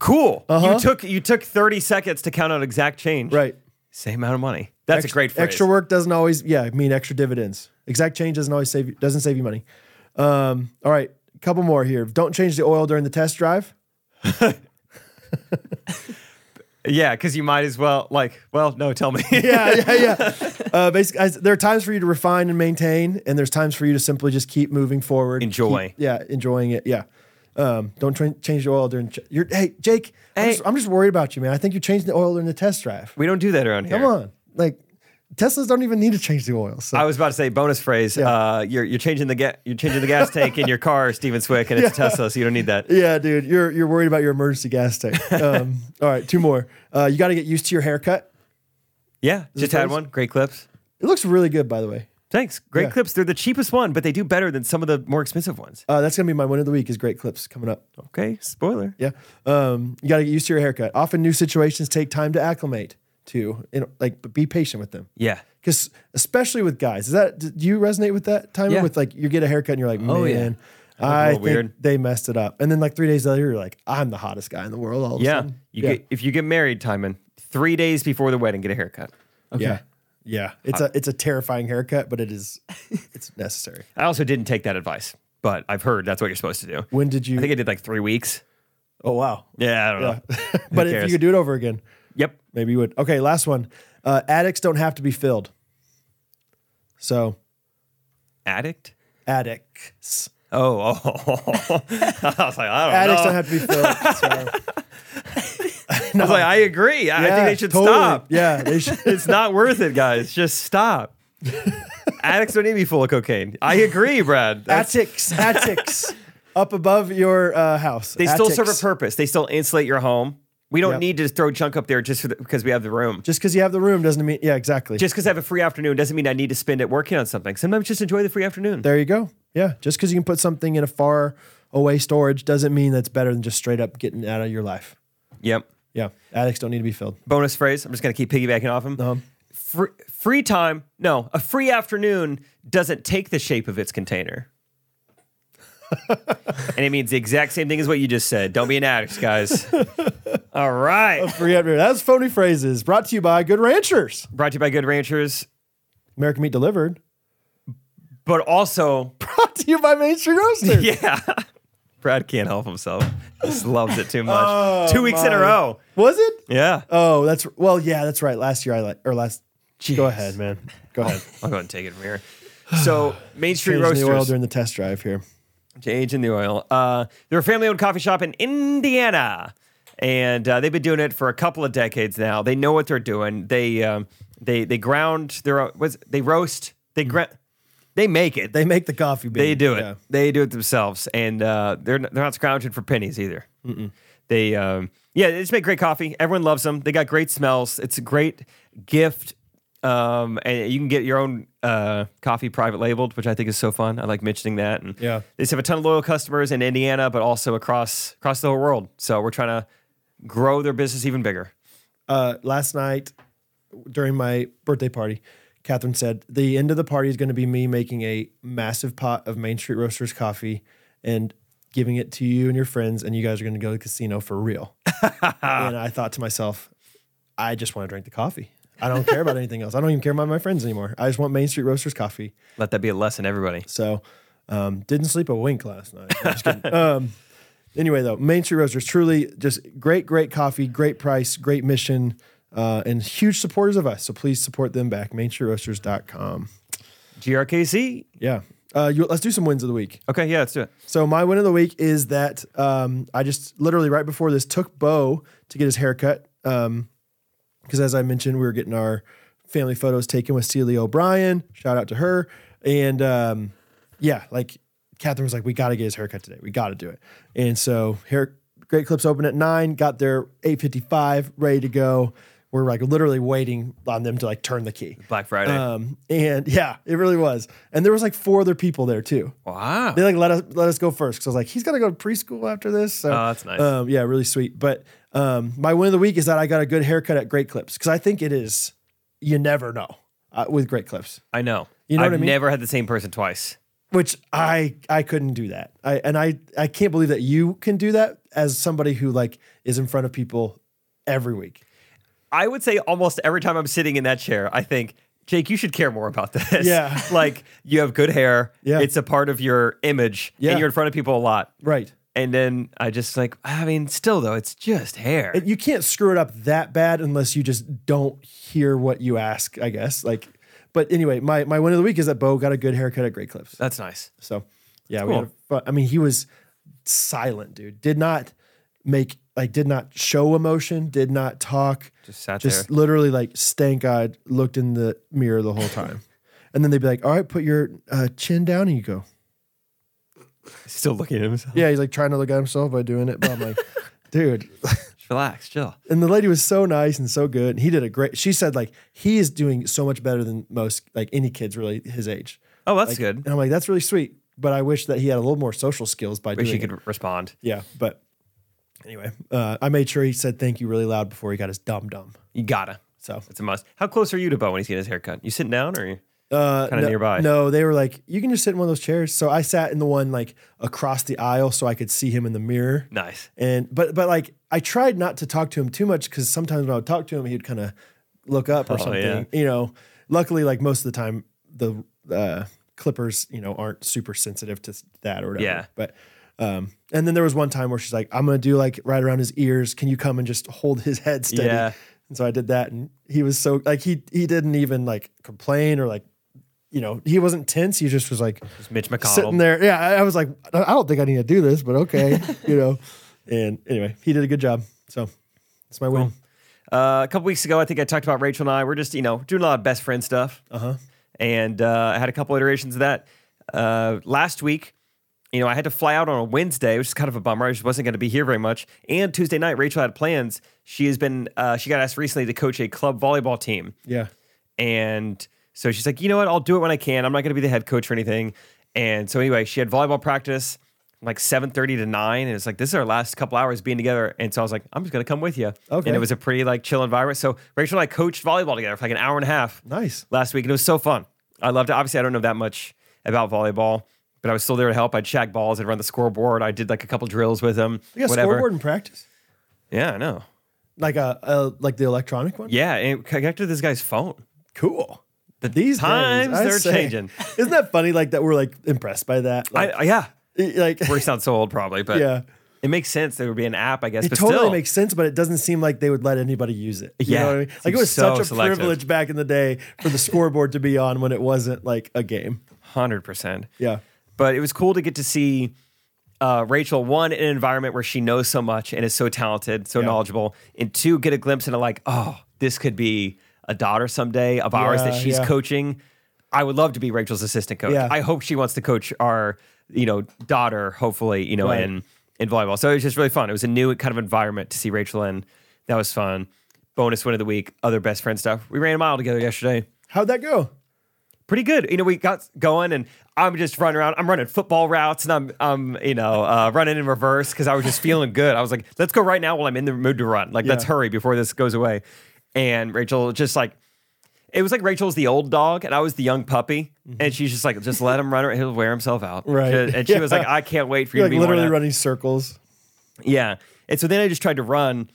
Speaker 1: cool.
Speaker 2: Uh-huh.
Speaker 1: You took you took 30 seconds to count out exact change.
Speaker 2: Right.
Speaker 1: Same amount of money. That's a great phrase.
Speaker 2: Extra work doesn't always, yeah, mean extra dividends. Exact change doesn't always save you, doesn't save you money. Um, all right, couple more here. Don't change the oil during the test drive.
Speaker 1: Yeah, because you might as well like. Well, no, tell me.
Speaker 2: yeah, yeah, yeah. Uh, basically, I, there are times for you to refine and maintain, and there's times for you to simply just keep moving forward.
Speaker 1: Enjoy.
Speaker 2: Keep- yeah, enjoying it. Yeah. Um, don't tra- change the oil during. Ch- your, hey, Jake, I'm,
Speaker 1: Hey.
Speaker 2: just, I'm just worried about you, man. I think you changed the oil during the test drive.
Speaker 1: we don't do that around here.
Speaker 2: Come on. Like, Teslas don't even need to change the oil. So.
Speaker 1: I was about to say bonus phrase.
Speaker 2: Yeah.
Speaker 1: Uh, you're you're changing the ga- you're changing the gas tank in your car, Steven Swick, and it's a Tesla, so you don't need that.
Speaker 2: yeah, dude, you're you're worried about your emergency gas tank. Um, all right, two more. Uh, you got to get used to your haircut.
Speaker 1: Yeah, just had
Speaker 2: phrase?
Speaker 1: one. Great clips.
Speaker 2: It looks really good, by the way.
Speaker 1: Thanks. Great
Speaker 2: Yeah.
Speaker 1: clips. They're the cheapest one, but they do better than some of the more expensive ones.
Speaker 2: Uh, that's gonna be my win of the week. Is great clips coming up.
Speaker 1: Okay, spoiler.
Speaker 2: Oh. Yeah. Um, you got to get used to your haircut. Often new situations take time to acclimate to, and like, but be patient with them.
Speaker 1: Yeah.
Speaker 2: Because especially with guys, is that do you resonate with that time?
Speaker 4: Yeah.
Speaker 2: With like you get a haircut and you're like, man,
Speaker 4: Oh, yeah.
Speaker 2: I
Speaker 1: little
Speaker 2: think
Speaker 1: weird.
Speaker 2: they messed it up. And then like three days later, you're like, I'm the hottest guy in the world. All of a
Speaker 1: Yeah.
Speaker 2: sudden.
Speaker 1: You
Speaker 2: yeah.
Speaker 1: Get, if you get married, Timon, three days before the wedding, get a haircut.
Speaker 2: yeah. Yeah. It's a it's a terrifying haircut, but it is it's necessary.
Speaker 1: I also didn't take that advice, but I've heard that's what you're supposed to do.
Speaker 2: When did you?
Speaker 1: I think I did like three weeks.
Speaker 2: oh wow.
Speaker 1: Yeah, I don't
Speaker 2: Yeah.
Speaker 1: know.
Speaker 2: but if
Speaker 1: cares?
Speaker 2: you could do it over again,
Speaker 1: Yep.
Speaker 2: Maybe you would. Okay, last one. Uh, addicts don't have to be filled. So
Speaker 1: Addict.
Speaker 2: addicts,
Speaker 1: Oh, oh. I was like, I don't
Speaker 2: addicts
Speaker 1: know.
Speaker 2: don't have to be filled. So,
Speaker 1: I was like, I agree. I, I
Speaker 2: yeah,
Speaker 1: think they should
Speaker 2: totally.
Speaker 1: stop.
Speaker 2: Yeah, they should.
Speaker 1: It's not worth it, guys. Just stop. Addicts don't need to be full of cocaine. I agree, Brad. That's-
Speaker 2: attics, attics, up above your uh, house.
Speaker 1: they still serve a
Speaker 2: Attics.
Speaker 1: purpose. They still insulate your home. We don't
Speaker 2: Yep.
Speaker 1: need to throw junk up there just for the, because we have the room.
Speaker 2: Just because you have the room doesn't mean. Yeah, exactly.
Speaker 1: Just because I have a free afternoon doesn't mean I need to spend it working on something. Sometimes just enjoy the free afternoon.
Speaker 2: there you go. Yeah, just because you can put something in a far away storage doesn't mean that's better than just straight up getting out of your life.
Speaker 1: Yep.
Speaker 2: Yeah, addicts don't need to be filled. Um,
Speaker 1: Bonus phrase. I'm just going to keep piggybacking off him. Free, free time. No, a free afternoon doesn't take the shape of its container. and it means the exact same thing as what you just said. Don't be an addict, guys. All right.
Speaker 2: Free up- That's phony phrases. Brought to you by Good Ranchers.
Speaker 1: Brought to you by Good Ranchers,
Speaker 2: American Meat Delivered.
Speaker 1: but also,
Speaker 2: Brought to you by Main Street Roaster.
Speaker 1: yeah, Brad can't help himself. Just loves it too much. Two weeks in a
Speaker 2: Oh my.
Speaker 1: row.
Speaker 2: Was it?
Speaker 1: Yeah.
Speaker 2: Oh, that's well, yeah, that's right. Last year I like or last. Go ahead, man. Go ahead.
Speaker 1: I'll go ahead and take it from here. So, Main Street
Speaker 2: Changing the oil
Speaker 1: Roasters.
Speaker 2: during the test drive here.
Speaker 1: Age in the oil. Uh, they're a family owned coffee shop in Indiana, and uh, they've been doing it for a couple of decades now. They know what they're doing. They um, they they ground their own, what's, they roast they gra- they make it. They,
Speaker 2: They make the coffee bean.
Speaker 1: they do it.
Speaker 2: Mm, Yeah.
Speaker 1: They do it themselves, and uh, they're n- they're not scrounging for pennies either. They um, yeah, they just make great coffee. Everyone loves them. They got great smells. It's a great gift. Um, and you can get your own uh, coffee private labeled, which I think is so fun. I like mentioning that. And
Speaker 2: Yeah.
Speaker 1: they just have a ton of loyal customers in Indiana, but also across across the whole world. So we're trying to grow their business even bigger.
Speaker 2: Uh, last night during my birthday party, Catherine said the end of the party is going to be me making a massive pot of Main Street Roasters coffee and giving it to you and your friends, and you guys are going to go to the casino for real. and I thought to myself, I just want to drink the coffee. I don't care about anything else. I don't even care about my friends anymore. I just want Main Street Roasters coffee.
Speaker 1: Let that be a lesson, everybody.
Speaker 2: So um, didn't sleep a wink last night. I'm just kidding. um, anyway, though, Main Street Roasters truly just great, great coffee, great price, great mission, uh, and huge supporters of us. So please support them back. MainStreetRoasters.com.
Speaker 1: GRKC.
Speaker 2: Yeah. Uh, you, let's do some wins of the week.
Speaker 1: Okay, yeah, let's do it.
Speaker 2: So my win of the week is that um, I just literally right before this took Bo to get his haircut. Um, because as I mentioned, we were getting our family photos taken with Celia O'Brien. Shout out to her. And um, yeah, like Catherine was like, we got to get his haircut today. We got to do it. And so hair great clips open at nine. Got there eight fifty five, ready to go. We're like literally waiting on them to like turn the key.
Speaker 1: Black Friday.
Speaker 2: Um, and yeah, it really was. And there was like four other people there too
Speaker 1: wow.
Speaker 2: they like let us let us go first because I was like, he's got to go to preschool after this. So,
Speaker 1: Oh, that's nice.
Speaker 2: Um, yeah, really sweet. But um, my win of the week is that I got a good haircut at Great Clips because I think it is. You never know uh, with Great Clips,
Speaker 1: I know.
Speaker 2: You know
Speaker 1: I've
Speaker 2: what I mean?
Speaker 1: never had the same person twice.
Speaker 2: which I I couldn't do that. I and I I can't believe that you can do that as somebody who like is in front of people every week.
Speaker 1: I would say almost every time I'm sitting in that chair, I think, Jake, you should care more about this.
Speaker 2: Yeah.
Speaker 1: like you have good hair.
Speaker 2: Yeah.
Speaker 1: It's a part of your image.
Speaker 2: Yeah.
Speaker 1: And you're in front of people a lot.
Speaker 2: Right.
Speaker 1: And then I just like, I mean, still though, it's just hair.
Speaker 2: It- you can't screw it up that bad unless you just don't hear what you ask, I guess. Like, but anyway, my, my win of the week is that Bo got a good haircut at Great Clips.
Speaker 1: That's nice.
Speaker 2: So yeah, we
Speaker 1: Cool.
Speaker 2: had a fun, I mean, he was silent, dude. Did not make like did not show emotion, did not talk.
Speaker 1: Just sat
Speaker 2: just literally like stank eyed, looked in the mirror the whole time. and then they'd be like, all right, put your uh, chin down and you go.
Speaker 1: Still looking at himself.
Speaker 2: Yeah, he's like trying to look at himself by doing it. But I'm like, dude.
Speaker 1: Just relax, chill.
Speaker 2: And the lady was so nice and so good. And he did a great she said, like, he is doing so much better than most like any kids really his age.
Speaker 1: Oh, that's
Speaker 2: Like,
Speaker 1: good.
Speaker 2: And I'm like, that's really sweet. But I wish that he had a little more social skills by
Speaker 1: Wish
Speaker 2: doing
Speaker 1: he
Speaker 2: it.
Speaker 1: could respond.
Speaker 2: Yeah, but anyway, uh, I made sure he said thank you really loud before he got his dum dum.
Speaker 1: You gotta.
Speaker 2: So
Speaker 1: It's a must. How close are you to Bo when he's getting his haircut? You sitting down or? You?
Speaker 2: uh,
Speaker 1: Kinda
Speaker 2: no-
Speaker 1: nearby.
Speaker 2: No, they were like, you can just sit in one of those chairs. So I sat in the one like across the aisle, so I could see him in the mirror.
Speaker 1: Nice.
Speaker 2: And but but like I tried not to talk to him too much because sometimes when I would talk to him, he'd kind of look up or something.
Speaker 1: Oh, yeah.
Speaker 2: You know, luckily like most of the time the uh, clippers you know aren't super sensitive to s- that or whatever.
Speaker 1: Yeah.
Speaker 2: But um, and then there was one time where she's like, I'm gonna do like right around his ears. Can you come and just hold his head steady?
Speaker 1: Yeah.
Speaker 2: And so I did that, and he was so like he he didn't even like complain or like. You know, he wasn't tense. He just was like,
Speaker 1: It's Mitch McConnell.
Speaker 2: sitting there. Yeah, I, I was like, I I don't think I need to do this, but okay, you know. And anyway, he did a good job. So it's my win.
Speaker 1: Uh, a couple weeks ago, I think I talked about Rachel and I. We're just, you know, doing a lot of best friend stuff. Uh-huh. And uh, I had a couple iterations of that. Uh, last week, you know, I had to fly out on a Wednesday, which is kind of a bummer. I just wasn't going to be here very much. And Tuesday night, Rachel had plans. She has been, uh, she got asked recently to coach a club volleyball team.
Speaker 2: Yeah.
Speaker 1: And so she's like, you know what? I'll do it when I can. I'm not going to be the head coach or anything. And so anyway, she had volleyball practice like 7:30 to 9 and it's like this is our last couple hours being together and so I was like I'm just going to come with you.
Speaker 2: Okay.
Speaker 1: And it was a pretty like chill environment. So Rachel and I coached volleyball together for like an hour and a half
Speaker 2: Nice.
Speaker 1: last week and it was so fun. I loved it. Obviously I don't know that much about volleyball, but I was still there to help. I'd shack balls, I'd run the scoreboard, I did like a couple drills with them,
Speaker 2: You got
Speaker 1: whatever.
Speaker 2: scoreboard in practice,
Speaker 1: Yeah, I know.
Speaker 2: like a, a like the electronic one.
Speaker 1: Yeah, and it connected to this guy's phone.
Speaker 2: Cool.
Speaker 1: The
Speaker 2: These
Speaker 1: times
Speaker 2: days, I
Speaker 1: they're
Speaker 2: say.
Speaker 1: changing.
Speaker 2: Isn't that funny? Like that we're like impressed by that.
Speaker 1: I,
Speaker 2: Like,
Speaker 1: I- yeah.
Speaker 2: like
Speaker 1: Where he sounds so old, probably, but
Speaker 2: Yeah.
Speaker 1: it makes sense. There would be an app, I guess.
Speaker 2: it
Speaker 1: but
Speaker 2: totally
Speaker 1: still,
Speaker 2: makes sense, but it doesn't seem like they would let anybody use it. You
Speaker 1: Yeah.
Speaker 2: know what I mean? Like it
Speaker 1: Seems
Speaker 2: was
Speaker 1: so
Speaker 2: such a
Speaker 1: selective.
Speaker 2: privilege back in the day for the scoreboard to be on when it wasn't like a game.
Speaker 1: hundred percent.
Speaker 2: Yeah.
Speaker 1: but it was cool to get to see uh, Rachel one in an environment where she knows so much and is so talented, so knowledgeable, and two get a glimpse into like, oh, this could be a daughter someday of ours that
Speaker 2: Yeah,
Speaker 1: she's
Speaker 2: yeah.
Speaker 1: coaching. I would love to be Rachel's assistant coach.
Speaker 2: Yeah.
Speaker 1: I hope she wants to coach our, you know, daughter. Hopefully, you know,
Speaker 2: Right.
Speaker 1: in in volleyball. So it was just really fun. It was a new kind of environment to see Rachel in. That was fun. Bonus win of the week. Other best friend stuff. We ran a mile together yesterday
Speaker 2: How'd that go?
Speaker 1: pretty good. You know, we got going, and I'm just running around. I'm running football routes, and I'm, I'm, you know, uh, running in reverse because I was just feeling good. I was like, let's go right now while I'm in the mood to run. Like, let's
Speaker 2: Yeah.
Speaker 1: hurry before this goes away. And Rachel just like, it was like Rachel's the old dog, and I was the young puppy, and she's just like, just let him run. He'll wear himself out,
Speaker 2: Mm-hmm. Right.
Speaker 1: And she was like,
Speaker 2: Yeah.
Speaker 1: I can't wait for you
Speaker 2: You're
Speaker 1: to
Speaker 2: like
Speaker 1: be worn
Speaker 2: literally
Speaker 1: out.
Speaker 2: running circles.
Speaker 1: Yeah. And so then I just tried to run,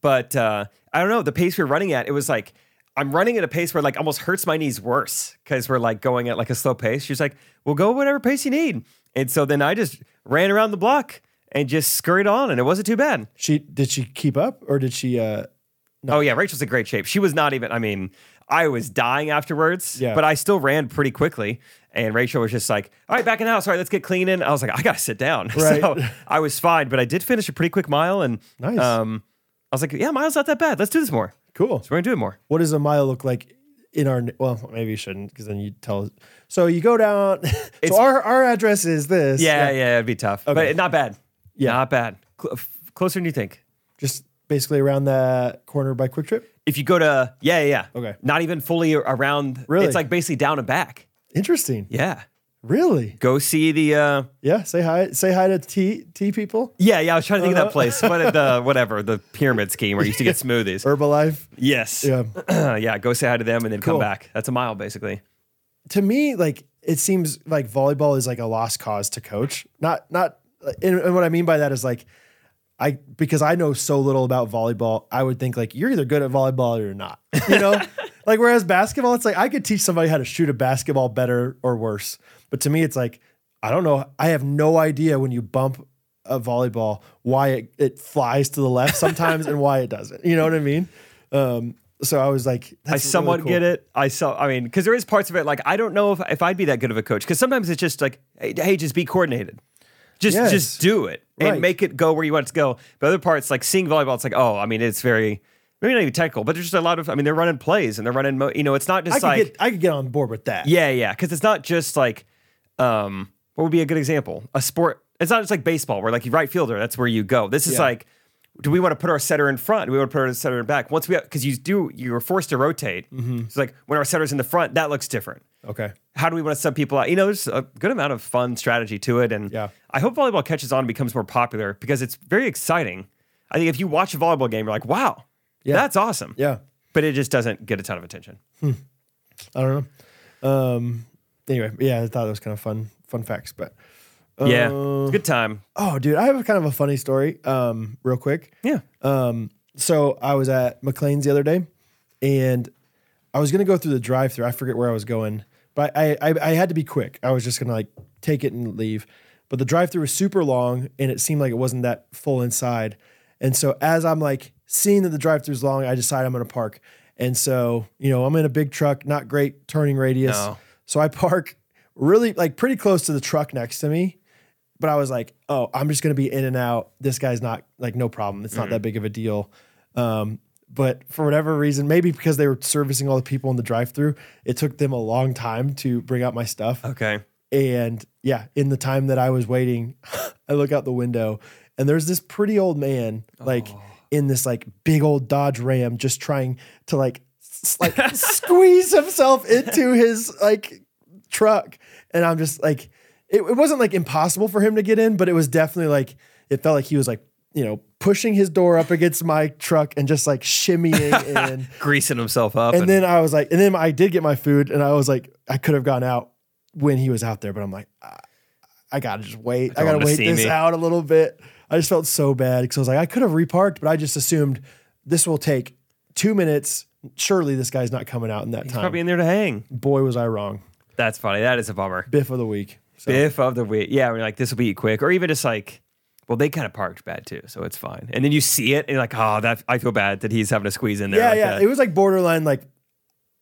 Speaker 1: but uh, I don't know the pace we were running at. It was like I'm running at a pace where like almost hurts my knees worse because we're like going at like a slow pace. She's like, "Well, go whatever pace you need." And so then I just ran around the block and just scurried on, and it wasn't too bad.
Speaker 2: She did she keep up or did she uh
Speaker 1: Oh yeah, Rachel's in great shape. She was not even. I mean, I was dying afterwards,
Speaker 2: Yeah.
Speaker 1: but I still ran pretty quickly. And Rachel was just like, "All right, back in the house. All right, let's get clean." And I was like, "I gotta sit down."
Speaker 2: Right.
Speaker 1: So I was fine, but I did finish a pretty quick mile. And
Speaker 2: Nice.
Speaker 1: Um, I was like, "Yeah, mile's not that bad. Let's do this more.
Speaker 2: cool.
Speaker 1: So we're gonna do it more."
Speaker 2: What does a mile look like in our well, maybe you shouldn't because then you tell so you go down so our our address is this.
Speaker 1: Yeah, yeah, it'd be tough, but not bad.
Speaker 2: Yeah.
Speaker 1: not bad. Cl- f- closer than you think.
Speaker 2: Just basically around that corner by Quick Trip.
Speaker 1: If you go to yeah, yeah, yeah.
Speaker 2: Okay.
Speaker 1: Not even fully around.
Speaker 2: Really?
Speaker 1: It's like basically down and back.
Speaker 2: Interesting.
Speaker 1: Yeah.
Speaker 2: Really?
Speaker 1: Go see the. uh
Speaker 2: Yeah. Say hi. Say hi to T T people.
Speaker 1: Yeah, yeah. I was trying to think
Speaker 2: Uh-huh.
Speaker 1: of that place. What the whatever the pyramid scheme where you used to get smoothies.
Speaker 2: Herbalife.
Speaker 1: yes.
Speaker 2: Yeah.
Speaker 1: yeah. Go say hi to them and then
Speaker 2: Cool.
Speaker 1: come back. That's a mile basically.
Speaker 2: to me, like it seems like volleyball is like a lost cause to coach. Not not and, and what I mean by that is like I because I know so little about volleyball, I would think like you're either good at volleyball or you're not. You know? like whereas basketball, it's like I could teach somebody how to shoot a basketball better or worse. But to me, it's like, I don't know. I have no idea when you bump a volleyball why it, it flies to the left sometimes and why it doesn't. You know what I mean? Um, so I was like,
Speaker 1: I
Speaker 2: that's really
Speaker 1: somewhat
Speaker 2: cool.
Speaker 1: get it. I saw. I mean, because there is parts of it like I don't know if if I'd be that good of a coach. Because sometimes it's just like, hey, hey, just be coordinated, just
Speaker 2: Yes.
Speaker 1: just do it and
Speaker 2: Right.
Speaker 1: make it go where you want it to go. But other parts, like seeing volleyball, it's like, oh, I mean, it's very maybe not even technical, but there's just a lot of. I mean, they're running plays and they're running. Mo- you know, it's not
Speaker 2: I
Speaker 1: just
Speaker 2: could
Speaker 1: like
Speaker 2: get I could get on board with that.
Speaker 1: yeah, yeah, because it's not just like um, what would be a good example? A sport. It's not just like baseball where like you right fielder. That's where you go. This is
Speaker 2: Yeah.
Speaker 1: like, do we want to put our setter in front? Do we want to put our setter in back? Once we because you do you're forced to rotate.
Speaker 2: Mm-hmm.
Speaker 1: It's like when our setter's in the front, that looks different.
Speaker 2: Okay.
Speaker 1: How do we want to sub people out? You know, there's a good amount of fun strategy to it, and
Speaker 2: Yeah.
Speaker 1: I hope volleyball catches on and becomes more popular because it's very exciting. I think if you watch a volleyball game, you're like, wow, that's awesome.
Speaker 2: Yeah.
Speaker 1: But it just doesn't get a ton of attention.
Speaker 2: I don't know. Um, anyway, yeah, I thought it was kind of fun fun facts, but
Speaker 1: yeah,
Speaker 2: Uh,
Speaker 1: it's a good time.
Speaker 2: oh, dude, I have a kind of a funny story. Um, real quick.
Speaker 1: Yeah.
Speaker 2: Um, so I was at McLean's the other day, and I was gonna go through the drive-through. I forget where I was going, but I, I I had to be quick. I was just gonna like take it and leave. But the drive-through was super long, and it seemed like it wasn't that full inside. And so as I'm like seeing that the drive-through's long, I decide I'm gonna park. And so you know I'm in a big truck, not great turning radius.
Speaker 1: No.
Speaker 2: So I park really like pretty close to the truck next to me but I was like, oh, I'm just gonna be in and out. This guy's not like no problem. It's not that big of a deal. Um, but for whatever reason, maybe because they were servicing all the people in the drive-through, it took them a long time to bring out my stuff.
Speaker 1: Okay.
Speaker 2: And yeah, in the time that I was waiting, I look out the window and there's this pretty old man, like in this like big old Dodge Ram, just trying to like s- like squeeze himself into his like truck. And I'm just like, it, it wasn't like impossible for him to get in, but it was definitely like it felt like he was like, you know, pushing his door up against my truck and just like shimmying in.
Speaker 1: greasing himself up.
Speaker 2: And then I was like, and then I did get my food, and I was like, I could have gone out when he was out there, but I'm like, I, I gotta just wait. I,
Speaker 1: don't
Speaker 2: gotta
Speaker 1: wanna
Speaker 2: wait
Speaker 1: see
Speaker 2: this
Speaker 1: me.
Speaker 2: out a little bit. I just felt so bad because I was like, I could have reparked, but I just assumed this will take two minutes. Surely this guy's not coming out in that time.
Speaker 1: probably in there to hang.
Speaker 2: Boy, was I wrong.
Speaker 1: That's funny. That is a bummer.
Speaker 2: Biff of the week. So,
Speaker 1: Biff of the week. Yeah, we're like, this will be quick. Or even just like, well, they kind of parked bad too, so it's fine. And then you see it and you're like, oh, that I feel bad that he's having to squeeze in there.
Speaker 2: yeah,
Speaker 1: like
Speaker 2: yeah.
Speaker 1: that.
Speaker 2: It was like borderline, like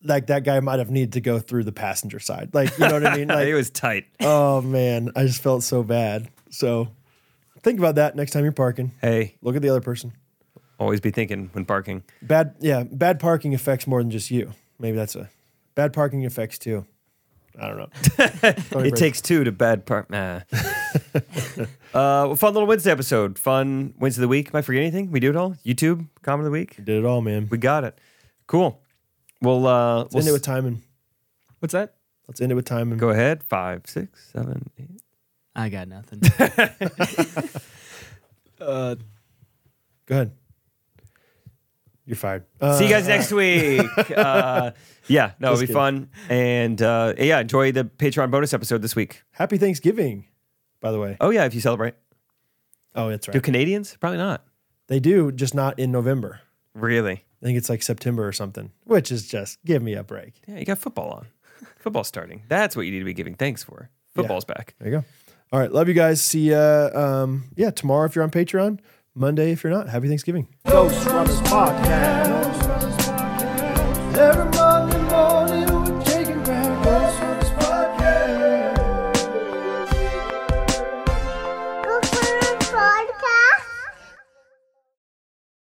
Speaker 2: like that guy might have needed to go through the passenger side. Like you know what I mean? Like
Speaker 1: it was tight.
Speaker 2: oh man, I just felt so bad. So think about that next time you're parking.
Speaker 1: Hey,
Speaker 2: Look at the other person.
Speaker 1: always be thinking when parking.
Speaker 2: Bad, yeah, bad parking affects more than just you. Maybe that's a bad parking affects too. I don't know. Sorry,
Speaker 1: It
Speaker 2: Brady.
Speaker 1: takes two to bad part. Nah. uh, well, fun little Wednesday episode. Fun Wednesday of the week. Am I forgetting anything? We do it all. YouTube comment of the week.
Speaker 2: did it all, man.
Speaker 1: We got it. Cool. We'll uh, we'll
Speaker 2: Let's end it
Speaker 1: s-
Speaker 2: with timing.
Speaker 4: What's that?
Speaker 2: Let's end it with timing.
Speaker 1: go ahead. Five, six, seven, eight.
Speaker 4: I got nothing.
Speaker 2: Go ahead. You're fired. Uh,
Speaker 1: See you guys next week. Uh, yeah, no, it'll be
Speaker 2: kidding.
Speaker 1: fun. And uh, yeah, enjoy the Patreon bonus episode this week.
Speaker 2: Happy Thanksgiving, by the way.
Speaker 1: Oh, yeah, if you celebrate.
Speaker 2: Oh, that's
Speaker 1: Do
Speaker 2: right.
Speaker 1: Canadians? Probably not.
Speaker 2: They do, just not in November.
Speaker 1: Really?
Speaker 2: I think it's like September or something, which is just give me a break.
Speaker 1: Yeah, you got football on. Football's starting. That's what you need to be giving thanks for. Football's back.
Speaker 2: There you go. All right. Love you guys. See ya. Um, yeah, tomorrow if you're on Patreon, Monday if you're not. Happy Thanksgiving.
Speaker 3: Ghost Runners Podcast. Every Monday